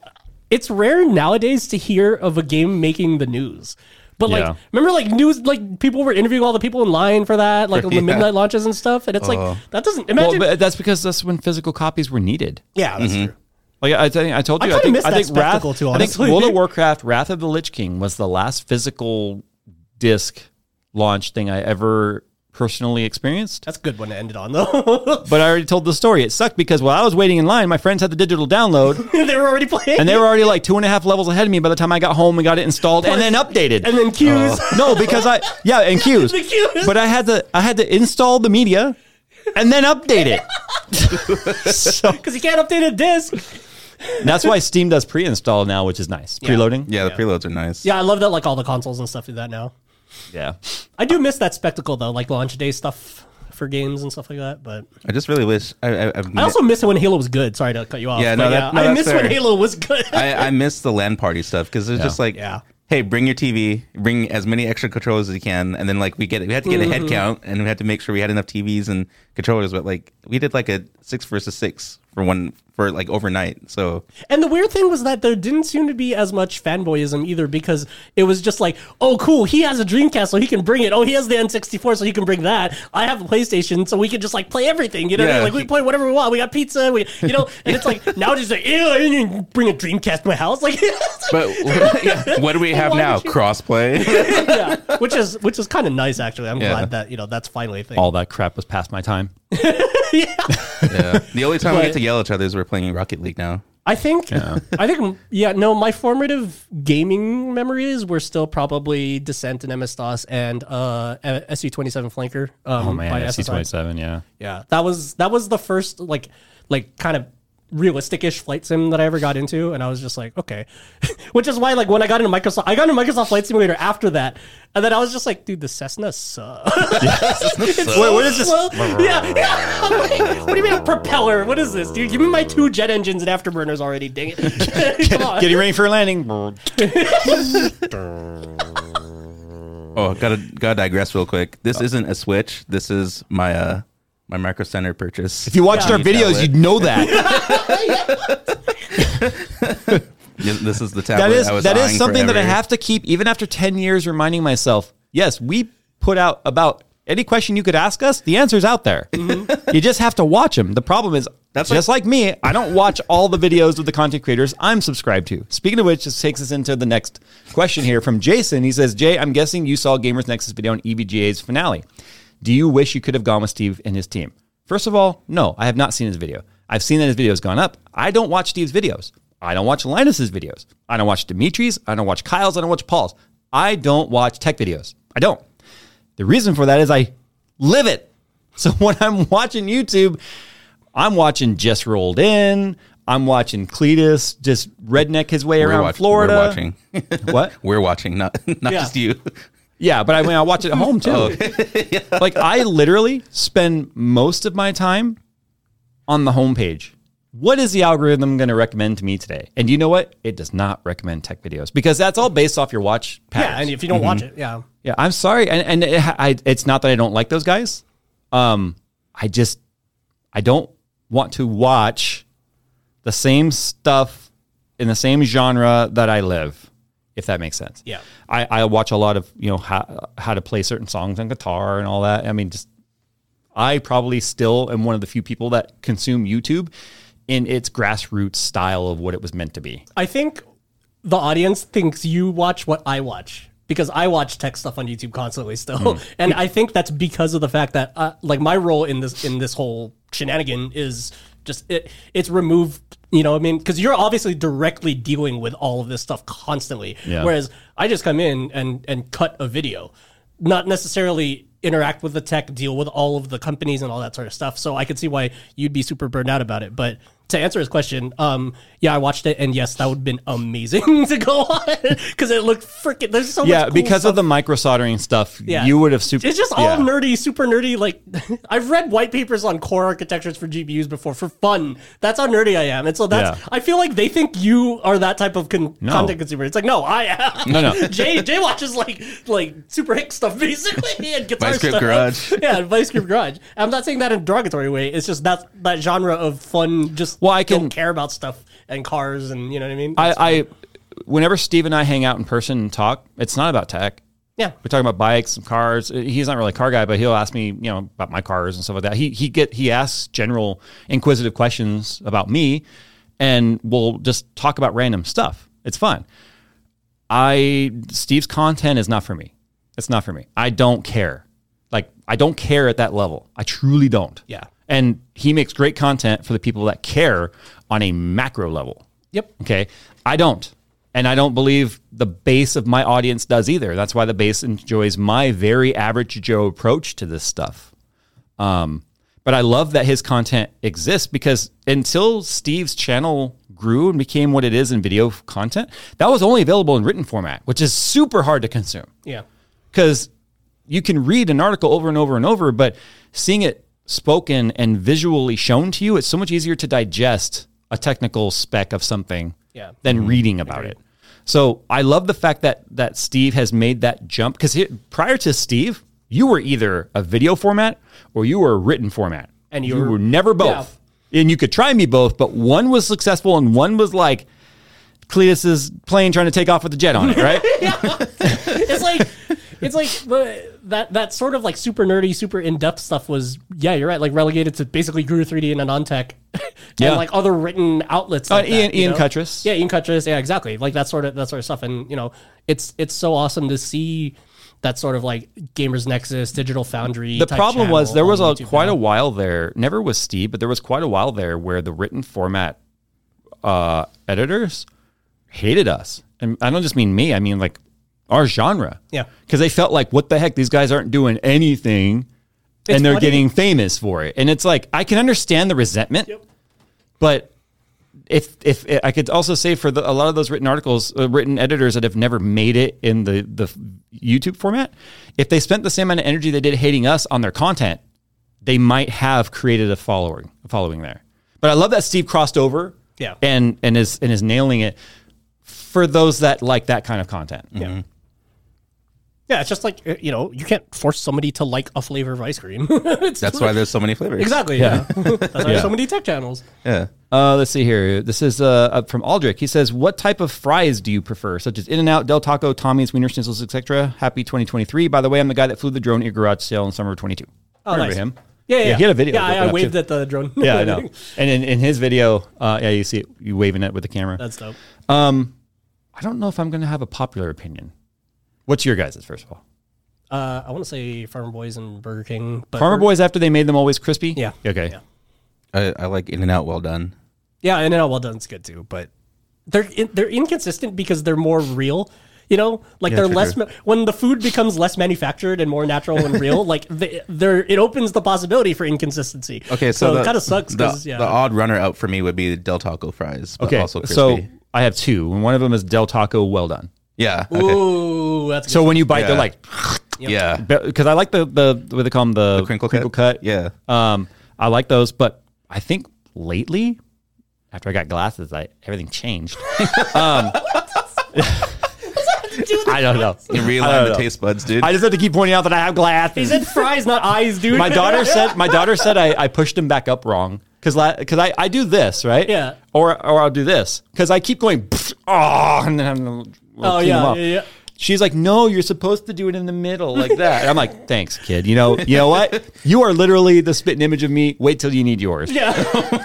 B: it's rare nowadays to hear of a game making the news. But like,
A: Yeah.
B: remember, like news, like people were interviewing all the people in line for that,
A: [LAUGHS]
B: like on the
C: Yeah.
B: midnight launches and stuff. And it's like that doesn't
A: Uh-huh. Well,
B: imagine.
A: but Mm-hmm. that's because that's when physical copies were needed.
B: yeah, that's true.
A: Like I, think I told
B: I
A: you, I,
B: kinda
A: think,
B: miss
A: I
B: that
A: think Wrath,
B: spectacle, too,
A: I think
B: honestly.
A: World of Warcraft, Wrath of the Lich King was the last physical disc launch thing I ever personally experienced.
B: That's a good one to end it on, though. [LAUGHS]
A: But I already told the story. It sucked because while I was waiting in line, my friends had the digital
B: [LAUGHS]
A: download,
B: they were already playing,
A: and they were already like two and a half levels ahead of me by the time I got home and got it installed and then updated.
B: and then cues. [LAUGHS]
A: no, because I yeah, and queues.
B: The queues.
A: But I had to I had to install the media and then update it. so
B: Because you can't update a disc.
A: that's why Steam does pre-install now, which is nice. Preloading.
C: Yeah, the preloads are nice.
B: Yeah, I love that. Like all the consoles and stuff do that now.
A: Yeah.
B: I do miss that spectacle though, like launch day stuff for games and stuff like that. But
C: I just really wish I I, I've
B: I also miss it when Halo was good. Sorry to cut you off.
C: Yeah,
B: but
C: no, that- no,
B: I
C: that's
B: miss when
C: fair.
B: Halo was good.
C: I, I miss the LAN party stuff because it's just like,
B: Yeah.
C: hey, bring your TV, bring as many extra controllers as you can, and then like we get we had to get a
B: Mm-hmm.
C: head count, and we had to make sure we had enough TVs and controllers. But like we did like a six versus six for one for like overnight. So
B: [LAUGHS] and the weird thing was that there didn't seem to be as much fanboyism either because it was just like, oh, cool, he has a Dreamcast, so he can bring it. Oh, he has the N64, so he can bring that. I have a PlayStation, so we can just like play everything. You know, what I mean?
C: Yeah.
B: like we play whatever we want. We got pizza. We, you know, and it's like now it's just like, ew, I didn't even bring a Dreamcast to my house. [LAUGHS] Like,
C: but what do we have
B: Why
C: now?
B: would you- [LAUGHS]
C: Crossplay.
B: yeah, which is which is kind of nice actually. I'm
C: Yeah.
B: glad that you know that's finally a thing. [LAUGHS]
A: All that crap was past my time.
C: yeah. The only time we
B: But-
C: get to yell at each other is we're playing Rocket League now.
B: I think [LAUGHS] I think yeah no my formative gaming memories were still probably Descent and MS DOS and uh SU twenty seven flanker um,
A: Oh man,
B: by
A: SC
B: SSI.
A: twenty seven, yeah.
B: Yeah, that was that was the first like like kind of realistic-ish flight sim that I ever got into, and I was just like, okay. [LAUGHS] Which is why, like, when I got into Microsoft, I got into Microsoft Flight Simulator after that, and then I was just like, dude, the Cessna sucks. Wait, what [LAUGHS] is this? yeah, yeah. I'm like, what do you mean a propeller? What is this, dude? Give me my two jet engines and afterburners already. Dang it! [LAUGHS] Come on.
A: Getting ready for a landing.
C: Oh, gotta gotta digress real quick. This isn't a Switch. This is my uh my Micro Center purchase.
D: If you watched
B: Yeah.
D: our videos, you'd
C: [LAUGHS]
D: know that.
C: Yeah, this is the tablet
A: That is
C: I was
A: that
C: eyeing
A: is something that I
C: forever.
A: have to keep even after 10 years reminding myself. Yes, we put out about any question you could ask us, the answer's out there. You just have to watch them. The problem is
C: That's
A: just Mm-hmm. like, me, I don't watch all the videos with the content creators I'm subscribed to. Speaking of which, this takes us into the next question here from Jason. He says, Jay, I'm guessing you saw Gamers Nexus video on E EVGA's finale. Do you wish you could have gone with Steve and his team? First of all, no, I have not seen his video. I've seen that his video has gone up. I don't watch Steve's videos. I don't watch Linus's videos. I don't watch Dimitri's. I don't watch Kyle's. I don't watch Paul's. I don't watch tech videos. I don't. The reason for that is I live it. [LAUGHS] So when I'm watching YouTube, I'm watching Just Rolled In. I'm watching Cletus just redneck his way
C: We're
A: around
C: watch-
A: Florida.
C: We're
A: [LAUGHS]
C: watching.
A: What?
C: we're watching, not not
B: Yeah.
C: just you.
A: Yeah, but I mean, I watch it at home too.
C: Oh.
A: [LAUGHS] Like I literally spend most of my time on the homepage. What is the algorithm going to recommend to me today? And you know what? It does not recommend tech videos because that's all based off your watch patterns. Mm-hmm.
B: yeah, and if you don't watch it, yeah.
A: Yeah, I'm sorry, and and it, I, it's not that I don't like those guys. Um, I just I don't want to watch the same stuff in the same genre that I live, if that makes sense.
B: Yeah.
A: I, I watch a lot of you know how how to play certain songs on guitar and all that. I mean, just I probably still am one of the few people that consume YouTube in its grassroots style of what it was meant to be.
B: I think the audience thinks you watch what I watch because I watch tech stuff on YouTube constantly still,
A: Mm.
B: [LAUGHS] and I think that's because of the fact that uh, like my role in this in this whole shenanigan is just it, it's removed. You know, what I mean, because you're obviously directly dealing with all of this stuff constantly,
A: Yeah.
B: whereas I just come in and and cut a video, not necessarily interact with the tech, deal with all of the companies and all that sort of stuff. So I could see why you'd be super burned out about it. But to answer his question, um, yeah, I watched it, and yes, that would have been amazing [LAUGHS] to go on because it looked freaking. There's so
A: Yeah,
B: much cool
A: because
B: stuff.
A: of the micro soldering stuff,
B: Yeah.
A: you would have super.
B: It's just all
A: yeah.
B: nerdy, super nerdy. Like [LAUGHS] I've read white papers on core architectures for GPUs before for fun. That's how nerdy I am, and so that's.
A: Yeah.
B: I feel like they think you are that type of con-
A: No.
B: content consumer. It's like no, I am.
A: No, no.
B: [LAUGHS] Jay Jay watches like like super hick stuff basically [LAUGHS] and guitar
C: Vice Grip
B: stuff.
C: Garage.
B: [LAUGHS] yeah, Vice Grip Garage. I'm not saying that in a derogatory way. It's just that's that genre of fun. Just
A: Well, I
B: don't
A: can-
B: care about stuff and cars and you know what I mean.
A: I, I whenever Steve and I hang out in person and talk, it's not about tech.
B: yeah.
A: We're talking about bikes and cars. Uh, He's not really a car guy, but he'll ask me, you know, about my cars and stuff like that. He he get he asks general inquisitive questions about me, and we'll just talk about random stuff. It's fun. I Steve's content is not for me. It's not for me. I don't care. Like I don't care at that level. I truly don't.
B: Yeah.
A: And he makes great content for the people that care on a macro level.
B: Yep.
A: Okay. I don't. And I don't believe the base of my audience does either. That's why the base enjoys my very average Joe approach to this stuff. Um, but I love that his content exists because until Steve's channel grew and became what it is in video content, that was only available in written format, which is super hard to consume
B: Yeah.
A: because you can read an article over and over and over, but seeing it spoken and visually shown to you, it's so much easier to digest a technical spec of something
B: Yeah.
A: than reading about it. So I love the fact that that Steve has made that jump because prior to Steve, you were either a video format or you were a written format,
B: And you
A: you
B: were-
A: were never both. And you could try me both, but one was successful and one was like Cletus's plane trying to take off with the jet on it,
B: [LAUGHS]
A: right?
B: it's like it's like the- that that sort of like super nerdy, super in depth stuff was yeah, you're right. Like relegated to basically Guru 3D and non-tech, and
A: Yeah.
B: like other written outlets. Like
A: Uh,
B: that,
A: Ian-
B: you
A: Ian
B: know?
A: Cuttress.
B: Yeah, Ian Cuttress. Yeah, exactly. Like that sort of that sort of stuff. And you know, it's it's so awesome to see that sort of like Gamers Nexus, Digital Foundry.
A: the
B: type
A: problem was
B: channel
A: there was
B: on
A: a
B: YouTube
A: quite
B: now.
A: a while there never was steve but there was quite a while there where the written format uh, editors hated us and i don't just mean me i mean like our genre
B: Yeah.
A: because they felt like what the heck these guys aren't doing anything and they're
B: funny.
A: getting famous for it and it's like i can understand the resentment but if if I could also say for the, a lot of those written articles, uh, written editors that have never made it in the the YouTube format, if they spent the same amount of energy they did hating us on their content, they might have created a following a following there. But I love that Steve crossed over,
B: Yeah.
A: and and is and is nailing it for those that like that kind of content.
B: Yeah. Yeah, it's just like uh, you know, you can't force somebody to like a flavor of ice cream. [LAUGHS] It's
C: That's
B: like-
C: why there's so many flavors.
B: exactly. Yeah, [LAUGHS] that's why there's so many tech channels.
C: Yeah.
A: Uh, let's see here. This is uh, uh, from Aldrich. He says, "What type of fries do you prefer, such as In and Out, Del Taco, Tommy's, Wiener Schnitzels, etc.?" Happy 2023. By the way, I'm the guy that flew the drone at your garage sale in summer of 22.
B: Oh,
A: Remember
B: nice. [LAUGHS]
A: him?
B: Yeah, yeah,
A: He had a video.
B: Yeah,
A: of it
B: I, I
A: up,
B: waved
A: too.
B: at the drone.
A: Yeah, I
B: [LAUGHS]
A: know. And in, in his video, uh, yeah, you see it, you waving it with the camera.
B: that's dope.
A: I don't know if I'm going to have a popular opinion. What's your guys' first of all?
B: Uh, I want to say Farmer Boys and Burger King. But
A: Farmer Boys after they made them always crispy.
B: Uh, Yeah.
A: Okay.
B: Yeah.
C: I, I like In and Out well done.
B: Yeah, In and Out Well Done's good too, but they're in, they're inconsistent because they're more real. You know, like they're
C: true,
B: less
C: true.
B: ma- when the food becomes less manufactured and more natural and
A: [LAUGHS]
B: real. like they, they're it opens the possibility for inconsistency.
C: Okay, so,
B: it kind of sucks.
C: The,
B: 'cause, yeah.
C: the odd runner up for me would be Del Taco fries. But
A: Okay.
C: Also crispy.
A: so I have two, and one of them is Del Taco. Well done.
C: yeah. okay.
B: Ooh, that's
A: So when you bite, they're
C: Yeah.
A: like,
C: Yeah.
A: because I like the the what they call them the,
C: crinkle cut? Yeah.
A: Um, I like those, but I think lately, after I got glasses, I everything changed. [LAUGHS] um, I don't know. [LAUGHS]
C: You
A: I don't
C: realign the
A: know.
C: taste buds, dude.
A: I just have to keep pointing out that I have
B: He
A: glasses.
B: said fries, not eyes, dude.
A: my daughter said my daughter said I, I pushed him back up wrong because because I, I do this right
B: Yeah.
A: or or I'll do this because I keep going oh and then I'm gonna we'll
B: [LAUGHS] Oh,
A: clean
B: yeah,
A: them up.
B: yeah, yeah.
A: She's like, no, you're supposed to do it in the middle like that. And I'm like, thanks, kid. You know, you know what? You are literally the spitting image of me. Wait till you need yours. [LAUGHS]
B: "Yeah."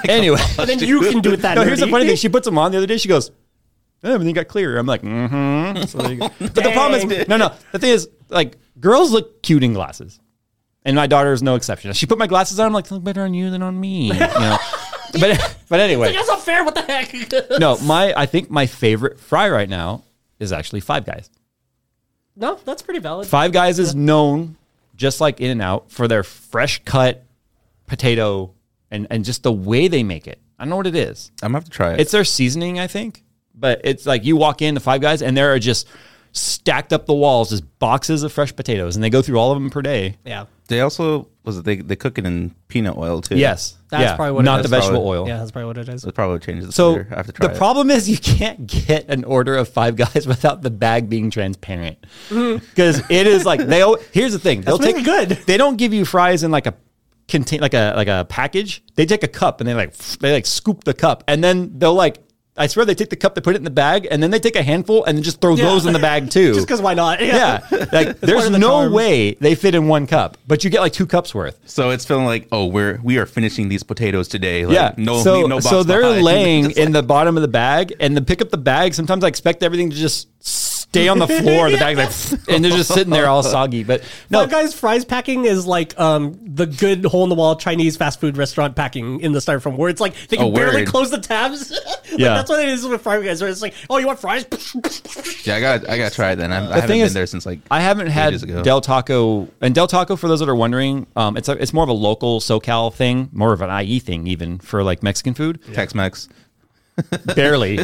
A: Anyway,
B: and then you can do it that.
A: no, here's the
B: nerdy.
A: funny thing. She puts them on the other day. She goes, "Eh, everything got clearer. I'm like, mm-hmm. So there
B: [LAUGHS]
A: you go. but the problem is,
B: Dang.
A: no, no. The thing is, like, girls look cute in glasses, and my daughter is no exception. She put my glasses on. I'm like, they look better on you than on me. You
B: [LAUGHS]
A: know? but but anyway,
B: That's not fair. What the heck? [LAUGHS]
A: no. My I think my favorite fry right now is actually Five Guys.
B: no, that's pretty valid.
A: Five Guys is known, just like In and Out, for their fresh cut potato and and just the way they make it. I don't know what it is.
C: I'm gonna have to try it.
A: It's their seasoning, I think. But it's like you walk into Five Guys and there are just stacked up the walls, just boxes of fresh potatoes, and they go through all of them per day.
B: Yeah,
C: they also was it they they cook it in peanut oil too.
A: Yes,
B: That's
A: Yeah.
B: probably what it
A: Not
B: is.
A: the vegetable
C: Probably.
A: oil.
B: yeah, that's probably what it is.
C: It probably changes. it
A: So
C: later. I have to try
A: the
C: it.
A: problem is you can't get an order of Five Guys [LAUGHS] without the bag being transparent because is like they. al- Here's the thing: they'll
B: Mm-hmm. really
A: take
B: good.
A: They don't give you fries in like a contain like a like a package. They take a cup and they like they like scoop the cup and then they'll like. I swear they take the cup, they put it in the bag, and then they take a handful and then just throw
B: Yeah.
A: those in the
B: [LAUGHS]
A: bag too.
B: Just because why not? [LAUGHS]
A: yeah, like
B: part
A: there's
B: of the
A: no
B: charm.
A: way they fit in one cup, but you get like two cups worth.
C: So it's feeling like oh we're we are finishing these potatoes today. Like,
A: yeah.
C: No.
A: so,
C: leave no box
A: so they're
C: behind. [LAUGHS]
A: laying in the bottom of the bag, and then pick up the bag. Sometimes I expect everything to just stay
C: [LAUGHS]
A: on the floor. The bag's like, and they're just sitting there all soggy. But no,
B: Five Guys fries packing is like um, the good hole in the wall Chinese fast food restaurant packing in the styrofoam, where it's like they can
C: Oh,
B: barely
C: word.
B: close the tabs. [LAUGHS] Like,
A: Yeah.
B: that's what it is with Five Guys. Where it's like, oh, you want fries? [LAUGHS]
C: Yeah, I got I gotta try it then. I'm, I haven't
A: thing
C: been
A: is,
C: there since like
A: I haven't had
C: ages ago.
A: Del Taco, and Del Taco for those that are wondering, um, it's a, it's more of a local SoCal thing, more of an IE thing, even for like Mexican food.
C: Tex Mex.
A: Barely.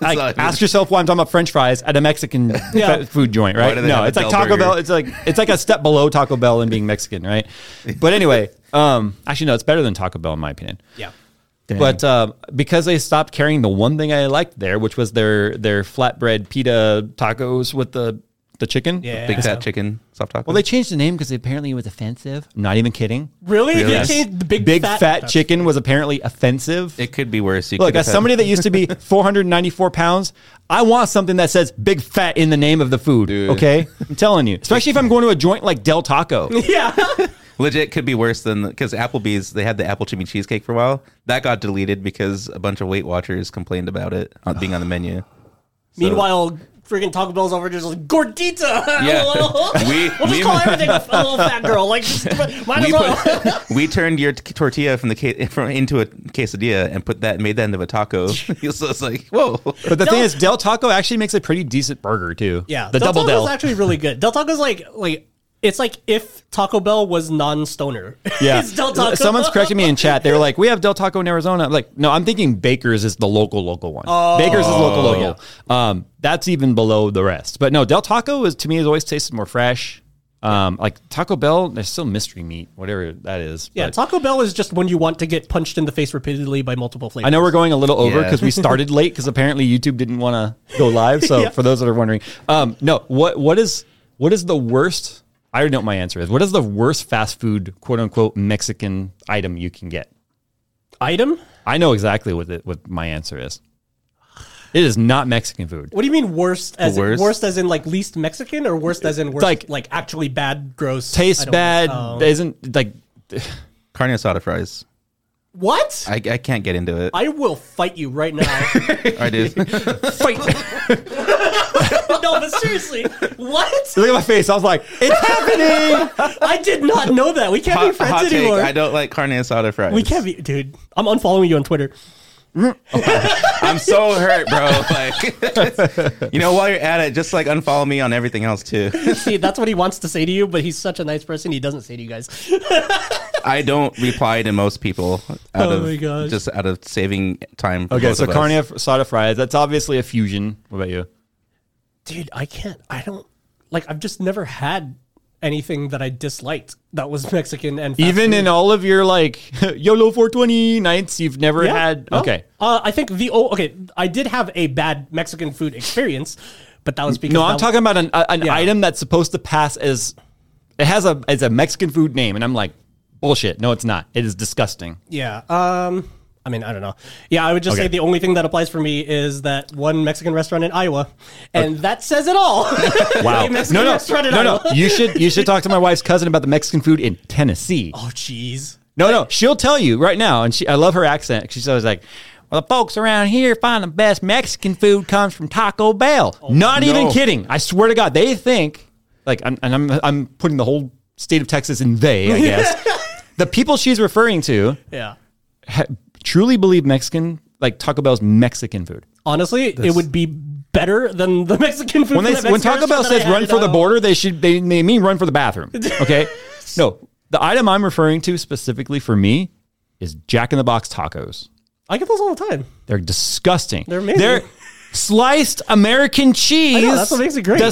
A: like,
C: not-
A: ask yourself why I'm talking about French fries at a Mexican
B: Yeah.
A: fa- food joint, right?
C: do they
A: No,
C: have a
A: it's like
C: Del
A: Taco
C: Burger?
A: Bell. It's like it's like a step below Taco Bell and being Mexican, right? But anyway, um, actually no, it's better than Taco Bell in my opinion.
B: yeah.
A: But um, because they stopped carrying the one thing I liked there, which was their their flatbread pita tacos with the the chicken.
B: Yeah.
C: Big fat chicken soft taco.
A: Well, they changed the name because apparently it was offensive. Not even kidding.
B: Really? They
C: Yes.
B: changed the big,
A: Big
B: fat,
A: fat, chicken was apparently offensive.
C: it could be worse. You
A: Look,
C: could
A: as
C: have had-
A: somebody that used to
B: [LAUGHS]
A: be 494 pounds, I want something that says big fat in the name of the food. Okay. I'm telling you. Especially if I'm going to a joint like Del Taco.
B: [LAUGHS] [LAUGHS] Yeah.
C: legit could be worse than because Applebee's they had the apple chimney cheesecake for a while. That got deleted because a bunch of Weight Watchers complained about it on, being on the
B: [LAUGHS]
C: menu.
B: Meanwhile, freaking Taco Bell's over there just like gordita. [LAUGHS]
C: Yeah. We-
B: we, will just
A: [LAUGHS]
C: we-
B: call everything a, a little fat girl. Like, just, [LAUGHS] might as
C: We,
B: well.
C: put, we turned your t- tortilla from the ca- [LAUGHS] from into a quesadilla and put that made that into a taco. [LAUGHS]
B: [LAUGHS]
C: so it's like whoa.
A: But the thing
B: Del-
A: is, Del Taco actually makes a pretty decent burger too.
B: [LAUGHS] Yeah,
A: The
B: Del
A: double
B: Taco's
A: Del.
B: actually really good. Del Taco's like like It's like if Taco Bell was non-stoner. [LAUGHS]
A: Yeah.
B: it's Del Taco.
A: Someone's correcting me in chat. They were like, we have Del Taco in Arizona. I'm like, no, I'm thinking Baker's is the local, local one.
B: Oh.
A: Baker's is local, local. Um, that's even below the rest. But no, Del Taco is, to me, has always tasted more fresh. Um, like Taco Bell, there's still mystery meat, whatever that is.
B: Yeah,
A: But
B: Taco Bell is just when you want to get punched in the face repeatedly by multiple flavors.
A: I know we're going a little over
C: Yeah.
A: because we started [LAUGHS] late because apparently YouTube didn't want to go live. So [LAUGHS]
B: Yeah.
A: for those that are wondering, um, no, what what is what is the worst? I already know what my answer is. What is the worst fast food quote unquote Mexican item you can get?
B: Item?
A: I know exactly what it, what my answer is. It is not Mexican food.
B: What do you mean worst? As in-
C: worst?
B: worst as in like least Mexican, or worst as in worst like
A: like-
B: like actually bad, gross, I
A: Tastes
B: don't-
A: bad.
B: Oh.
A: Isn't like
C: Carne asada fries.
B: what?
C: I, I can't get into it.
B: I will fight you right now. [LAUGHS]
C: I did.
B: fight. no, but seriously, what?
A: look at my face. I was like, it's happening.
B: [LAUGHS] I did not know that. We can't
C: [LAUGHS]
B: be
C: hot,
B: friends
C: hot take.
B: anymore.
C: I don't like carne asada fries.
B: we can't be, dude. I'm unfollowing you on Twitter.
C: I'm so hurt, bro.
B: [LAUGHS]
C: Like, [LAUGHS] you know, while you're at it, just like unfollow me on everything else too.
B: See, that's what he wants to say to you, but he's such a nice person. He doesn't say to you guys.
C: I don't reply to most people out
B: [LAUGHS] Oh
C: of
B: my gosh.
C: just out of saving time. For
A: okay,
C: both
A: so
C: of us.
A: carne asada fries. That's obviously a fusion. What about you?
B: dude, I can't. I don't like. I've just never had anything that I disliked that was [LAUGHS] Mexican and fast
A: Even
B: food.
A: in all of your like [LAUGHS] YOLO 420 nights, you've never
B: Yeah,
A: had.
B: no.
A: Okay.
B: Uh, I think the oh, okay. I did have a bad Mexican food experience, but that was because
A: No, I'm
B: that-
A: talking about an, a- an
B: Yeah.
A: item that's supposed to pass as it has a as a Mexican food name, and I'm like, bullshit. No, it's not. It is disgusting.
B: Yeah. Um. I mean, I don't know. Yeah, I would just say
A: Okay.
B: the only thing that applies for me is that one Mexican restaurant in Iowa, and that says it
A: [LAUGHS]
B: all. [LAUGHS]
A: Wow.
B: A
A: no,
B: Mexican
A: no,
B: restaurant in
A: no, no.
B: Iowa.
A: You should you should talk to my wife's cousin about the Mexican food in Tennessee.
B: Oh, jeez.
A: No, no, she'll tell you right now. And she, I love her accent. She's always like, "Well, the folks around here find the best Mexican food comes from Taco Bell."
B: Oh,
A: Not even
C: No.
A: kidding. I swear to God, they think like, I'm, and I'm I'm putting the whole state of Texas in they. I
B: [LAUGHS]
A: guess the people she's referring to
B: Yeah.
A: ha- truly believe Mexican, like Taco Bell's Mexican food.
B: Honestly, it would be better than the [LAUGHS] Mexican food.
A: When they
B: from that
A: when
B: Mexican
A: Taco Bell
B: restaurant that I
A: says
B: had
A: run
B: in
A: for the
B: Iowa.
A: border, they should they, they mean run for the bathroom.
B: [LAUGHS]
A: Okay, no, the item I'm referring to specifically for me is Jack in the Box tacos.
B: I get those all the time.
A: They're disgusting. They're
B: amazing.
A: sliced American cheese.
B: know, that's what makes it great.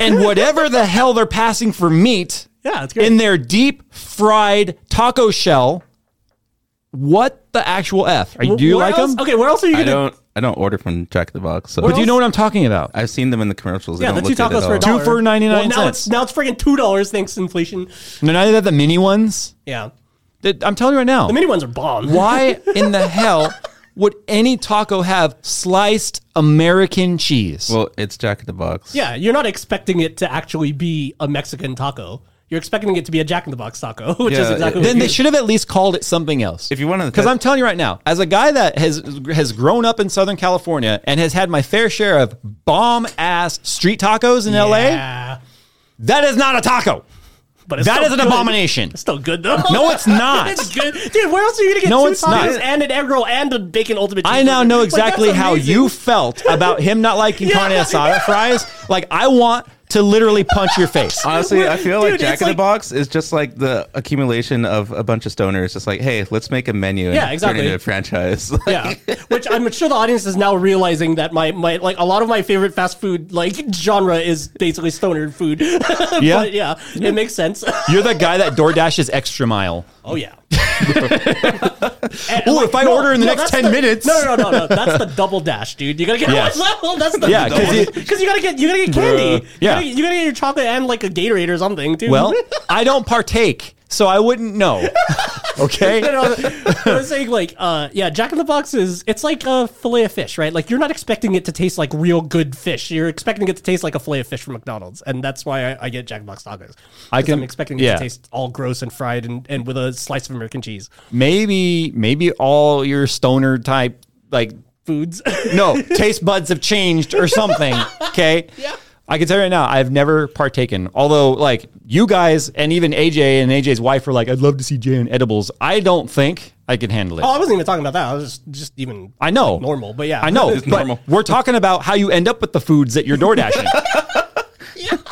A: and whatever
B: [LAUGHS]
A: the hell they're passing for meat
B: Yeah, it's great.
A: in their deep fried taco shell. What the actual f? Are you, do you
B: Where
A: like
B: else-
A: them?
B: Okay, where else are you
C: I
B: gonna?
C: don't. I don't order from Jack in the Box. So
A: But do you know what I'm talking about?
C: I've seen them in the commercials. They
B: yeah, the
C: don't
B: two
C: look good
B: tacos
C: at
B: for a
C: all.
B: dollar.
A: Two for 99
B: well, now
A: cents.
B: It's, now it's freaking two dollars thanks to inflation.
A: No, neither that the mini ones.
B: Yeah,
A: That- I'm telling you right now.
B: the mini ones are bomb.
A: why in the hell would any taco have sliced American cheese?
C: Well, it's Jack in the Box.
B: Yeah, you're not expecting it to actually be a Mexican taco. You're expecting it to be a Jack in the Box taco, [LAUGHS] which is
C: Yeah,
B: exactly what
A: then
B: it
A: they
B: is.
A: should have at least called it something else.
C: If you want to,
A: Because I'm telling you right now, as a guy that has has grown up in Southern California and has had my fair share of bomb ass street tacos in LA,
B: Yeah,
A: that is not a taco.
B: but it's
A: That
B: still
A: is an
B: good.
A: abomination.
B: It's still good though.
A: No,
B: [LAUGHS]
A: it's not.
B: it's good, dude. Where else are you gonna get
A: No,
B: two
A: it's
B: tacos
A: not.
B: and an egg roll and a bacon ultimate?
A: I now
B: cheeseburger?
A: know
B: Like,
A: exactly
B: that's
A: how
B: amazing.
A: you felt about him not liking
B: [LAUGHS] Yeah.
A: carne asada fries. Like I want to literally punch your
B: [LAUGHS]
A: face.
C: Honestly, I feel
B: Dude,
C: like Jack
B: it's
C: in
B: like-
C: the Box is just like the accumulation of a bunch of stoners. Just like, hey, let's make a menu and
B: Yeah,
C: turn
B: exactly.
C: it into a franchise. [LAUGHS]
B: Yeah, which I'm sure the audience is now realizing that my, my like a lot of my favorite fast food like genre is basically stoner food. [LAUGHS]
A: Yeah.
B: but yeah, it makes sense.
A: You're the guy that DoorDash is extra mile.
B: Oh [LAUGHS] yeah.
A: Ooh, if I order in the next
B: that's
A: 10 minutes.
B: No, no, no, no, no. That's the double dash, dude. You gotta get [LAUGHS]
A: Yes.
B: one level. That's the
A: Yeah, 'cause you-
B: because you gotta get you gotta get candy.
A: yeah.
B: you gotta, you gotta get your chocolate and like a Gatorade or something, dude.
A: Well, I don't partake, so I wouldn't know.
B: No,
A: Okay.
B: no, [LAUGHS] I was saying like, uh, yeah, Jack in the Box is it's like a fillet of fish, right? Like you're not expecting it to taste like real good fish. You're expecting it to taste like a fillet of fish from McDonald's, and that's why I, I get Jack in the Box tacos.
A: I
B: 'Cause
A: can-
B: I'm expecting it
A: yeah.
B: to taste all gross and fried and, and with a slice of American cheese
A: [LAUGHS] Maybe maybe all your stoner type like
B: foods. [LAUGHS]
A: no, taste buds have changed or something. Okay. Yeah. I can tell you right now, I've never partaken. Although, like you guys and even AJ and AJ's wife were like, "I'd love to see Jay on edibles." I don't think I could handle it.
B: Oh, I wasn't even talking about that. I was just, just even
A: I know
B: like, normal, but yeah,
A: I know.
C: It's
A: but
C: normal.
A: We're talking about how you end up with the foods that you're door dashing.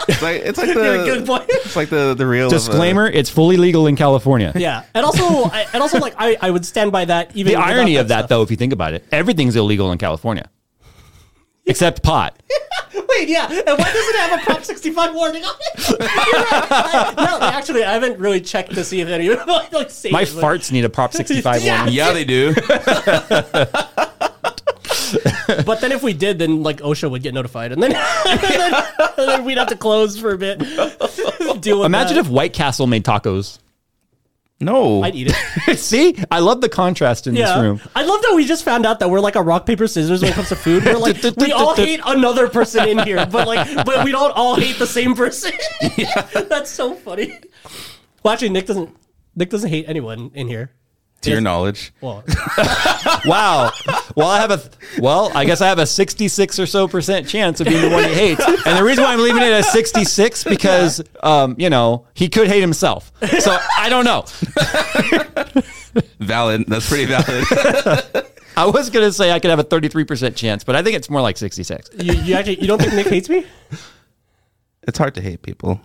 C: It's like
B: [LAUGHS]
C: it's like
B: You're
C: the
B: a good boy.
C: It's like the the real of, uh,
A: Disclaimer: It's fully legal in California.
B: [LAUGHS] Yeah, and also, I, and also, like I, I would stand by that. Even
A: The
B: without
A: irony of that,
B: stuff.
A: though, if you think about it, everything's illegal in California except pot.
B: Wait, [LAUGHS] yeah, and why does it have a Prop 65 warning on it? [LAUGHS] You're right. I- no, like, actually, I haven't really checked to see if any like, like say
A: My
B: it, like-
A: farts need a
B: [LAUGHS]
A: Prop 65
B: Yeah.
A: warning.
E: yeah, they
B: [LAUGHS]
E: do.
B: But then if we did, then like OSHA would get notified, and then, [LAUGHS] and then, and then we'd have to close for a bit. [LAUGHS] Deal with
A: Imagine
B: that.
A: if White Castle made
B: [LAUGHS]
A: tacos.
C: No,
B: I'd eat it.
A: See, I love the contrast [LAUGHS] in this
B: Yeah,
A: room.
B: I love that we just found out that we're like a rock paper scissors when it comes to food.
A: [LAUGHS]
B: We're like we all hate another person in here, but like but we don't all hate the
A: [LAUGHS]
B: same person. [LAUGHS] That's so funny. Well, actually, Nick doesn't. Nick doesn't hate anyone in here.
C: to your knowledge.
B: Well,
A: Wow. Well, I have a well, I guess I have a 66 or so percent chance of being the one he hates. And the reason why I'm leaving it at
B: [LAUGHS]
A: 66 because um, you know, he could hate himself. So I don't
B: [LAUGHS]
A: know.
C: Valid. That's pretty valid.
B: [LAUGHS]
A: I was going to say I could have a 33% chance, but I think it's more like 66.
B: you, you actually you don't think Nick
C: [LAUGHS]
B: hates me?
C: it's hard to hate people.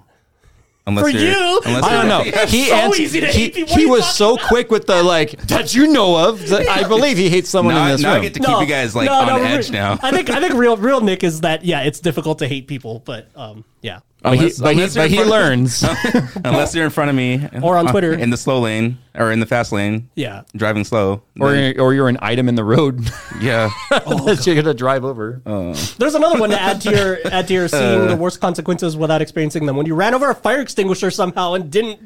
C: Unless
B: For
C: you're-
B: you?
C: unless
A: I don't
C: you're-
A: know. He
B: so
A: ans-
B: easy to
A: he,
B: hate people. What
A: he
B: are you
A: was
B: talking
A: so quick with the like that you know of. That
B: [LAUGHS]
A: I believe he hates someone
C: Now,
A: in
C: I-
A: this
C: now I
A: room.
C: get to keep you guys like on
B: we're-
C: edge now.
B: I think I think real real Nick is that yeah, it's difficult to hate people, but um yeah.
A: but Uh, he,
C: Unless-
A: but he,
C: unless
A: but
C: you're
A: he
C: part-
A: learns.
C: [LAUGHS] unless they're in front of me
B: Or on
C: uh,
B: Twitter.
C: in the slow lane or in the fast lane.
B: Yeah.
C: driving slow.
A: or,
C: then-
A: you're- or you're an item in the road
C: yeah, Oh,
A: that [LAUGHS] you're going to drive over.
B: There's another one to add to your add
C: [LAUGHS]
B: to
C: Uh.
B: your seeing the worst consequences without experiencing them. When you ran over a fire extinguisher somehow and didn't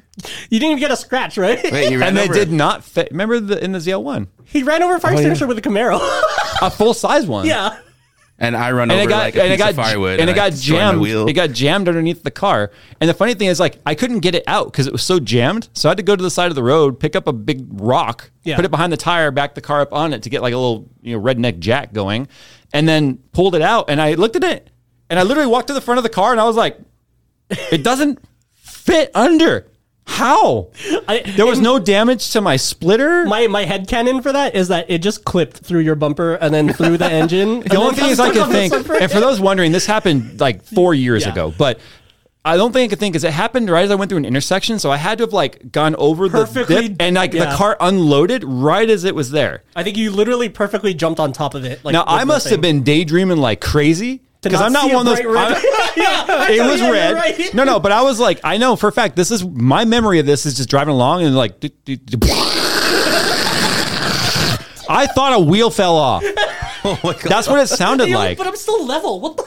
B: you didn't even get a scratch, right?
C: Wait, you
A: [LAUGHS]
C: ran
A: and they
C: over
A: did
C: it.
A: not fit. Remember the, in the ZL1?
B: [LAUGHS] He ran over a
A: Oh,
B: fire extinguisher with a Camaro. [LAUGHS]
A: A full size one.
B: yeah.
C: And I run
A: And
C: over
A: it got
C: like a
A: and
C: piece
A: it got
C: of firewood,
A: and, it
C: I
A: got
C: destroy my
A: jammed.
C: wheel.
A: It got jammed underneath the car. And the funny thing is, like, I couldn't get it out because it was so jammed. So I had to go to the side of the road, pick up a big rock,
B: Yeah.
A: put it behind the tire, back the car up on it to get like a little you know redneck jack going, and then pulled it out. And I looked at it, and I literally walked to the front of the car, and I was like, it doesn't fit under. How?
B: I-
A: there was no damage to my splitter.
B: My my head cannon for that is that it just clipped through your bumper and then through the engine.
A: the only
B: [LAUGHS]
A: thing is I could think, and for those wondering, this happened like four years
B: Yeah.
A: ago, but I don't think I could think because it happened right as I went through an intersection, so I had to have like gone over the
B: Perfectly-
A: dip and like
B: yeah.
A: the car unloaded right as it was there.
B: I think you literally perfectly jumped on top of it. Like
A: Now
B: with
A: I
B: the
A: must
B: thing.
A: have been daydreaming like crazy
B: To
A: because I'm not
B: see a
A: one of those.
B: bright red-
A: I'm-
B: [LAUGHS] yeah, I
A: it
B: thought
A: was
B: you were
A: red.
B: right.
A: No, no, but I was like, I know for a fact this is my memory of this is just driving along and like. do, do,
B: [LAUGHS]
A: do, I thought a wheel fell off.
B: Oh
A: That's what it sounded
B: [LAUGHS] Yeah,
A: like.
B: but I'm still level. [LAUGHS] What the?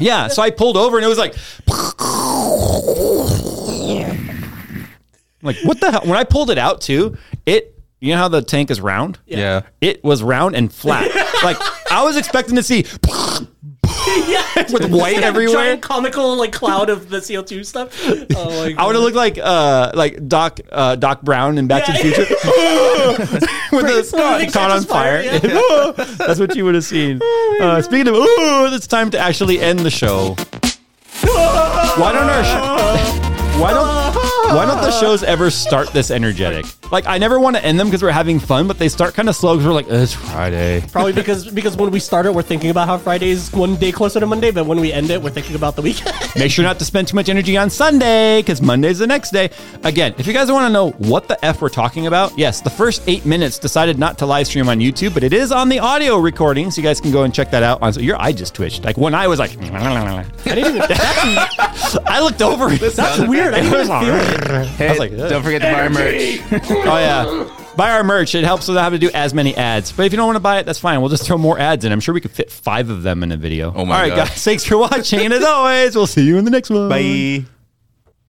A: Yeah, so I pulled over and it was like, like what the hell? When I pulled it out too, it you know how the tank is round?
C: yeah.
A: It was round and
B: [LAUGHS]
A: flat. like I was expecting to see
B: Yeah.
A: [LAUGHS] with
B: [LAUGHS]
A: white
B: Like a
A: everywhere.
B: giant comical like cloud of the CO2 stuff. Oh
A: [LAUGHS]
B: my
A: I would
B: god.
A: have looked like uh like Doc uh, Doc Brown in Back to the
B: Yeah.
A: Future [LAUGHS] with the
B: Everything
A: caught on
B: catches fire,
A: fire. [LAUGHS] That's what you would have seen. uh, speaking of, ooh, it's time to actually end the show. why don't our sh- [LAUGHS] why don't why don't the shows ever start this energetic? Like I never want to end them because we're having fun, but they start kind of slow because we're like "Uh, it's Friday.
B: Probably because because when we start it, we're thinking about how Friday's one day closer to Monday, but when we end it, we're thinking about the weekend.
A: Make sure not to spend too much energy on Sunday because Monday's the next day. Again, if you guys want to know what the F we're talking about, yes, the first eight minutes decided not to live stream on YouTube, but it is on the audio recording, so you guys can go and check that out. On so your eye just twitched. Like one eye was like, [LAUGHS] I didn't even. [LAUGHS] I looked over. That's
C: sound
A: weird. I didn't even feel [LAUGHS] it.
C: Hey,
A: I was like,
C: don't forget to buy our merch.
A: Oh yeah. Buy our merch. It helps without having to do as many ads. But if you don't want to buy it, that's fine. We'll just throw more ads in. I'm sure we could fit five of them in a video.
C: Oh, my
A: All right,
C: God.
A: guys. Thanks for watching. And as always, we'll see you in the next one. [LAUGHS]
C: Bye.